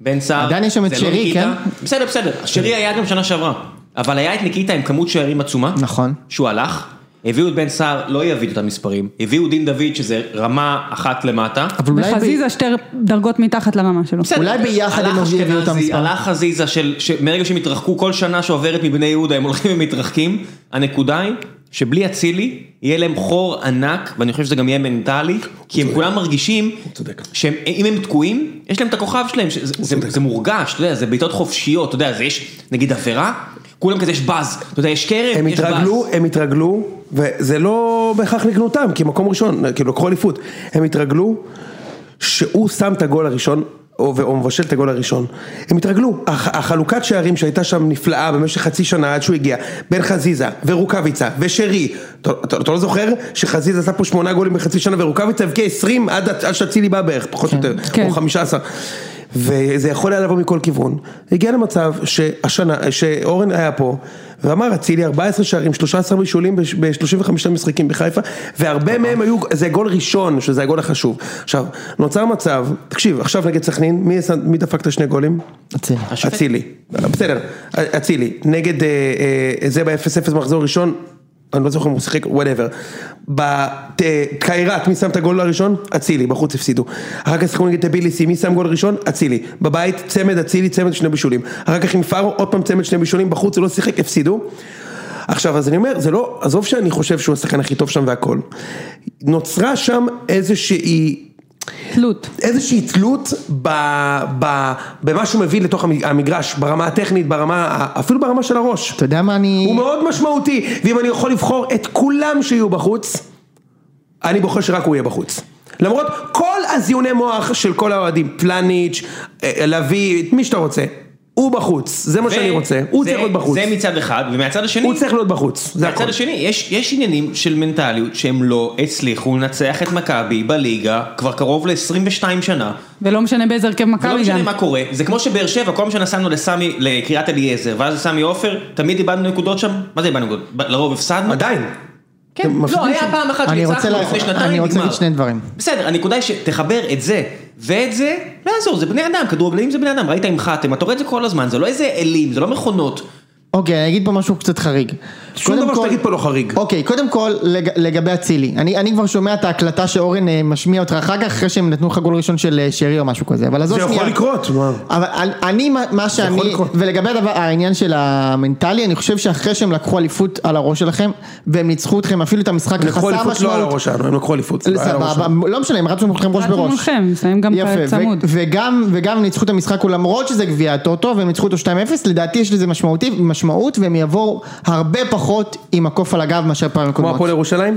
A: בן סער...
B: עדיין יש שם את
A: זה לא
B: שרי,
A: ניקיטה.
B: כן?
A: בסדר, בסדר, שרי היה גם שנה שעברה, אבל היה את ניקיטה עם כמות שערים עצומה.
B: נכון.
A: שהוא הלך, הביאו את בן סער, לא יביא את המספרים, הביאו דין דוד שזה רמה אחת למטה.
B: אבל אולי... ב-
D: וחזיזה שתי דרגות מתחת לרמה שלו.
A: בסדר.
B: אולי ביחד הם
A: הלך
B: יביאו את
A: אשכנזי,
B: המספר.
A: הלך חזיזה של, שמרגע שהם התרחקו, כל שנה שעוברת מבני יהודה הם הולכים ומתרחקים. הנקודה היא שבלי אצילי יהיה להם חור ענק, ואני חושב שזה גם יהיה מנטלי, כי הם כולם מרגישים
C: צודק.
A: שאם הם תקועים, יש להם את הכוכב שלהם, שזה, זה, זה מורגש, אתה יודע, זה בעיטות חופשיות, אתה יודע, זה יש נגיד עבירה, כולם כזה יש באז, אתה יודע, יש קרב,
C: הם
A: יש באז.
C: התרגלו, הם התרגלו, וזה לא בהכרח לגנותם, כי מקום ראשון, כאילו לקחו אליפות, הם התרגלו שהוא שם את הגול הראשון, או, או מבשל את הגול הראשון. הם התרגלו, הח, החלוקת שערים שהייתה שם נפלאה במשך חצי שנה עד שהוא הגיע, בין חזיזה ורוקאביצה ושרי, אתה, אתה, אתה לא זוכר שחזיזה עשה פה שמונה גולים בחצי שנה ורוקאביצה הבקיע עשרים עד, עד שאצילי בא בערך, פחות או
B: כן.
C: יותר,
D: כן.
C: או חמישה עשר. וזה יכול היה לבוא מכל כיוון. הגיע למצב שהשנה, שאורן היה פה, ואמר אצילי 14 שערים, 13 בישולים ב-35 משחקים בחיפה, והרבה מהם היו, זה גול ראשון, שזה הגול החשוב. עכשיו, נוצר מצב, תקשיב, עכשיו נגד סכנין, מי, עשה- מי דפק את השני גולים?
B: אצילי.
A: השופט.
C: אצילי. בסדר, אצילי. נגד אה, אה, זה ב-0-0 מחזור ראשון, אני לא זוכר אם הוא שיחק, וואטאבר. בקיירת, מי שם את הגול הראשון? אצילי, בחוץ הפסידו. אחר כך שיחקו נגד טביליסי, מי שם גול ראשון? אצילי. בבית, צמד אצילי, צמד שני בישולים. אחר כך עם פארו, עוד פעם צמד שני בישולים, בחוץ הוא לא שיחק, הפסידו. עכשיו, אז אני אומר, זה לא, עזוב שאני חושב שהוא השחקן הכי טוב שם והכל. נוצרה שם איזושהי...
D: תלות.
C: איזושהי תלות ב, ב, במה שהוא מביא לתוך המג- המגרש, ברמה הטכנית, ברמה, ה- אפילו ברמה של הראש.
B: אתה יודע מה אני...
C: הוא מאוד משמעותי, ואם אני יכול לבחור את כולם שיהיו בחוץ, אני בוחר שרק הוא יהיה בחוץ. למרות כל הזיוני מוח של כל האוהדים, פלניץ', אה, לביא, את מי שאתה רוצה, הוא בחוץ, זה מה שאני רוצה, הוא
A: זה-
C: צריך להיות בחוץ,
A: זה מצד אחד, ומהצד השני...
C: הוא צריך להיות בחוץ, זה הכל.
A: מהצד השני, יש, יש עניינים של מנטליות שהם לא הצליחו לנצח את מכבי בליגה כבר קרוב ל-22 שנה.
D: ולא משנה באיזה הרכב
A: לא
D: מכבי
A: משנה
D: גם.
A: מה קורה, זה כמו שבאר שבע, כל מה שנסענו לסמי, לקריית אליעזר, ואז לסמי עופר, תמיד איבדנו נקודות שם, מה זה איבדנו נקודות? ב- לרוב הפסדנו?
C: עדיין.
A: כן,
C: אתם
A: לא,
C: מפסידים
A: היה
C: שם.
A: פעם אחת
B: אני רוצה
A: שניצחנו
B: לה-
A: לפני שנתיים, נגמר.
B: אני רוצה להגיד שני דברים.
A: בסדר, הנקודה היא שתחבר את זה ואת זה, לא יעזור, זה בני אדם, כדורגלנים זה בני אדם, ראית עם חתם, אתה רואה את זה כל הזמן, זה לא איזה אלים, זה לא מכונות.
B: אוקיי, אני אגיד פה משהו קצת חריג.
C: שום
B: קודם
C: דבר
B: כל-
C: שתגיד פה לא חריג.
B: אוקיי, קודם כל, לג... לגבי אצילי. אני, אני כבר שומע את ההקלטה שאורן אה, משמיע אותך אחר כך, אחרי שהם נתנו לך גול ראשון של אה, שרי או משהו כזה. אבל עזוב
C: זה
B: שנייה.
C: יכול לקרות, מה?
B: אבל אני- אני, מה- מה שאני,
C: יכול לקרות.
B: ולגבי הדבר, העניין של המנטלי, אני חושב שאחרי שהם לקחו אליפות על הראש שלכם, והם ניצחו אתכם אפילו את המשחק
C: לקחו
B: חסר
C: אליפות לא על
B: משמעות.
C: הראש שלנו, הם לקחו אליפות. לא על הראש
B: סבבה,
C: שלנו.
B: לא משנה, הם רצו מולכם ראש
D: רצו
B: בראש.
D: מולכם, שמים גם
B: יפה,
D: צמוד.
B: ו- וגם, וגם ניצחו את המשחק, ולמרות שזה גביע הטוטו, והם ניצחו אותו 2-0, לדעתי יש לזה משמעותי, משמעות, והם יבואו הרבה פחות עם הקוף על הגב מאשר פעמים
C: כמו
B: הקודמות.
C: הפועל ירושלים?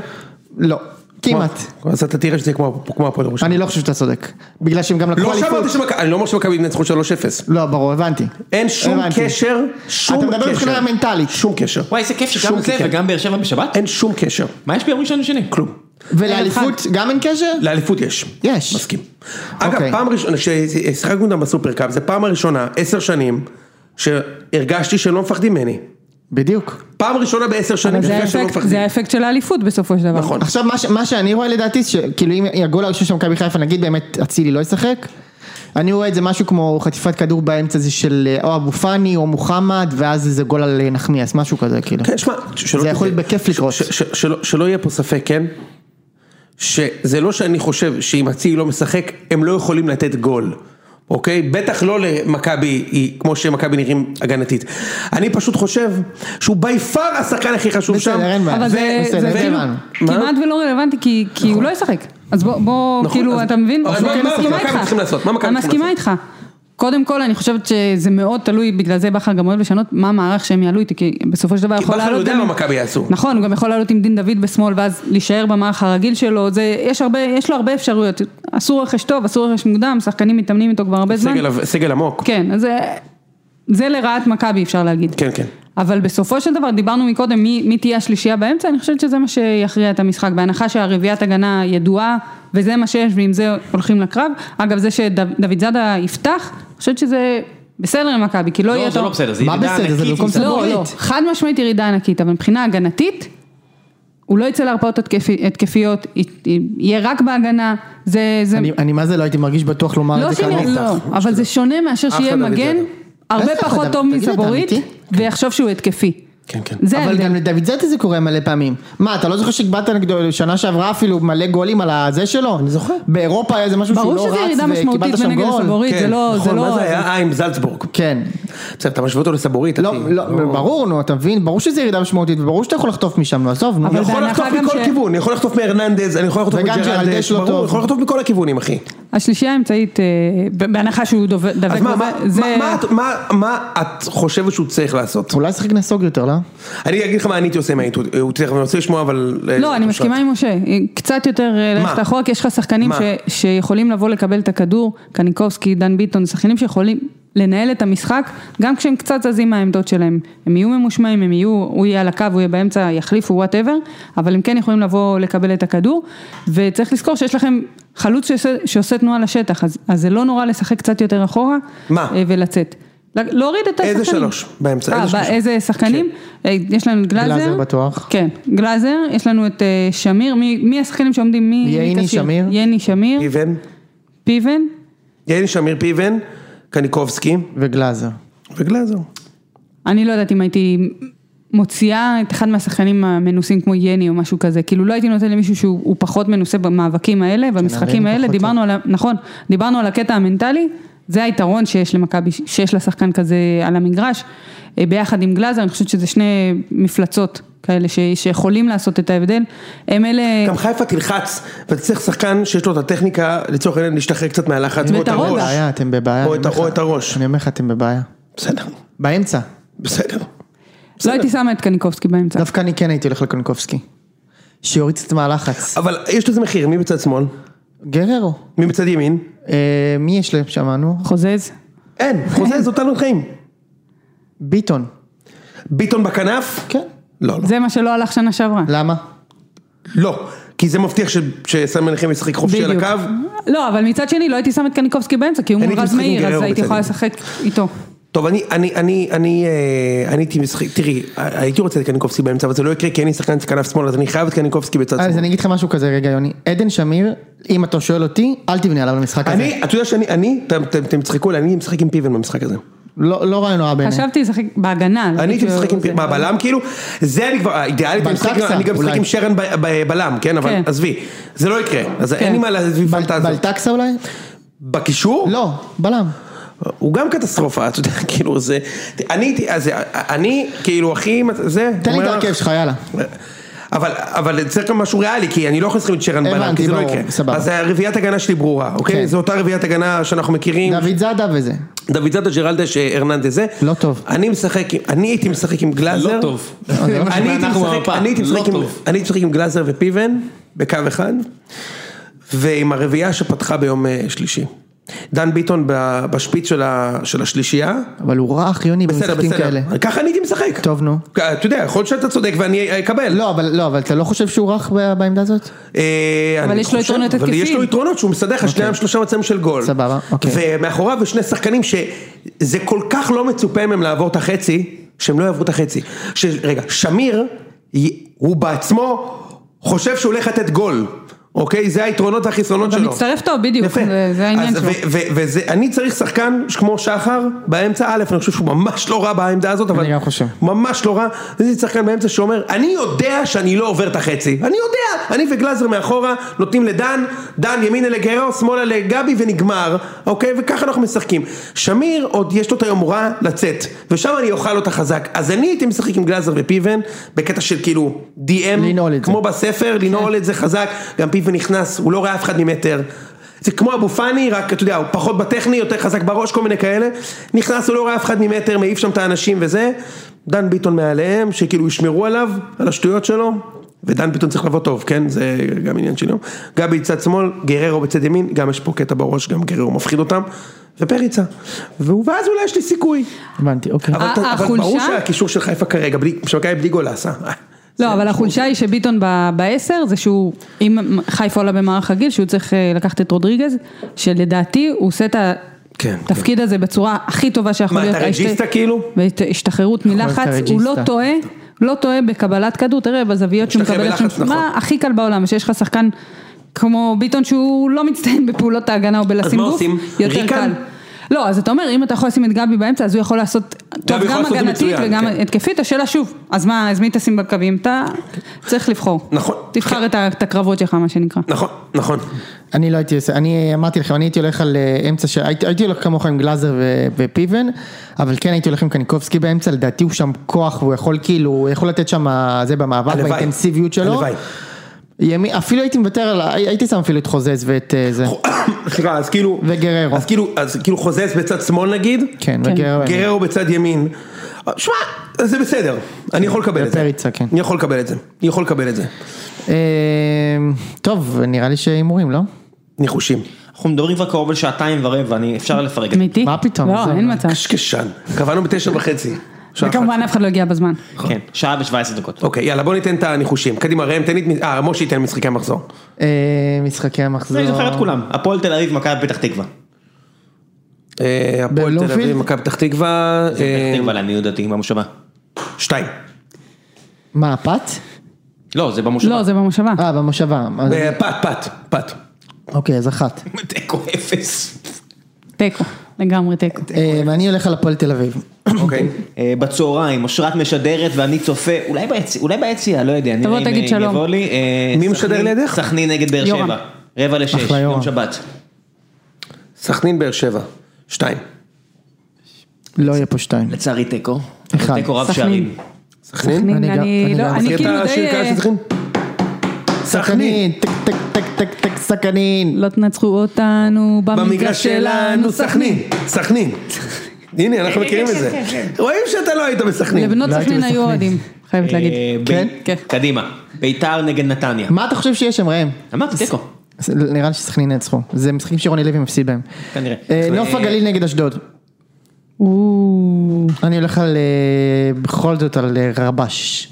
B: לא, כמעט.
C: כמו- אז אתה תראה שזה כמו כמו הפועל ירושלים.
B: אני לא חושב שאתה צודק. בגלל שהם גם לקחו
C: לא
B: אליפות.
C: שאמרתי שמכבי, אני לא אומר שמכבי ינצחו 3-0.
B: לא, ברור, הבנתי.
C: אין שום
B: הבנתי.
C: קשר, שום
B: אתה
C: קשר.
B: מדבר מבחינה מנטלית.
C: שום קשר.
A: וואי, איזה כיף
C: שום
A: שגם זה
C: קשר.
A: וגם באר שבע בשבת?
C: אין שום קשר.
A: מה יש ביום ראשון ושני?
C: כלום.
B: ולאליפות גם אין קשר?
C: לאליפות יש.
B: יש.
C: מסכים. אגב,
B: אוקיי.
C: פעם ראשונה, ששיחקנו אותם בסופרקאפ, זו פעם ראשונה, עשר שנים, שהרגשתי שלא מפחדים ממני.
B: בדיוק.
C: פעם ראשונה בעשר שנים,
D: אבל זה
B: לא
C: הרגשתי שלא
D: האפקט-
C: מפחדים.
D: זה האפקט של האליפות בסופו של דבר.
C: נכון.
B: עכשיו מה, ש, מה שאני רואה לדעתי, שכאילו אם הגול הראשון של מכבי חיפה נגיד באמת אצילי לא ישחק, אני רואה את זה משהו כמו חטיפת כדור באמצע זה של אה, או אבו פאני או מוחמד ואז איזה גול על אה, נחמיאס, משהו כזה כאילו.
C: כן, שמע, ש- שלא
B: זה יכול
C: תטעה.
B: בכיף לקרות.
C: ש- ש- שלא- שלא יהיה פה ספק, כן? שזה לא שאני חושב שאם אצילי לא משחק, הם לא יכולים לתת גול. אוקיי? בטח לא למכבי, היא- כמו שמכבי נראים הגנתית. אני פשוט חושב שהוא בי פאר השחקן הכי חשוב
B: בסדר,
C: שם.
B: אין בעיה.
D: אבל זה
B: בסדר,
D: זה
B: זה
D: כאילו
B: הבנו.
D: כמעט ולא רלוונטי כי כי הוא לא ישחק. אז בוא- בוא,
C: נכון,
D: כאילו,
C: אז-
D: אתה מבין?
C: אבל
D: אני
C: מה- מה
D: מסכימה
C: מכבי
D: איתך.
C: צריכים לעשות? מה מכבי
D: אני
C: צריכים
D: מסכימה איתך. קודם כל אני חושבת שזה מאוד תלוי, בגלל זה בכר גם אוהב לשנות מה המערך שהם יעלו איתי, כי בסופו של דבר יכול
C: בכר
D: לעלות...
C: יודע
D: גם-
C: מה מכבי יעשו.
D: נכון, הוא גם יכול לעלות עם דין דוד בשמאל ואז להישאר במערך הרגיל שלו, זה, יש הרבה, יש לו הרבה אפשרויות, עשו רכש טוב, עשו רכש מוקדם, שחקנים מתאמנים איתו כבר הרבה זמן.
C: סגל- סגל עמוק.
D: כן, אז זה, זה לרעת מכבי אפשר להגיד.
C: כן, כן.
D: אבל בסופו של דבר דיברנו מקודם מי, מי תהיה השלישייה באמצע, אני חושבת שזה מה שיכריע את המשחק, בהנחה שהרביעיית הגנה ידועה וזה מה שיש ועם זה הולכים לקרב. אגב זה שדוד זאדה יפתח, אני חושבת שזה בסדר עם מכבי, כי לא, יהיה
A: לא, זה
D: אותו-
A: לא בסדר, זה
B: מה
A: ירידה
B: בסדר? זה
A: ענקית
B: במקום
A: עם
B: סבבה.
A: סבורית.
D: לא, לא,
B: ענקית.
D: חד משמעית ירידה ענקית, אבל מבחינה הגנתית, הוא לא יצא להרפאות התקפי- התקפיות, י- י- יהיה רק בהגנה, זה... זה...
B: אני, אני מה זה לא הייתי מרגיש בטוח לומר
D: לא
B: את זה כמוך.
D: שאני, לא, אבל זה שונה מאשר
C: אף
D: שיהיה
C: אחד לא
D: מגן,
C: ידע.
D: הרבה
B: איזה אחד
D: פחות
B: לא-
D: טוב
B: תגיד, אתה
D: מסבורית,
B: אמיתי?
D: ויחשוב שהוא התקפי.
C: כן, כן.
D: זה
B: אבל
D: ההבדל.
B: גם לדוד זאטה זה קורה מלא פעמים. מה, אתה לא זוכר שהגבלת נגדו שנה שעברה אפילו מלא גולים על הזה שלו? אני זוכר. באירופה היה איזה משהו שהוא
D: ברור
B: לא רץ
D: שזה ירידה משמעותית
B: וקיבלת שם
D: בנגד
B: גול.
D: הסבורית, זה
C: כן,
D: לא, זה
C: נכון, מה
D: לא,
C: זה היה? אה, עם זלצבורג.
B: כן.
C: בסדר, אתה משווה אותו לסבורית.
B: לא,
C: אחי.
B: לא, ברור, נו, אתה מבין? ברור שזה ירידה משמעותית, וברור שאתה יכול לחטוף משם, נו, עזוב, נו.
D: אבל
C: אני יכול
D: בהנחה
C: לחטוף
D: גם
C: מכל
D: ש-
C: כיוון, אני יכול לחטוף מהרננדז, אני יכול לחטוף
B: וגם ג'רלדש
C: מג'רלדש,
B: לא
C: ברור,
B: טוב.
C: אני יכול לחטוף מכל הכיוונים אחי.
D: השלישייה האמצעית, אה, ב- בהנחה שהוא דוב- דבק,
C: אז מה-
D: בזה,
C: מה-
D: זה-
C: מה- מה את- מה- מה את חושבת שהוא צריך לעשות?
B: אולי שחק נסוג יותר, לא?
C: אני אגיד לך מה אני הייתי עושה אם הייתי, הוא צריך, אני רוצה לשמוע אבל... אה,
D: לא, אני מסכימה עם משה, קצת יותר אה,
C: מה?
D: ללכת אחורה, כי יש לך שחקנים
C: מה?
D: ש- שיכולים לבוא לקבל את הכדור, קניקובסקי, דן ביטון, שחקנים שיכולים לנהל את המשחק, גם כשהם קצת זזים מהעמדות שלהם, הם יהיו ממושמעים, הם יהיו, הוא יהיה על הקו, הוא יהיה באמצע, יחליפו וואטאבר, אבל הם כן יכולים לבוא לקבל את הכדור, וצריך לזכור שיש לכם חלוץ שעושה, שעושה תנועה לשטח, אז, אז זה לא נורא לשחק קצת יותר אחורה,
C: מה?
D: אה, ולצאת. לה- להוריד את השחקנים.
C: איזה שלוש? באמצע,
D: אה,
C: איזה
D: בא-
C: שלוש?
D: איזה שחקנים? אה, יש לנו את גלאזר.
B: גלאזר בטוח.
D: כן, גלאזר, יש לנו את אה, שמיר, מי, מי השחקנים שעומדים? מי?
B: ייני,
D: מי כשיר?
B: שמיר.
D: ייני שמיר,
C: פיבן,
D: פיבן,
C: יעל שמיר פיבן, קניקובסקי
B: וגלאזר.
C: וגלאזר.
D: אני לא יודעת אם הייתי מוציאה את אחד מהשחקנים המנוסים כמו יני או משהו כזה, כאילו לא הייתי נותן למישהו שהוא הוא פחות מנוסה במאבקים האלה, במשחקים
B: הוא כן,
D: האלה,
B: פחות לא.
D: דיברנו על, ה- נכון, דיברנו על הקטע המנטלי, זה היתרון שיש למכבי, שיש לשחקן כזה על המגרש, אה, ביחד עם גלאזר, אני חושבת שזה שני מפלצות כאלה ש, שיכולים לעשות את ההבדל, הם אלה...
C: גם חיפה תלחץ, ואתה צריך שחקן שיש לו את הטכניקה, לצורך העניין להשתחרר קצת מהלחץ, או
D: ואת
C: את
D: הרוגע.
C: הראש.
B: בעיה, אתם בבעיה.
C: או
B: אני
C: את-
B: אומר
C: או
B: לך-
C: את הראש.
B: אני אומר לך, אתם בבעיה.
C: בסדר,
B: באמצע.
C: בסדר.
D: לא הייתי שמה את קניקובסקי באמצע.
B: דווקא אני כן הייתי הולך לקניקובסקי. שיוריד קצת מהלחץ.
C: אבל יש לזה מחיר, מי בצד שמאל?
B: גררו.
C: מי בצד ימין?
B: אה, מי יש להם שמענו?
D: חוזז?
C: אין, חוזה זאת תלוי חיים.
B: ביטון.
C: ביטון בכנף?
B: כן.
C: לא, לא.
D: זה מה שלא הלך שנה שעברה.
B: למה?
C: לא, כי זה מבטיח ש- שסמי מנחם ישחק חופשי על
D: בדיוק.
C: הקו.
D: לא, אבל מצד שני לא הייתי שם את קניקובסקי באמצע, כי הוא
C: אני
D: מול
C: הייתי
D: רז
C: משחק עם
D: מאיר, אז
C: גררו
D: הייתי יכולה
C: בצד.
D: לשחק איתו.
C: טוב, אני, אני, אני, אני, אה, אני הייתי משחק, תראי, הייתי רוצה את קניקובסקי באמצע, אבל זה לא יקרה כי אין לי שחקן כנף שמאל, אז אני חייב את קניקובסקי בצד
B: אז
C: שמאל.
B: אני אגיד לך משהו כזה רגע יוני, עדן שמיר, אם אתה שואל אותי, אל תבנה עליו למשחק הזה.
C: אני, אתה יודע שאני, אני, אתם- אתם אתם תצחקו, עליי, אני משחק עם פיבן במשחק הזה.
B: לא לא רעיון נורא בעיניי.
D: חשבתי לשחק בהגנה.
C: אני הייתי
D: כאילו,
C: משחק עם
D: זה-
C: פיבן, מה, בלם כאילו? זה אני כבר, האידיאלית, אני משחק-
B: לא בלטקסה,
C: אני גם משחק
B: אולי.
C: עם שרן ב- ב- בלם, כן, אבל
D: כן.
C: עזבי, זה לא יקרה, אז אין לי מה להביא
B: כן. בל-
C: פנטזיות.
B: בלטקסה אולי?
C: בקישור?
B: לא, בלם.
C: הוא גם קטסטרופה, אתה יודע, כאילו זה, אני, הייתי- אז אני, כאילו, הכי, זה,
B: תן לי את
C: אומר לך-
B: ההרכב שלך, יאללה.
C: אבל, אבל צריך גם משהו ריאלי, כי אני לא יכול לשחק עם צ'רן
B: הבנתי,
C: בלם, כי זה לא
B: ברור,
C: יקרה.
B: סבבה.
C: אז הרביעיית הגנה שלי ברורה, אוקיי?
B: כן.
C: זו אותה רביעיית הגנה שאנחנו מכירים.
B: דוד זאדה וזה.
C: דוד זאדה, ג'רלדש, אה, הרננדז זה.
B: לא טוב.
C: אני משחק, עם- אני הייתי משחק עם גלאזר.
A: לא טוב.
B: זה מה
C: אני הייתי
A: אנחנו
C: משחק-
A: במפה,
C: אני הייתי
A: לא
C: משחק עם-
A: טוב.
C: אני הייתי משחק עם גלאזר ופיבן, בקו אחד, ועם הרביעייה שפתחה ביום אה, שלישי. דן ביטון ב- בשפיץ של ה- של השלישייה.
B: אבל הוא רע אחי יוני
C: בסדר,
B: במשחקים
C: בסדר.
B: כאלה.
C: ככה אני הייתי משחק.
B: טוב, נו.
C: אתה יודע, יכול להיות שאתה צודק ואני אקבל.
B: לא, אבל לא, אבל אתה לא חושב שהוא רך ב- בעמדה הזאת?
C: אה,
D: אבל
C: אני
D: יש לו
C: חושב,
D: יתרונות
C: אבל
D: התקפיים. אוקיי.
C: יש לו יתרונות שהוא מסדר לך שניים שלושה מצבים של גול.
B: סבבה, אוקיי.
C: ומאחוריו יש שני שחקנים שזה כל כך לא מצופה מהם לעבור את החצי, שהם לא יעברו את החצי. ש... רגע, שמיר, י- הוא בעצמו חושב שהוא הולך לתת גול. אוקיי? זה היתרונות והחסרונות
D: גם
C: שלו.
D: מצטרף טוב, בדיוק, זה- זה העניין
C: אז
D: שלו.
C: ו- ו- וזה, אני צריך שחקן כמו שחר באמצע, א', אני חושב שהוא ממש לא רע בעמדה הזאת, אבל...
B: גם חושב.
C: ממש לא רע, זה שחקן באמצע שאומר, אני יודע שאני לא עובר את החצי, אני יודע, אני וגלאזר מאחורה, נותנים לדן, דן ימינה לגרו, שמאלה לגבי ונגמר, אוקיי? וככה אנחנו משחקים. שמיר עוד יש לו את היומרה לצאת, ושם אני אוכל אותה חזק. אז אני הייתי משחק עם גלאזר ופיבן, בקטע של כאילו DM,
B: לנעול את זה.
C: כמו בספר, לנעול את זה חזק, גם פיבן נכנס, הוא לא ראה אף אחד ממטר. זה כמו אבו פאני, רק אתה יודע, הוא פחות בטכני, יותר חזק בראש, כל מיני כאלה. נכנס, הוא לא רואה אף אחד ממטר, מעיף שם את האנשים וזה. דן ביטון מעליהם, שכאילו ישמרו עליו, על השטויות שלו. ודן ביטון צריך לבוא טוב, כן? זה גם עניין שלו. גבי צד שמאל, גררו בצד ימין, גם יש פה קטע בראש, גם גררו מפחיד אותם. ופריצה. והוא- ואז אולי יש לי סיכוי.
B: הבנתי, אוקיי.
C: אבל,
D: ה-
C: אתה- אבל ברור
D: החולשה?
C: שהקישור של חיפה כרגע, בלי- שמכבי בלי גול עשה.
D: לא, אבל החולשה היא שביטון ב- בעשר, זה שהוא, אם חיפה עולה במערך הגיל, שהוא צריך אה, לקחת את רודריגז, שלדעתי הוא עושה את
C: כן,
D: התפקיד הזה בצורה הכי טובה שיכול
C: מה,
D: להיות.
C: אתה רג'יסטה כאילו?
D: בהשתחררות מלחץ,
B: להיות
D: הוא לא
B: הרג'יסטה.
D: טועה, לא טועה בקבלת כדור, תראה בזוויות שהוא
C: משתחרר
D: מקבל,
C: בלחץ,
D: שם-
C: נכון.
D: מה הכי קל בעולם, שיש לך שחקן כמו ביטון שהוא לא מצטיין בפעולות ההגנה או בלשים
C: מה
D: גוף,
C: עושים?
D: יותר
C: ריקן?
D: קל. לא, אז אתה אומר, אם אתה יכול לשים את גבי באמצע, אז הוא יכול לעשות טוב
C: יכול
D: גם
C: לעשות את זה
D: הגנתית
C: מצוין,
D: וגם
C: כן.
D: התקפית, השאלה שוב, אז מה, אז מי תשים בקווים? אתה צריך לבחור.
C: נכון.
D: תבחר את ה- את הקרבות שלך, מה שנקרא.
C: נכון, נכון.
B: אני לא הייתי עושה, אני אמרתי לכם, אני הייתי הולך על אה, אמצע של, הייתי, הייתי הולך כמוך עם גלאזר ו, ופיבן, אבל כן הייתי הולך עם קניקובסקי באמצע, לדעתי הוא שם כוח, הוא יכול כאילו, הוא יכול לתת שם אה, זה במאבק,
C: הלוואי.
B: באינטנסיביות שלו.
C: הלוואי.
B: ימי, אפילו הייתי מוותר על, ה- הייתי שם אפילו את חוזז ואת אה, זה,
C: סליחה, אז כאילו...
B: וגררו.
C: אז כאילו, אז כאילו חוזז בצד שמאל נגיד,
B: כן,
D: כן.
B: וגררו.
C: גררו בצד ימין. שמע, זה בסדר, אני יכול לקבל את זה.
B: ופריצה, כן.
C: אני יכול לקבל את זה. אני יכול לקבל את זה.
B: אה, טוב, נראה לי שהימורים, לא?
C: ניחושים.
A: אנחנו מדברים כבר קרוב לשעתיים ורבע, אני אפשר לפרק את זה.
D: אמיתי?
B: מה פתאום?
D: לא,
B: זה-
D: אין מצב.
C: קשקשן. קבענו בתשע וחצי. שעה אחת.
D: וכמובן אף אחד לא הגיע בזמן.
A: כן, שעה ושבע עשרה דקות.
C: אוקיי, יאללה בוא ניתן את הניחושים. קדימה ראם, תן לי... את מ- אה, משה ייתן משחקי המחזור.
B: אה, משחקי המחזור.
A: אני זוכר את כולם, הפועל תל אביב, מכבי פתח תקווה.
C: אה, הפועל תל
B: בלומפילד?
C: אביב, מכבי פתח תקווה.
A: זה פתח
C: אה,
A: תקווה לעניות דעתי במושבה.
C: שתיים.
B: מה, הפת?
A: לא, זה במושבה.
D: לא, זה במושבה.
B: אה, במושבה. אז-
C: אה, פת, פת, פת.
B: אוקיי, אז אחת.
A: תיקו אפס.
D: תיקו. לגמרי תיקו.
B: אה, ואני הולך על הפועל תל אביב.
C: אוקיי.
A: אה, בצהריים, אושרת משדרת ואני צופה, אולי ביציע, אולי ביציע, לא יודע, נראה
D: תבוא,
A: אם
D: תגיד
A: אה,
D: שלום.
A: יבוא לי. אה,
C: מי
A: סכנין-
C: משדר לידך?
A: סכנין נגד באר
D: יורם.
A: שבע. רבע לשש,
B: אחלה,
A: יום
B: יורם.
A: שבת.
C: סכנין באר שבע, שתיים.
B: לא יהיה פה שתיים.
A: לצערי תיקו.
B: אחד.
A: תיקו רב
D: סכנין.
A: שערים.
C: סכנין?
B: אני
D: אני,
B: גם- אני
D: לא,
B: גם.
D: אני
C: מכיר
D: כאילו
C: את השיר קהל
D: די...
C: של
D: אה,
C: סכנין? סכנין.
B: טק טק טק טק טק סכנין.
D: לא תנצחו אותנו
C: במגרש שלנו, סכנין. סכנין. הנה, אנחנו מכירים את זה. רואים שאתה לא היית בסכנין.
D: כן, לבנות
B: לא הייתי
D: סכנין היו
B: בסכנין.
D: אוהדים, חייבת להגיד.
A: אה, ב-
B: כן?
D: כן.
A: קדימה. ביתר נגד נתניה.
B: מה אתה חושב שיש שם ראם?
A: אמרתי תיקו.
B: אז נראה לי שסכנין ינצחו. זה משחקים שרוני לוי מפסיד בהם.
A: כנראה.
B: אה, נוף הגליל נגד אשדוד.
D: או,
B: אני הולך על אה, בכל זאת על אה, רבש.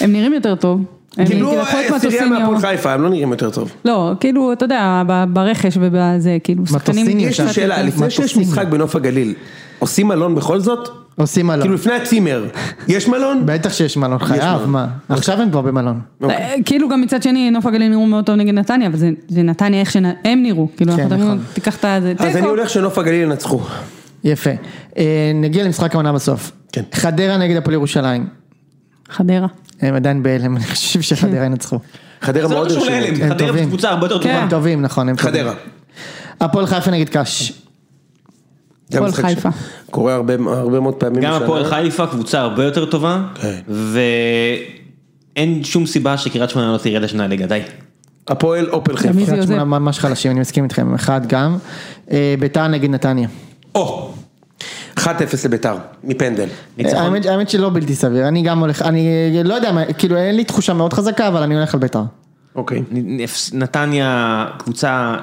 D: הם נראים יותר טוב. הם
C: כאילו,
D: כאילו, לקחו את
C: סירייה
D: מטוסיניו.
C: מהפועל חיפה, הם לא נעים יותר טוב.
D: לא, כאילו, אתה יודע, ב- ברכש ובזה, כאילו, שחקנים...
B: מטוסיניו
C: יש לי
B: קצת
C: שאלה,
B: יותר
C: לפני שיש
B: מטוסים.
C: משחק בנוף הגליל, עושים מלון בכל זאת?
D: לא.
B: עושים מלון.
C: כאילו לפני הצימר, יש מלון?
B: בטח שיש מלון, חייב,
C: מלון.
B: מה? עכשיו הם כבר במלון.
D: אה, כאילו גם מצד שני, נוף הגליל נראו מאוד טוב נגד נתניה, אבל זה- זה נתניה איך שהם נראו, כאילו,
B: כן,
D: אנחנו תמיד,
B: נכון.
D: תיקח את ה... זה-
C: אז אני
D: תיקו.
C: הולך שנוף הגליל ינצחו.
B: יפה. אה, נגיע למשחק העונה בסוף.
C: כן.
B: חדרה נגד הפועל ירושלים.
D: חדרה.
B: הם עדיין בהלם, אני חושב שחדרה ינצחו.
C: חדרה
A: זה לא
C: מאוד כן,
A: קשור
C: הרשימה.
A: להלם,
B: הם
A: חדרה
B: טובים.
A: קבוצה הרבה יותר טובה.
B: הם טובים, נכון, הם טובים.
C: חדרה.
B: הפועל חיפה נגד קאש.
C: זה
D: הפועל
C: המשחק
D: חיפה.
C: שקורה הרבה הרבה מאוד פעמים
A: גם
C: בשנה.
A: הפועל חיפה קבוצה הרבה יותר טובה,
C: כן.
A: ואין שום סיבה שקריית שמונה לא תרד השנה ליגה, די.
C: הפועל אופל
D: גם
C: חיפה.
D: מי זה
B: קריית
D: יוזם?
B: שמונה ממש חלשים, אני מסכים איתכם, אחד גם. אה, ביתר נגד נתניה.
C: או! 1-0 לביתר, מפנדל.
A: ניצחון.
B: אה, האמת- האמת שלא בלתי סביר, אני גם הולך, אני אה, לא יודע, מה, כאילו אין לי תחושה מאוד חזקה, אבל אני הולך על ביתר.
C: אוקיי.
A: נתניה קבוצה,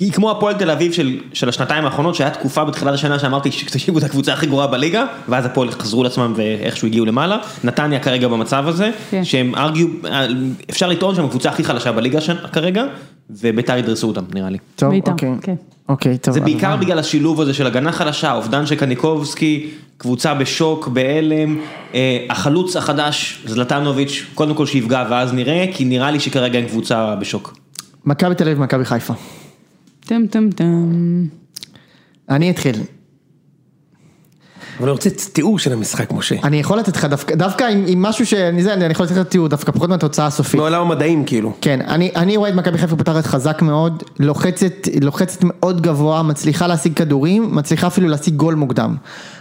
A: היא כמו הפועל תל אביב של, של השנתיים האחרונות, שהיה תקופה בתחילת השנה שאמרתי שתקשיבו, זו הקבוצה הכי גרועה בליגה, ואז הפועל חזרו לעצמם ואיכשהו הגיעו למעלה. נתניה כרגע במצב הזה,
D: כן.
A: שהם ארגיו, אה, אפשר לטעון שהם הקבוצה הכי חלשה בליגה ש- כרגע, וביתר ידרסו אותם נראה לי.
B: טוב,
D: ביתר,
B: אוקיי.
D: כן.
B: אוקיי, טוב.
A: זה
B: אז
A: בעיקר
B: מה?
A: בגלל השילוב הזה של הגנה חלשה, אובדן של קניקובסקי, קבוצה בשוק, בהלם, אה, החלוץ החדש, זלטנוביץ', קודם כל שיפגע ואז נראה, כי נראה לי שכרגע הם קבוצה בשוק.
B: מכבי תל אביב, מכבי חיפה.
D: טם טם טם.
B: אני אתחיל.
C: אבל אני רוצה תיאור של המשחק, משה.
B: אני יכול לתת לך דווקא, דווקא עם, עם משהו שאני זה, אני אני יכול לתת לך תיאור, דווקא פחות מהתוצאה הסופית.
C: מעולם המדעים כאילו.
B: כן, אני, אני רואה את מכבי חיפה פותחת חזק מאוד, לוחצת, לוחצת מאוד גבוה, מצליחה להשיג כדורים, מצליחה אפילו להשיג גול מוקדם.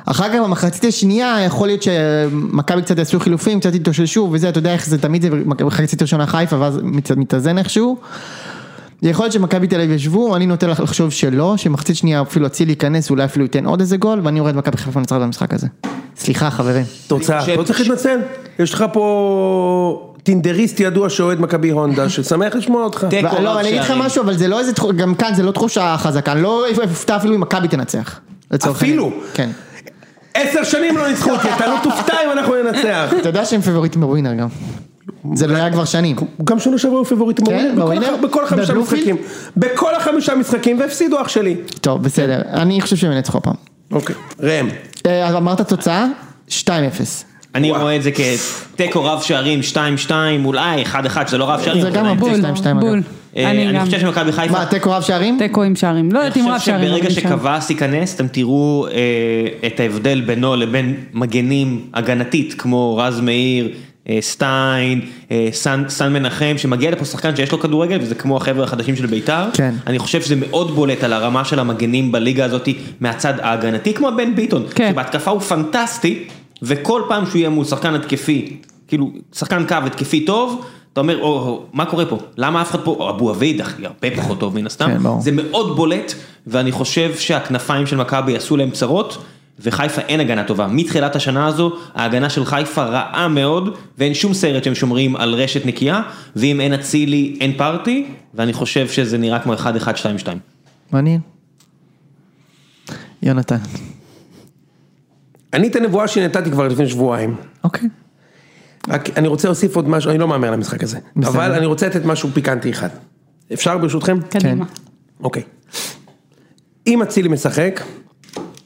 B: אחר כך במחצית השנייה יכול להיות שמכבי קצת יעשו חילופים, קצת יתאוששו וזה, אתה יודע איך זה תמיד זה, מחצית ראשונה חיפה ואז מת- מתאזן איכשהו. יכול להיות שמכבי תל אביב ישבו, אני נוטה לחשוב שלא, שמחצית שנייה אפילו אצילי ייכנס, אולי אפילו ייתן עוד איזה גול, ואני רואה את מכבי חיפה נצחת במשחק הזה. סליחה חברים.
C: תוצאה,
A: ש-
C: לא צריך להתנצל? יש לך פה טינדריסט ידוע שאוהד מכבי הונדה, ששמח לשמוע אותך.
A: תיקו.
B: ו-
A: רב
B: לא, אני אגיד לך
A: שערים.
B: משהו, אבל זה לא איזה, תחו- גם כאן זה לא תחושה חזקה, אני לא אופתע אפילו אם מכבי תנצח. לצורך
C: אפילו?
B: העניין. כן.
C: עשר שנים לא ניצחו אותי, אתה לא תופתע אם אנחנו ננצח.
B: אתה יודע שהם פבוריטים בווינר גם. זה לא היה כבר שנים.
C: גם שנה שעברה היו פבוריטים
B: כן,
C: בווינר, בכל
B: בווינר?
C: הח- בכל החמישה
B: בבלומפילד?
C: משחקים. בכל החמישה משחקים, והפסידו אח שלי.
B: טוב, בסדר,
C: כן.
B: אני חושב שהם ינצחו הפעם.
C: אוקיי. ראם.
B: אה, אמרת תוצאה? 2-0.
A: אני
C: וואו.
A: רואה את זה כתיקו רב שערים 2-2, אולי 1-1, זה לא רב שערים.
B: זה גם
A: אולי.
B: הבול.
D: בול,
B: שתיים, שתיים,
D: בול.
B: אגב.
A: אה,
D: אני
A: אני
D: גם.
A: חושב שמכבי חיפה,
B: מה, תיקו רב שערים?
D: תיקו עם שערים. לא יודעת אם
A: אני
D: רב
A: חושב
D: שערים.
A: שברגע
D: אבל עם שערים.
A: שקבס ייכנס, אתם תראו אה, את ההבדל בינו לבין מגנים הגנתית, כמו רז מאיר, אה, סטיין, אה, סן, סן מנחם, שמגיע לפה שחקן שיש לו כדורגל, וזה כמו החבר'ה החדשים של בית"ר.
B: כן.
A: אני חושב שזה מאוד בולט על הרמה של המגנים בליגה הזאת מהצד ההגנתי, כמו בן ביטון,
D: כן.
A: שבהתקפה הוא פנטסטי, וכל פעם שהוא יהיה מול שחקן התקפי, כאילו, שחקן קו התקפי טוב, אתה אומר, או, או, מה קורה פה? למה אף אחד פה, או אבו עביד, אחי, הרבה פחות טוב מן הסתם.
B: כן, ברור.
A: זה מאוד בולט, ואני חושב שהכנפיים של מכבי עשו להם צרות, וחיפה אין הגנה טובה. מתחילת השנה הזו, ההגנה של חיפה רעה מאוד, ואין שום סרט שהם שומרים על רשת נקייה, ואם אין אצילי, אין פארטי, ואני חושב שזה נראה כמו 1-1-2-2.
B: מעניין. יונתן.
C: אני את הנבואה שנתתי כבר לפני שבועיים.
B: אוקיי.
C: רק אני רוצה להוסיף עוד משהו, אני לא מהמר על המשחק הזה.
B: בסדר.
C: אבל אני רוצה לתת משהו פיקנטי אחד. אפשר ברשותכם?
B: כן.
D: קדימה.
C: אוקיי. אם אצילי משחק,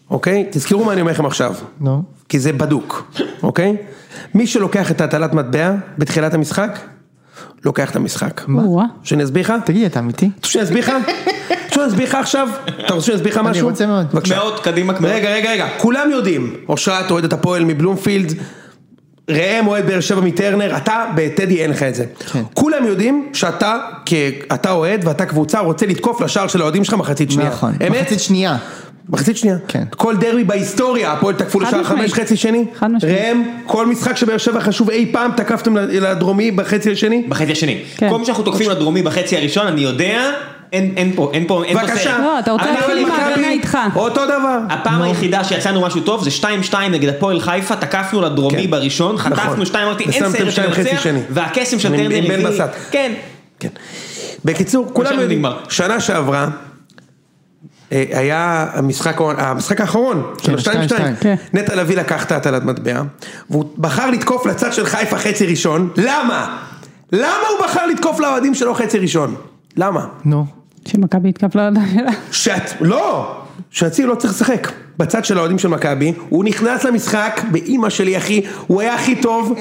C: אוקיי? תזכרו מה אני אומר לכם עכשיו.
B: נו.
C: כי זה בדוק, אוקיי? מי שלוקח את הטלת מטבע בתחילת המשחק, לוקח את המשחק.
D: מה?
C: שאני אסביר לך?
B: תגיד, אתה אמיתי?
C: אתה רוצה שאני אסביר לך? אתה רוצה רוצה שאני אסביר לך עכשיו? אתה רוצה שאני אסביר לך משהו?
B: רוצה מאוד.
C: בבקשה.
A: מאוד, קדימה, קדימה.
C: רגע, רגע, רגע, כולם יודעים. אושרת אוהד את הפועל מבלומפילד, ראם אוהד באר שבע מטרנר, אתה בטדי אין לך את זה.
B: כן.
C: כולם יודעים שאתה, כ- אתה אוהד ואתה קבוצה, רוצה לתקוף לשער של האוהדים שלך מחצית שנייה.
B: נכון.
C: אמת?
B: מחצית שנייה.
C: מחצית שנייה.
B: כן.
C: כל דרבי בהיסטוריה, הפועל תקפו
D: חד
C: לשער
D: משמעית.
C: חמש חצי שני.
D: חד משמעית.
C: ראם, כל משחק שבאר שבע חשוב אי פעם, תקפתם לדרומי בחצי השני.
A: בחצי השני.
D: כן.
A: כל מה שאנחנו תוקפים לדרומי בחצי הראשון, אני יודע, אין אין פה, אין פה, אין פה
C: בבקשה.
A: סרט.
D: לא, אתה רוצה
A: אני
D: להתחיל עם
A: מכבי,
D: ההגנה איתך.
C: אותו דבר.
A: הפעם היחידה שיצאנו משהו טוב זה 2-2 נגד הפועל חיפה, תקפנו לדרומי
C: כן.
A: בראשון,
C: נכון.
A: חטפנו 2, אמרתי אין
C: ושמתם
A: סרט
C: שתיים חצי
A: שמנצח,
C: שני.
A: והקסם של
C: עם- עם
A: טרנר
C: בן
A: הביא,
C: בסט.
A: כן,
C: כן. בקיצור, כולם
A: ושם
C: יודעים,
A: נגמר.
C: שנה שעברה, אה, היה המשחק, האחרון- המשחק האחרון של ה-2-2,
B: שתיים-שתיים.
D: כן.
C: נטע לביא לקח את הטלת מטבע, והוא בחר לתקוף לצד של חיפה חצי ראשון, למה? למה הוא בחר לתקוף לאוהדים שלו חצי ראשון? למה?
B: נו.
D: שמכבי לא- התקפלה לדעת שלה.
C: שאת... לא! שהציל לא צריך לשחק. בצד של האוהדים של מכבי, הוא נכנס למשחק, באימא שלי אחי, הוא היה הכי טוב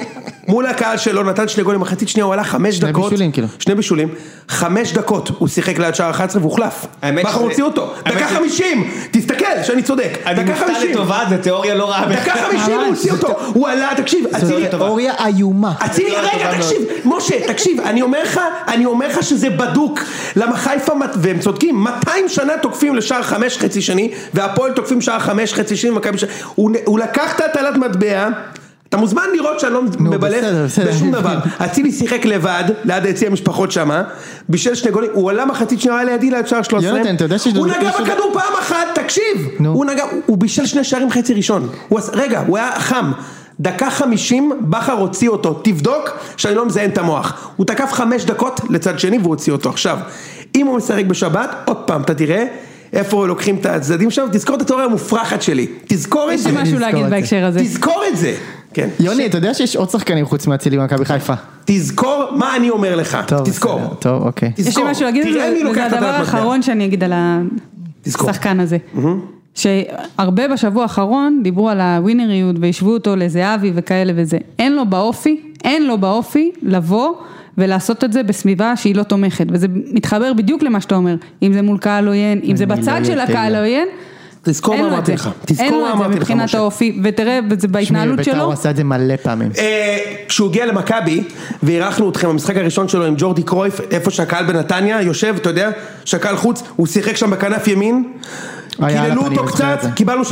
C: מול הקהל שלו, נתן שני גולים, מחצית שנייה הוא עלה חמש
B: שני
C: דקות.
B: בישולים, כאילו.
C: שני בישולים. חמש דקות הוא שיחק ליד שער 11 והוחלף.
A: האמת
C: בכר
A: שזה-
C: הוציא אותו.
A: האמת
C: דקה
A: ש-
C: חמישים! תסתכל, שאני צודק.
A: אני
C: דקה
A: מופתע
C: חמישים!
A: לטובה, זו תיאוריה לא רעה.
C: דקה חמישים
B: אה,
C: הוא הוציא אותו. הוא עלה, תקשיב, אצילי...
B: תיאוריה איומה.
C: אצילי,
A: זה לא
C: רגע,
A: טובה
C: תקשיב, משה, תקשיב, אני אומר לך, אני אומר לך שזה בדוק. למה חיפה, מת- והם צודקים, 200 שנה תוקפים לשער חמש חצי שני, והפועל תוקפים שער חמש חצי שני, מכבי שני. הוא נ- הוא לקח את הטלת מטבע. אתה מוזמן לראות שאני לא מבלף
B: בסדר, בסדר.
C: בשום דבר. אצילי שיחק לבד, ליד היציע המשפחות שמה, בישל שני גולים, הוא עלה מחצית שנייה, היה לידי ליד שער 13.
B: יונתן, אתה יודע שיש-
C: הוא נגע
B: יש-
C: בכדור פעם אחת, תקשיב!
B: נו.
C: הוא נגע, הוא בישל שני שערים חצי ראשון. הוא עש... רגע, הוא היה חם. דקה חמישים, בכר הוציא אותו. תבדוק שאני לא מזיין את המוח. הוא תקף חמש דקות לצד שני והוא הוציא אותו. עכשיו, אם הוא משחק בשבת, עוד פעם, אתה תראה איפה לוקחים את הצדדים שם, תזכור את התיאוריה המופרכת שלי. תזכור את
D: יש
C: זה.
D: לי משהו
B: נזכור
D: להגיד
B: את זה.
D: בהקשר הזה.
C: תזכור את זה. כן.
B: יוני, אתה יודע שיש עוד שחקנים חוץ מאצילי במכבי חיפה.
C: תזכור מה אני אומר לך.
B: טוב,
C: תזכור.
B: בסדר, טוב, אוקיי.
C: תזכור.
D: יש לי משהו להגיד,
C: תראה
D: וזה-
C: מי לוקח
D: וזה
C: את
D: הדבר
C: הטבעת מטבע.
D: האחרון שאני אגיד על
C: תזכור.
D: השחקן הזה. שהרבה בשבוע האחרון דיברו על הווינריות והשוו אותו לזהבי וכאלה וזה. אין לו באופי, אין לו באופי לבוא ולעשות את זה בסביבה שהיא לא תומכת. וזה מתחבר בדיוק למה שאתה אומר, אם זה מול קהל עוין, אם זה
B: אני לא
D: בצד של
B: יודע.
D: הקהל העוין.
C: תזכור
D: אין
C: מה
D: לו את
C: אמרתי
D: זה.
C: לך. תזכור
D: אין לו
C: מה
D: את זה
C: אמרתי לך,
D: מבחינת
C: משה.
D: האופי, ותראה, וזה בהתנהלות
B: תשמעי, בית"ר
D: שלו.
B: הוא עשה את זה מלא פעמים.
C: אה, כשהוא הגיע למכבי, ואירחנו אתכם במשחק הראשון שלו עם ג'ורדי קרויף, איפה שהקהל בנתניה יושב, אתה יודע, שהקהל חוץ, הוא שיחק שם בכנף ימין,
B: היה על
C: קיללו
B: הפנים,
C: אותו
B: אני זוכר
C: קצת,
B: את זה.
C: קיבלנו 3-0.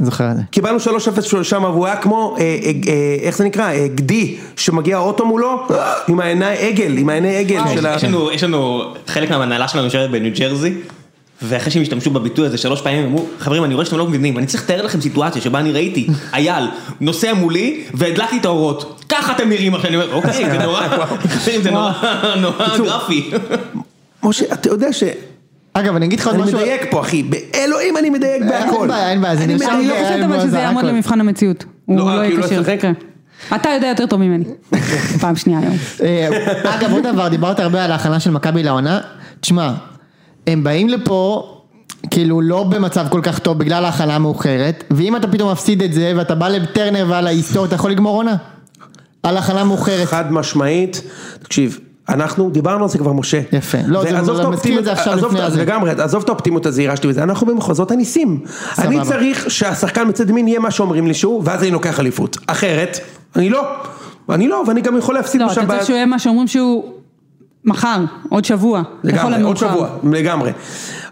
B: זוכר את זה.
C: קיבלנו 3-0 שם, והוא היה כמו, אה, אה, אה, איך זה נקרא, אה, גדי, שמגיע האוטו מולו, עם העיני עגל, עם העיני עגל
B: אה,
C: של ה...
A: כן, יש
B: כן.
A: לנו, יש לנו, חלק מהמנהלה שלנו יושבת בניו ג'רזי, ואחרי שהם השתמשו בביטוי הזה שלוש פעמים, הם אמרו, חברים, אני רואה שאתם לא מבינים, אני צריך לתאר לכם סיטואציה שבה אני ראיתי אייל נוסע מולי, והדלקתי את האורות. ככה אתם נראים עכשיו, אני אומר, אוקיי, זה נורא, חברים, זה נורא, נורא גרפי.
C: משה, אתה יודע ש...
B: אגב, אני אגיד לך עוד
C: אני
B: משהו.
C: מדייק פה, אחי, באלוהים אני מדייק
B: אין
C: בהכל.
B: בעיה, אין בעיה, זה
C: אני
B: נרשם
D: אני לא
B: אה,
D: חושבת אבל
B: אה,
D: שזה
B: אה,
D: יעמוד
B: הכל.
D: למבחן המציאות. הוא
C: לא,
D: לא
C: אה, כי הוא לא
D: יהיה כשיר.
C: ישחק?
D: כן. אתה יודע יותר טוב ממני. פעם שנייה היום.
B: אה, אגב, עוד דבר, דיברת הרבה על ההכנה של מכבי לעונה. תשמע, הם באים לפה... כאילו לא במצב כל כך טוב בגלל ההכנה המאוחרת, ואם אתה פתאום מפסיד את זה ואתה בא לטרנר ועל ההיסטוריה, אתה יכול לגמור עונה. על הכנה מאוחרת.
C: חד משמעית, תקשיב, אנחנו דיברנו על זה כבר משה.
B: יפה. לא, זה-
C: ועזוב
B: אבל מזכיר את זה עכשיו
C: עזוב
B: לפני
C: את-
B: הזה.
C: לגמרי, עזוב את האופטימיות הזהירה שלי וזה, אנחנו במחוזות הניסים. אני צריך שהשחקן מצד ימין יהיה מה שאומרים לי שהוא, ואז אני לוקח אליפות. אחרת, אני לא. אני לא, ואני גם יכול להפסיד
D: לא, אתה
C: בשבת.
D: צריך שהוא יהיה מה שאומרים שהוא מחר, עוד שבוע. לכל
C: לגמרי, עוד
D: המאוחר.
C: שבוע, לגמרי.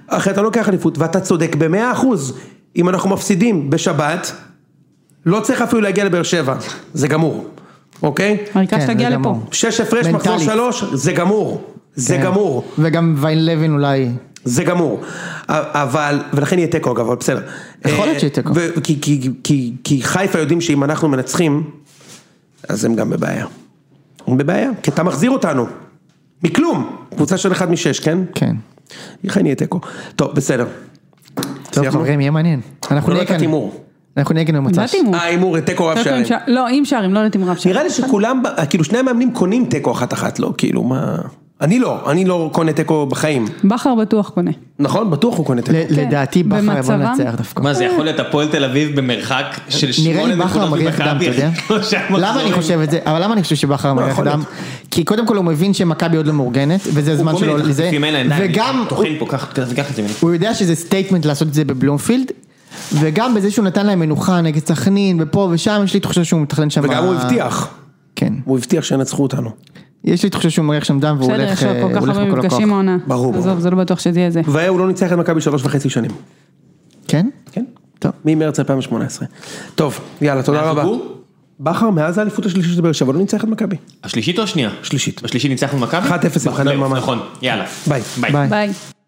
C: אחרת אתה לוקח אליפות, ואתה צודק במאה אחוז. אם אנחנו מפסידים בשבת, לא צריך אפילו להגיע לבאר שבע, זה גמור, אוקיי?
D: העיקר
B: כן,
D: שתגיע
B: זה
D: לפה.
B: גמור.
C: שש הפרש מחזור
B: מנטלית.
C: שלוש, זה גמור. זה
B: כן.
C: גמור.
B: וגם ויין לוין אולי.
C: זה גמור, אבל, ולכן יהיה תיקו אגב, אבל בסדר. אה,
B: יכול להיות שיהיה תיקו.
C: ו- כי- כי- כי- כי חיפה יודעים שאם אנחנו מנצחים, אז הם גם בבעיה. הם בבעיה, כי אתה מחזיר אותנו. מכלום. קבוצה של אחד משש, כן?
B: כן.
C: לכן יהיה תיקו. טוב, בסדר.
B: טוב
C: סיימנו?
B: חברים, יהיה מעניין. אנחנו
C: לא
B: נהיה
C: נתת
B: כאן.
C: הימור.
B: אנחנו נהיה כאן
D: מה
B: במוצ"ש.
D: תימור?
C: אה, הימור, תיקו רב שערים.
D: לא, עם שערים, לא יודעת אם רב שערים.
C: נראה לי שכולם, ב- כאילו שני המאמנים קונים תיקו אחת אחת, לא? כאילו, מה... אני לא, אני לא קונה תיקו בחיים.
D: בכר בטוח קונה.
C: נכון? בטוח הוא קונה תיקו.
B: ל- לדעתי בכר יבוא
D: במצבם?
B: לנצח דווקא.
A: מה זה יכול להיות הפועל תל אביב במרחק של
B: נראה
A: שמונה
B: לי בכר
A: נקודות
B: מריח דם, אתה
A: ממכבי לא,
B: יודע?
A: אחרי שלושה
B: למה אני
A: מחזורים?
B: חושב את זה? אבל למה אני חושב שבכר מריח
C: יכול
B: דם?
C: להיות.
B: כי קודם כל הוא מבין שמכבי עוד לא מאורגנת, וזה הזמן
A: הוא כל
B: שלו
A: מיני
B: לזה,
A: תחטיפים אין להם, די,
B: וגם הוא-
A: טוחן פה, קח תיקח את זה ממנו.
B: הוא יודע שזה סטייטמנט לעשות את זה בבלומפילד, וגם בזה שהוא נתן להם מנוחה נגד סכנין, ופה ושם, יש לי תחושה שהוא מתכנן שם...
C: וגם הוא הבטיח.
B: כן.
C: הוא הבטיח שינצחו אותנו.
B: יש לי תחושה שהוא מריח שם דם והוא
D: בסדר,
B: הולך
D: יש לו
B: אה,
D: כל
B: הוא
D: כך
B: הולך
D: הרבה
B: בכל הכוח.
D: מפגשים העונה.
C: ברור,
D: עזוב,
C: ברור.
D: זה לא בטוח שזה יהיה זה.
C: והוא לא ניצח את מכבי שלוש וחצי שנים.
B: כן?
C: כן.
B: טוב.
C: ממרץ 2018. טוב, יאללה, תודה
A: מאז
C: רבה.
A: הוא?
C: בכר מאז האליפות השלישית של באר שבע לא ניצח את מכבי.
A: השלישית או השנייה?
C: שלישית.
A: בשלישית ניצחנו מכבי?
C: 1-0 עם חנן
A: בפלייאוף,
C: ממן.
A: נכון, יאללה.
C: ביי.
B: ביי.
D: ביי.